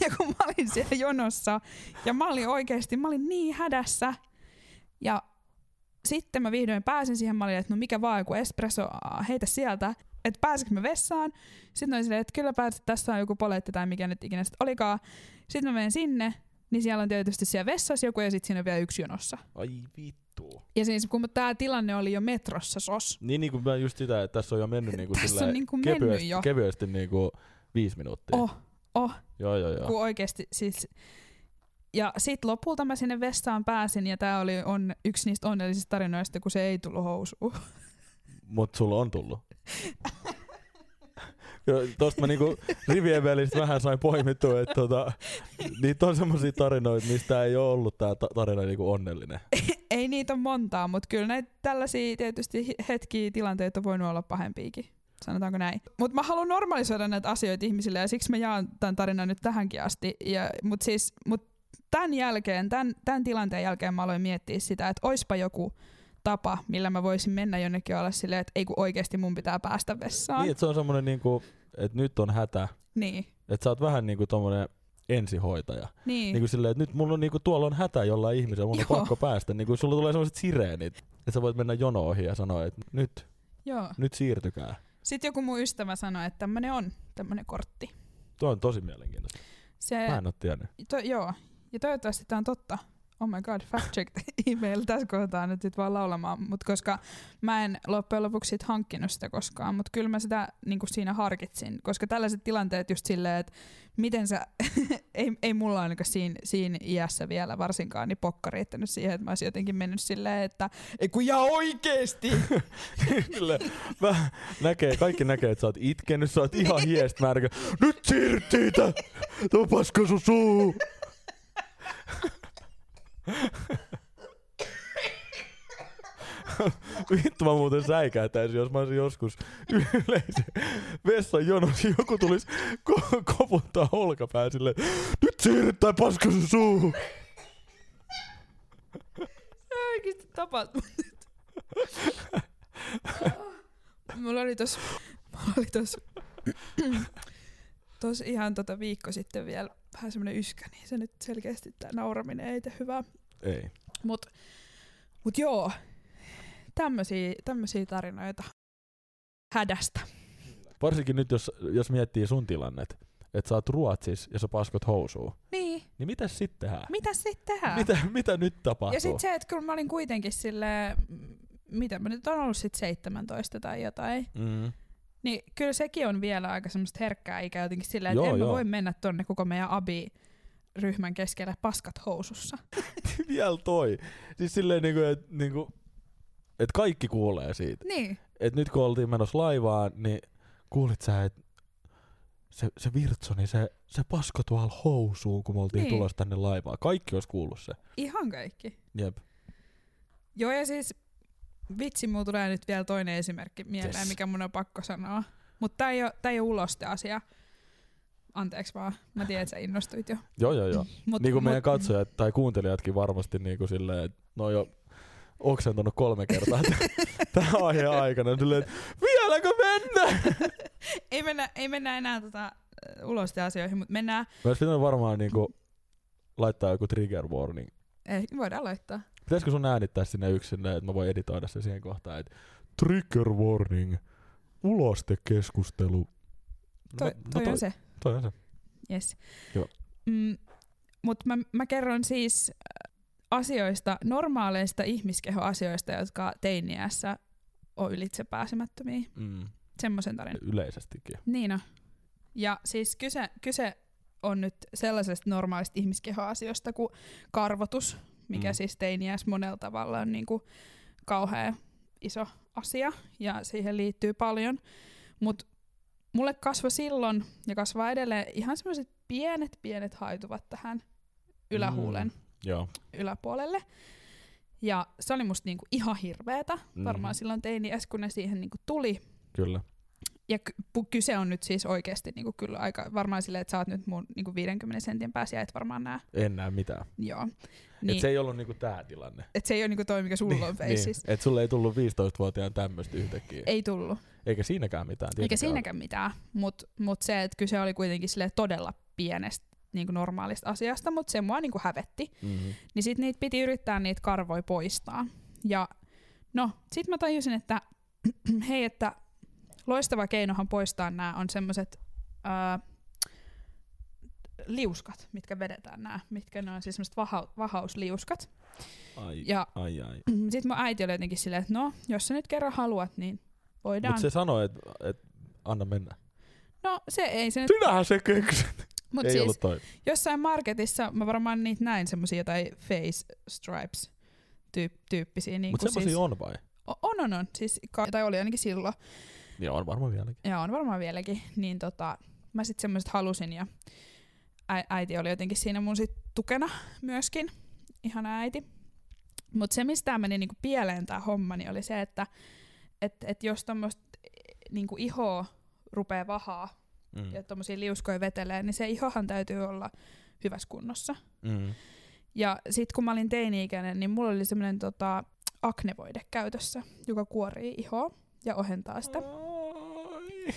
S3: Ja kun mä olin siellä jonossa ja mä olin oikeesti, mä olin niin hädässä. Ja sitten mä vihdoin pääsin siihen, mä olin, että no mikä vaan, joku espresso, aa, heitä sieltä, että pääsenkö mä vessaan. Sitten ne oli silleen, että kyllä pääset, tässä on joku poletti tai mikä nyt ikinä sitten olikaan. Sitten mä menen sinne, niin siellä on tietysti siellä vessassa joku ja sitten siinä on vielä yksi jonossa.
S2: ai vittu.
S3: Ja siis kun tämä tilanne oli jo metrossa sos,
S2: Niin niinku mä just sitä, että tässä on jo mennyt niinku
S3: Tässä on
S2: silleen
S3: niinku mennyt
S2: kevyesti,
S3: jo.
S2: kevyesti niinku viisi minuuttia.
S3: Oh, oh.
S2: Joo, joo, joo.
S3: kun oikeasti siis... Ja sit lopulta mä sinne vessaan pääsin ja tää oli on, yksi niistä onnellisista tarinoista, kun se ei tullut housuun.
S2: Mut sulla on tullut. (laughs) Joo, tosta mä niinku rivien välistä vähän sain poimittua, että tota, niitä on semmosia tarinoita, mistä ei oo ollut tää ta- tarina niinku onnellinen.
S3: ei niitä ole montaa, mutta kyllä näitä tällaisia tietysti hi- hetkiä tilanteita on voinut olla pahempiakin. Sanotaanko näin. Mutta mä haluan normalisoida näitä asioita ihmisille ja siksi mä jaan tämän tarinan nyt tähänkin asti. Ja, mut siis, mut tämän jälkeen, tämän, tämän tilanteen jälkeen mä aloin miettiä sitä, että oispa joku tapa, millä mä voisin mennä jonnekin ja olla silleen, että ei kun oikeasti mun pitää päästä vessaan.
S2: Niin, että se on semmonen niinku, että nyt on hätä,
S3: Niin.
S2: että sä oot vähän niinku tommonen ensihoitaja.
S3: Niin.
S2: Niin kuin silleen, että nyt mulla on niinku, tuolla on hätä jollain ihmisellä, mun on
S3: Joo.
S2: pakko päästä. Niin kuin sulla tulee sellaiset sireenit, että sä voit mennä jono ohi ja sanoa, että nyt,
S3: Joo.
S2: nyt siirtykää.
S3: Sitten joku mun ystävä sanoi, että tämmönen on, tämmönen kortti.
S2: Tuo on tosi mielenkiintoista.
S3: Se,
S2: Mä en oo tiennyt.
S3: to, joo. Ja toivottavasti tää on totta. oh my god, fact check (laughs) email tässä kohtaa nyt sit vaan laulamaan, mutta koska mä en loppujen lopuksi sit hankkinut sitä koskaan, mutta kyllä mä sitä niinku siinä harkitsin, koska tällaiset tilanteet just silleen, että miten sä, (laughs) ei, ei mulla ainakaan siinä, siinä iässä vielä varsinkaan, niin pokka riittänyt siihen, että mä olisin jotenkin mennyt silleen, että ei kun ja oikeesti!
S2: Kyllä. Mä näkee, kaikki näkee, että sä oot itkenyt, sä oot ihan hiest märkä. Nyt siirryt siitä! Tuo paska sun suu! Vittu mä muuten säikäytäisin, jos mä olisin joskus yleisen vessan jonossa. Joku tulisi ko- koputtaa olkapää silleen, nyt siirryt tai paska sun suu!
S3: Oikeesti tapat mut nyt. Mulla oli tos, mulla oli tos, tos ihan tota viikko sitten vielä vähän semmonen yskä, niin se nyt selkeästi tää nauraminen ei tee hyvää.
S2: Ei.
S3: Mut, mut joo, tämmösiä, tämmösiä tarinoita hädästä.
S2: Varsinkin nyt, jos, jos miettii sun tilannet, että sä oot Ruotsis ja sä paskot housuun,
S3: Niin,
S2: niin mitä sitten tehdään?
S3: mitä sitten tehdään?
S2: Mitä, mitä nyt tapahtuu?
S3: Ja sit se, että kyllä mä olin kuitenkin silleen, mm, mitä mä nyt on ollut sit 17 tai jotain,
S2: Mm.
S3: Niin kyllä sekin on vielä aika semmoista herkkää ikä jotenkin sillä, että
S2: Joo,
S3: en mä
S2: joo.
S3: voi mennä tonne koko meidän abi ryhmän keskelle paskat housussa.
S2: (laughs) Vielä toi. Siis silleen niinku, et, niinku, et kaikki kuulee siitä.
S3: Niin.
S2: Et nyt kun oltiin menossa laivaan, niin kuulit sä, että se, se Virtsoni, se, se pasko tuolla housuun, kun me oltiin
S3: Niin.
S2: niin. tulossa tänne laivaan. Kaikki olisi kuullut se.
S3: Ihan kaikki.
S2: Jep.
S3: Joo ja siis vitsi, mulla tulee nyt vielä toinen esimerkki mieleen,
S2: Yes.
S3: mikä mun on pakko sanoa. Mutta tää ei oo, tää ei oo uloste asia. Anteeksi vaan, mä tiedän, että sä innostuit jo.
S2: Joo, joo, joo.
S3: Mut,
S2: niin kuin
S3: mut,
S2: meidän katsojat tai kuuntelijatkin varmasti niin kuin silleen, että no jo oksentunut kolme kertaa
S3: (laughs)
S2: t- tämän aiheen aikana. Silleen, että vieläkö mennään?
S3: (laughs) ei, mennä, ei mennä enää tota, äh, uloste asioihin, mutta mennään.
S2: Mä olisi pitänyt varmaan niin kuin, laittaa joku trigger warning.
S3: Ei, voidaan laittaa.
S2: Pitäisikö sun äänittää sinne yksin, että mä voin editoida se siihen kohtaan, että trigger warning, ulostekeskustelu.
S3: Toi,
S2: no,
S3: toi,
S2: no,
S3: on se.
S2: toi on se.
S3: Yes.
S2: Joo.
S3: Mm, Mutta mä, mä kerron siis äh, asioista, normaaleista ihmiskehoasioista, jotka teiniässä on ylitse pääsemättömiä.
S2: Mm.
S3: Semmoisen tarinan.
S2: Yleisestikin.
S3: Niin on. Ja siis kyse, kyse on nyt sellaisesta normaalista ihmiskehoasioista kuin karvotus, mikä
S2: Mm.
S3: mm. siis teiniässä monella tavalla on niin kuin kauhean iso asia ja siihen liittyy paljon. Mutta mulle kasvoi silloin ja kasvaa edelleen ihan semmoiset pienet, pienet haituvat tähän ylähuulen
S2: Joo.
S3: yläpuolelle. Ja se oli musta niinku ihan hirveetä,
S2: Mm.
S3: varmaan silloin teiniässä, kun ne siihen niinku tuli.
S2: Kyllä.
S3: Ja ky- pu- kyse on nyt siis oikeasti niinku kyllä aika varmaan silleen, että sä oot nyt mun niinku 50 sentin päässä ja et varmaan näe.
S2: En näe mitään.
S3: Joo.
S2: Niin.
S3: Niin,
S2: Et se ei ollut niinku tää tilanne.
S3: et se ei ole niinku toi, mikä sulla on
S2: niin.
S3: niin,
S2: Et sulle ei tullut 15-vuotiaan tämmöstä yhtäkkiä.
S3: Ei tullut.
S2: Eikä siinäkään mitään.
S3: Eikä
S2: tietenkään
S3: siinäkään mitään, mutta mut se, että kyse oli kuitenkin sille todella pienestä niinku normaalista asiasta, mutta se mua niinku hävetti.
S2: ole. Mhm.
S3: Niin sit niitä piti yrittää niitä karvoja poistaa. Ja no, sit mä tajusin, että (clears throat) hei, että loistava keinohan poistaa nämä on semmoset ää, liuskat, mitkä vedetään nämä, mitkä ne on siis semmoset vaha- vahausliuskat.
S2: Mm-hmm. Ai,
S3: Ja (clears throat)
S2: ai, ai.
S3: sit mun äiti oli jotenkin silleen, että no, jos sä nyt kerran haluat, niin voidaan.
S2: Mut
S3: Se...
S2: se sanoi, että et, anna mennä.
S3: No se ei se nyt,
S2: Sinähän se keksit.
S3: mut
S2: ei
S3: siis
S2: ollut toi.
S3: jossain marketissa mä varmaan niitä näin semmosia jotain face stripes tyyp- tyyppisiä. Niin
S2: Mut
S3: kuin
S2: semmosia
S3: siis,
S2: on vai?
S3: O- On, on, on. Siis, ka- tai oli ainakin silloin.
S2: Niin on varmaan vieläkin.
S3: Ja on varmaan vieläkin. Niin tota, mä sitten semmoiset halusin ja ä- äiti oli jotenkin siinä mun sit tukena myöskin. Ihan äiti. Mutta se, mistä tää meni niinku pieleen tää homma, niin oli se, että et, et jos tommoista niinku ihoa rupeaa vahaa
S2: Mm.
S3: ja tommosia liuskoja vetelee, niin se ihohan täytyy olla hyvässä kunnossa.
S2: Mm.
S3: Ja sit kun mä olin teini-ikäinen, niin mulla oli semmoinen tota, aknevoide käytössä, joka kuorii ihoa ja ohentaa sitä.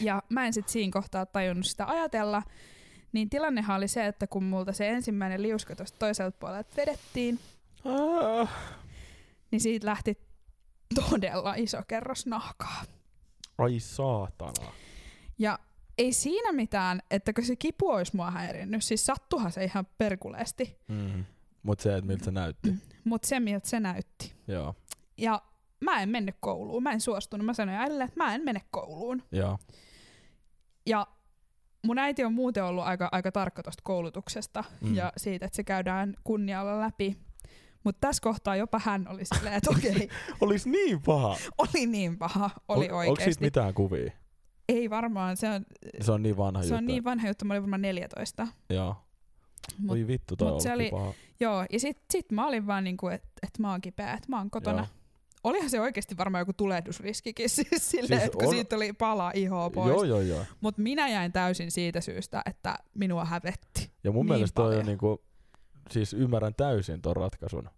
S3: Ja mä en sit siinä kohtaa tajunnut sitä ajatella. Niin tilannehan oli se, että kun multa se ensimmäinen liuska tuosta toiselta puolelta vedettiin,
S2: Ah.
S3: niin siitä lähti todella iso kerros nahkaa.
S2: Ai saatana.
S3: Ja ei siinä mitään, että kun se kipu olisi mua häirinnyt, siis sattuhan se ihan perkuleesti.
S2: Mm. Mut se, että miltä se
S3: (clears throat)
S2: näytti.
S3: Mutta se miltä se näytti.
S2: Joo,
S3: Ja mä en mennyt kouluun, mä en suostunut. Mä sanoin äidille, että mä en mene kouluun.
S2: joo,
S3: Ja mun äiti on muuten ollut aika, aika tarkka tuosta koulutuksesta
S2: Mm.
S3: mm. ja siitä, että se käydään kunnialla läpi. Mutta tässä kohtaa jopa hän oli silleen,
S2: (laughs)
S3: että okei,
S2: Olis niin paha.
S3: oli niin paha, oli
S2: On- Onks siitä
S3: oikeasti.
S2: mitään kuvia?
S3: Ei varmaan, se on,
S2: Se on niin vanha
S3: se
S2: juttu.
S3: on niin vanha juttu, mä olin varmaan 14.
S2: Joo.
S3: Mut-
S2: Voi vittu, toi on
S3: mut se
S2: ollut
S3: oli-
S2: paha.
S3: Joo, ja sit, sit mä olin vaan niinku, että et mä oon kipeä, että mä oon kotona.
S2: Joo.
S3: Joo. Olihan se oikeasti varmaan joku tulehdusriskikin (laughs) siis silleen,
S2: Siis
S3: siis kun
S2: on-
S3: siitä oli pala ihoa pois.
S2: Joo, joo, joo.
S3: Mutta minä jäin täysin siitä syystä, että minua hävetti.
S2: Ja mun niin
S3: Niin
S2: mielestä toi on
S3: paljon.
S2: niinku, siis ymmärrän täysin ton ratkaisun.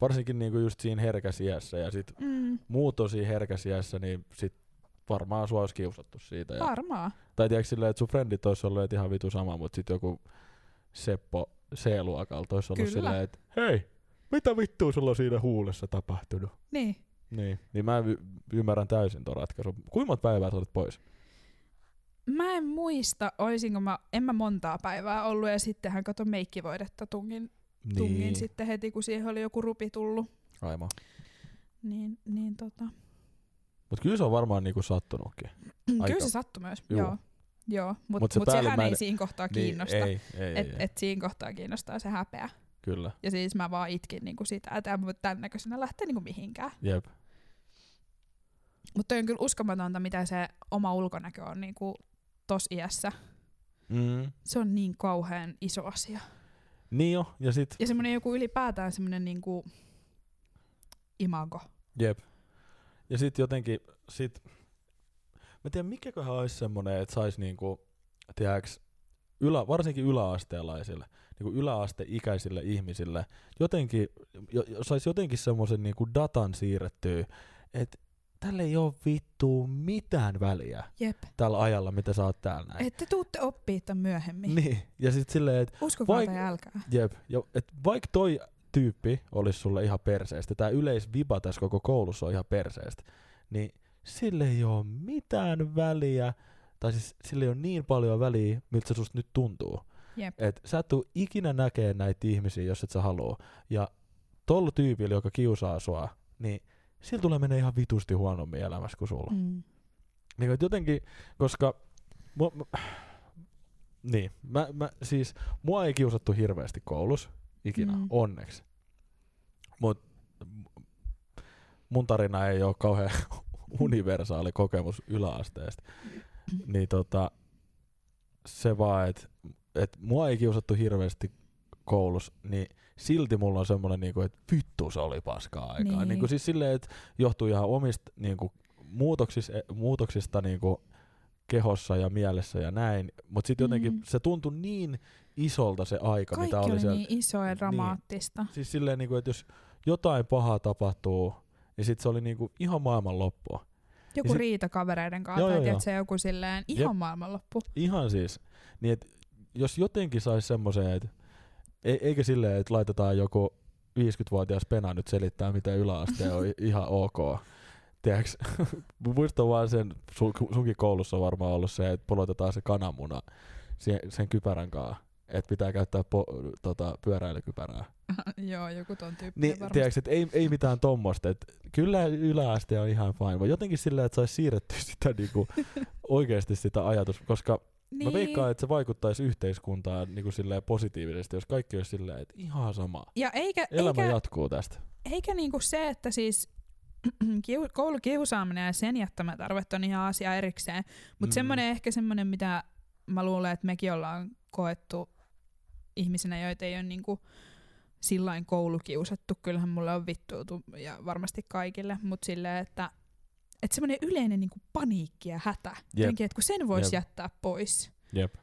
S2: Varsinkin niinku just siinä herkäsiässä ja sit
S3: Mm,
S2: muut on siinä herkäsiässä, niin sit varmaan sua olisi kiusattu siitä. Ja,
S3: varmaan.
S2: tai tiedätkö silleen, että sun frendit olisi ollut et ihan vitu sama, mutta sit joku Seppo C-luokalta olisi ollut
S3: Kyllä.
S2: silleen, että hei, mitä vittua sulla on siinä huulessa tapahtunut?
S3: Niin.
S2: Niin. Niin mä y- ymmärrän täysin ton ratkaisun. Kuinka monta päivää sä olet pois?
S3: Mä en muista, olisinko mä, en mä montaa päivää ollut ja sittenhän kato meikkivoidetta tungin,
S2: Niin.
S3: tungin sitten heti, kun siihen oli joku rupi tullut.
S2: Aivan.
S3: Niin, niin tota. (clears throat)
S2: Mut kyllä se on varmaan niinku sattunutkin. Aika.
S3: Kyllä se sattui myös,
S2: Juu.
S3: Joo. joo. Joo, mutta
S2: Mut
S3: mut
S2: se
S3: mut sehän
S2: päällimmäinen-
S3: ei siinä kohtaa kiinnosta.
S2: Niin, ei, ei,
S3: et,
S2: ei, ei.
S3: et siinä kohtaa kiinnostaa se häpeä.
S2: Kyllä.
S3: Ja siis mä vaan itkin niinku sitä, että en voi tämän näköisenä lähteä niinku mihinkään.
S2: Jep.
S3: Mutta on kyllä uskomatonta, mitä se oma ulkonäkö on niinku tos iässä.
S2: Mm.
S3: Se on niin kauhean iso asia.
S2: Niin jo, ja sit,
S3: Ja semmoinen joku ylipäätään semmoinen niinku imago.
S2: jep. Ja sit jotenkin, sit, mä tiedän mikäköhän olisi semmonen, että sais niinku, tiedäks, ylä, varsinkin yläasteelaisille, niinku yläasteikäisille ihmisille, jotenkin, jo, jo, sais jotenkin semmosen niinku datan siirrettyä, että tällä ei oo vittu mitään väliä
S3: Jep.
S2: tällä ajalla, mitä sä oot täällä näin.
S3: Että te tuutte oppii tämän myöhemmin. Niin.
S2: Niin, ja sit silleen, että
S3: Uskokaa
S2: Vai-
S3: tai älkää.
S2: Jep, ja et vaikka toi tyyppi olisi sulle ihan perseestä, tämä yleisviba tässä koko koulussa on ihan perseestä, niin sille ei ole mitään väliä, tai siis sille ei ole niin paljon väliä, miltä se susta nyt tuntuu.
S3: Jep.
S2: Et sä et tuu ikinä näkee näitä ihmisiä, jos et sä haluu. Ja tolla tyypillä, joka kiusaa sua, niin sillä tulee menee ihan vitusti huonommin elämässä kuin sulla.
S3: Mm.
S2: Niin kuin, että jotenkin, koska... Mua, mä, niin, mä, mä, siis mua ei kiusattu hirveästi koulussa ikinä, mm.
S3: Mm.
S2: onneksi. Mut m- mun tarina ei ole kauhean (laughs) universaali kokemus yläasteesta. Niin tota, se vaan, että et mua ei kiusattu hirveästi koulussa, niin silti mulla on semmoinen, niinku, että vittu se oli paskaa aikaa. Niin.
S3: Niin.
S2: Niinku, siis silleen, että johtuu ihan omista niinku, muutoksis, e- muutoksista niinku, kehossa ja mielessä ja näin, mutta sitten jotenkin mm.
S3: Mm.
S2: se tuntui niin isolta se aika,
S3: Kaikki
S2: mitä oli,
S3: oli
S2: siellä.
S3: niin iso ja
S2: Niin.
S3: dramaattista.
S2: Siis silleen, niinku, että jos jotain pahaa tapahtuu, niin sitten se oli niinku, ihan maailman loppua.
S3: Joku
S2: Ja sit-
S3: riita kavereiden kanssa,
S2: Joo,
S3: joo,
S2: joo,
S3: tai
S2: joo.
S3: tiedätkö, joku silleen ihan
S2: Jep.
S3: maailmanloppu. (laughs)
S2: Ihan siis. Niin et, jos jotenkin saisi semmoisen, että e, eikä silleen, että laitetaan joku 50-vuotias pena nyt selittää, mitä yläaste on i- ihan ok. Tiedäks, (laughs) Mä muistan vaan sen, sun, sunkin koulussa on varmaan ollut se, että pulotetaan se kananmuna sen, sen kypärän kanssa, että pitää käyttää po, tota, pyöräilykypärää.
S3: joo, joku ton tyyppinen
S2: Niin,
S3: niin, varmasti.
S2: tiedäks, et ei, ei mitään tommosta. Et kyllä yläaste on ihan fine, vaan jotenkin sillä, että saisi siirrettyä (laughs) sitä niinku, oikeasti sitä ajatus, koska niin.
S3: Niin,
S2: Mä veikkaan, että se vaikuttaisi yhteiskuntaan niin kuin silleen positiivisesti, jos kaikki olisi silleen, että ihan sama.
S3: ja eikä,
S2: Elämä
S3: eikä,
S2: jatkuu tästä.
S3: eikä niinku se, että siis (clears throat) kiu- koulukiusaaminen ja sen jättämät arvet on ihan asia erikseen. Mutta
S2: Mm.
S3: mm. semmoinen ehkä semmoinen, mitä mä luulen, että mekin ollaan koettu ihmisinä, joita ei ole niinku sillain koulukiusattu. Kyllähän mulle on vittuutu ja varmasti kaikille, mutta silleen, että että semmoinen yleinen niinku paniikki ja hätä. Jotenkin, että kun sen
S2: Jep.
S3: voisi jättää pois.
S2: Jep.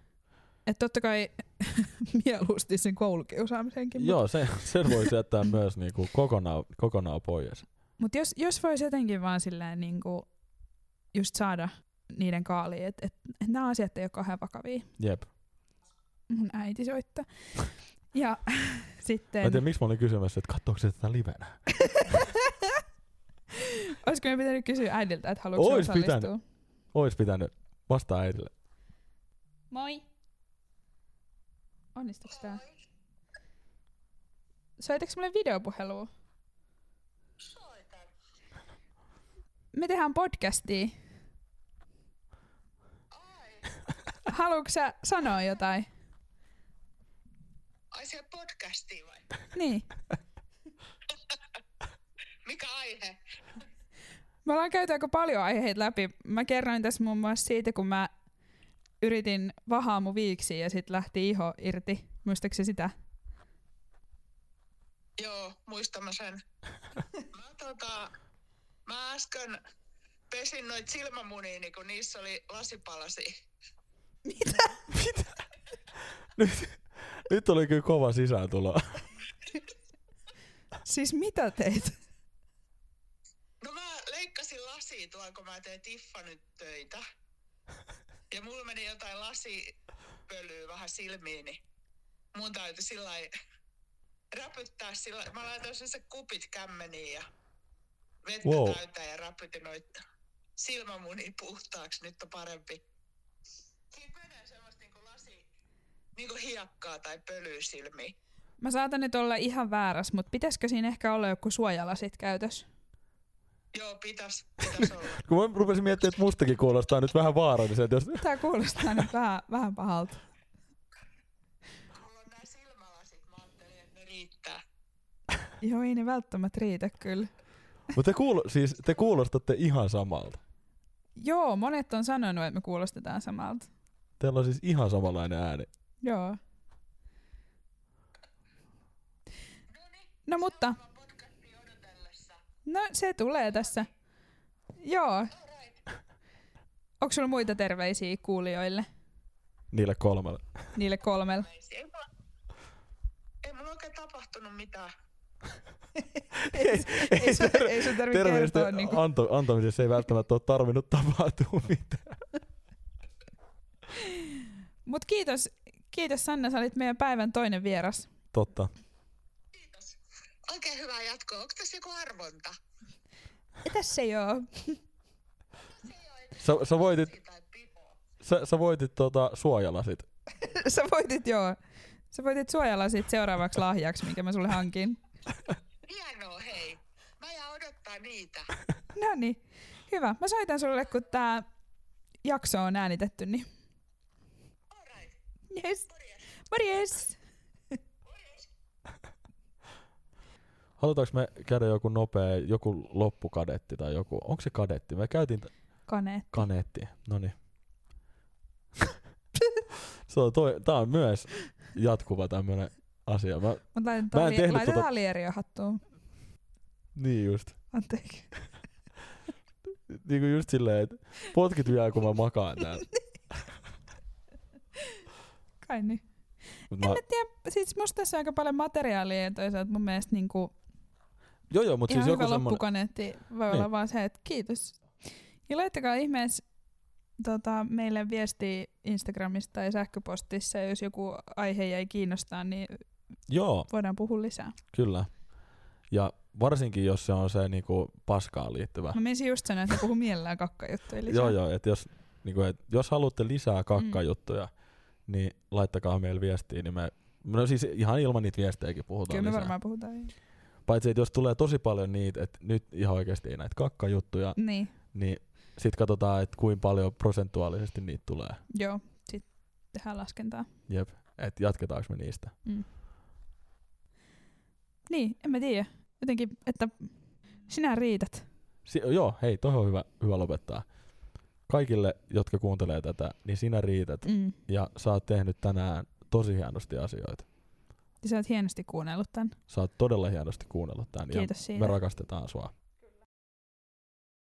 S3: Että totta kai (laughs) mieluusti sen koulukiusaamisenkin. Mutta
S2: Joo, sen, sen voisi jättää (laughs) myös niin kuin kokonaan, kokonaan pois.
S3: mut jos, jos voisi jotenkin vaan silleen niinku just saada niiden kaaliin, että et, et nämä asiat ei ole kauhean vakavia.
S2: Jep.
S3: Mun
S2: (laughs)
S3: äiti soittaa. Ja (laughs)
S2: Mä en
S3: sitten,
S2: tiedä, miksi mä olin kysymässä, että katsoiko se tätä livenä.
S3: (laughs) olisiko me pitänyt kysyä äidiltä, että haluatko
S2: Ois
S3: Ois osallistua?
S2: pitänyt. Ois pitänyt vastaa äidille. (laughs)
S3: Moi! Onnistuks tää? soitaks mulle videopuhelua? Me tehdään podcastia. Haluatko sä sanoa jotain?
S6: Ai se podcastiin vai?
S3: Niin.
S6: Mikä aihe?
S3: Me ollaan käyty aika paljon aiheita läpi. Mä kerroin tässä muun muassa siitä, kun mä yritin vahaa mun viiksi ja sit lähti iho irti. Muistatko se sitä?
S6: Joo, muistan mä sen. Mä, tota, mä äsken pesin noit silmämuniini, kun niissä oli lasipalasi.
S2: Nyt oli kyllä kova sisääntulo. (laughs)
S3: Siis mitä teit?
S6: No mä leikkasin lasia tuolla, kun mä tein Tiffa nyt töitä. Ja mulla meni jotain lasipölyä vähän silmiin, niin mun täytyi sillä lailla räpyttää sillä Mä laitoin sen se kupit kämmeniin ja vettä
S2: Wow.
S6: wow. täyteen ja räpytin noita silmämuni puhtaaksi. Nyt on parempi. Siitä menee semmoista niinku lasi, niinku hiekkaa tai pölyä silmiin.
S3: Mä saatan nyt olla ihan väärässä, mutta pitäisikö siinä ehkä olla joku suojalasit käytös?
S6: Joo, pitäis, pitäis olla.
S2: Kun mä rupesin miettimään, että mustakin kuulostaa nyt vähän vaaralliselta, jos
S3: Tää kuulostaa nyt vähän, vähän pahalta.
S6: Mulla on nää silmälasit, mä ajattelin, että ne riittää.
S3: Joo, ei ne välttämättä riitä kyllä.
S2: Mutta te, kuulo, siis te kuulostatte ihan samalta.
S3: Joo, monet on sanonut, että me kuulostetaan samalta.
S2: Teillä on siis ihan samanlainen ääni.
S3: Joo. No mutta. No se tulee tässä. Joo. Onko sulla muita terveisiä kuulijoille?
S2: Niille kolmelle.
S3: Niille kolmelle.
S6: Ei mulla, ei mulla oikein tapahtunut mitään.
S2: Ei, ei,
S3: sun-
S2: ter-
S3: ei sun tarvi
S2: terveellisten
S3: kertoa niinku.
S2: anto, antamisessa ei välttämättä ole tarvinnut tapahtua mitään.
S3: Mut kiitos, kiitos Sanna, sä olit meidän päivän toinen vieras.
S2: Totta.
S6: Oikein hyvää jatkoa. Onko tässä joku arvonta?
S3: Tässä ei oo.
S2: Sä, sä voitit,
S6: Tai pipo?
S2: sä, sä voitit tota suojalasit.
S3: (laughs) Sä voitit joo. Sä voitit suojalasit seuraavaksi lahjaksi, minkä mä sulle hankin.
S6: Hienoa, hei. Mä jään odottaa niitä.
S3: No niin. Hyvä. Mä soitan sulle, kun tää jakso on äänitetty, niin.
S6: Alright,
S3: Yes. Morjes.
S2: Halutaanko me käydä joku nopea, joku loppukadetti tai joku, onko se kadetti? Me käytiin t-
S3: Kane.
S2: kaneetti, No noni. (laughs) se on toi, tää on myös jatkuva tämmönen asia. Mä,
S3: Mut
S2: Mä en
S3: laitetaan, li-
S2: tehnyt
S3: laitetaan
S2: tota-
S3: lierio hattuun.
S2: niin just.
S3: Anteeksi.
S2: niinku just silleen, että potkit vielä kun mä makaan täällä.
S3: Kai niin.
S2: Mut
S3: En
S2: mä,
S3: mä tiedä, siis musta tässä on aika paljon materiaalia ja toisaalta mun mielestä niinku
S2: joo joo, mut
S3: ihan
S2: siis
S3: siis
S2: joku
S3: hyvä
S2: semmonen,
S3: loppukaneetti voi niin. olla
S2: Niin.
S3: vaan se, että kiitos. Ja laittakaa ihmeessä tota, meille viestiä Instagramista tai sähköpostissa, ja jos joku aihe jäi kiinnostaa, niin
S2: joo,
S3: voidaan puhua lisää.
S2: kyllä. Ja varsinkin jos se on se niinku paskaan liittyvä.
S3: Mä menisin just sanoa, että puhu mielellään kakkajuttuja lisää.
S2: Ah.
S3: Mm.
S2: Joo joo, että jos, niinku, et jos haluatte lisää kakkajuttuja, niin laittakaa meille viestiä, niin me No siis ihan ilman niitä viestejäkin puhutaan
S3: Kyllä me
S2: lisää.
S3: varmaan puhutaan.
S2: Paitsi, että jos tulee tosi paljon niitä, että nyt ihan oikeasti ei näitä kakkajuttuja,
S3: Niin,
S2: niin sit katsotaan, että kuinka paljon prosentuaalisesti niitä tulee.
S3: joo. Sitten tehdään laskentaa.
S2: Jep, että jatketaanko me niistä.
S3: Niin, en mä tiedä. Jotenkin, että sinä riität.
S2: Si- joo, hei, toi on hyvä, hyvä lopettaa. Kaikille, jotka kuuntelee tätä, niin sinä riität
S3: Mm.
S2: ja sä oot tehnyt tänään tosi hienosti asioita.
S3: Ja sä oot hienosti kuunnellut tän.
S2: Sä oot todella hienosti kuunnellut tän
S3: Kiitos
S2: ja
S3: siitä.
S2: me rakastetaan sua.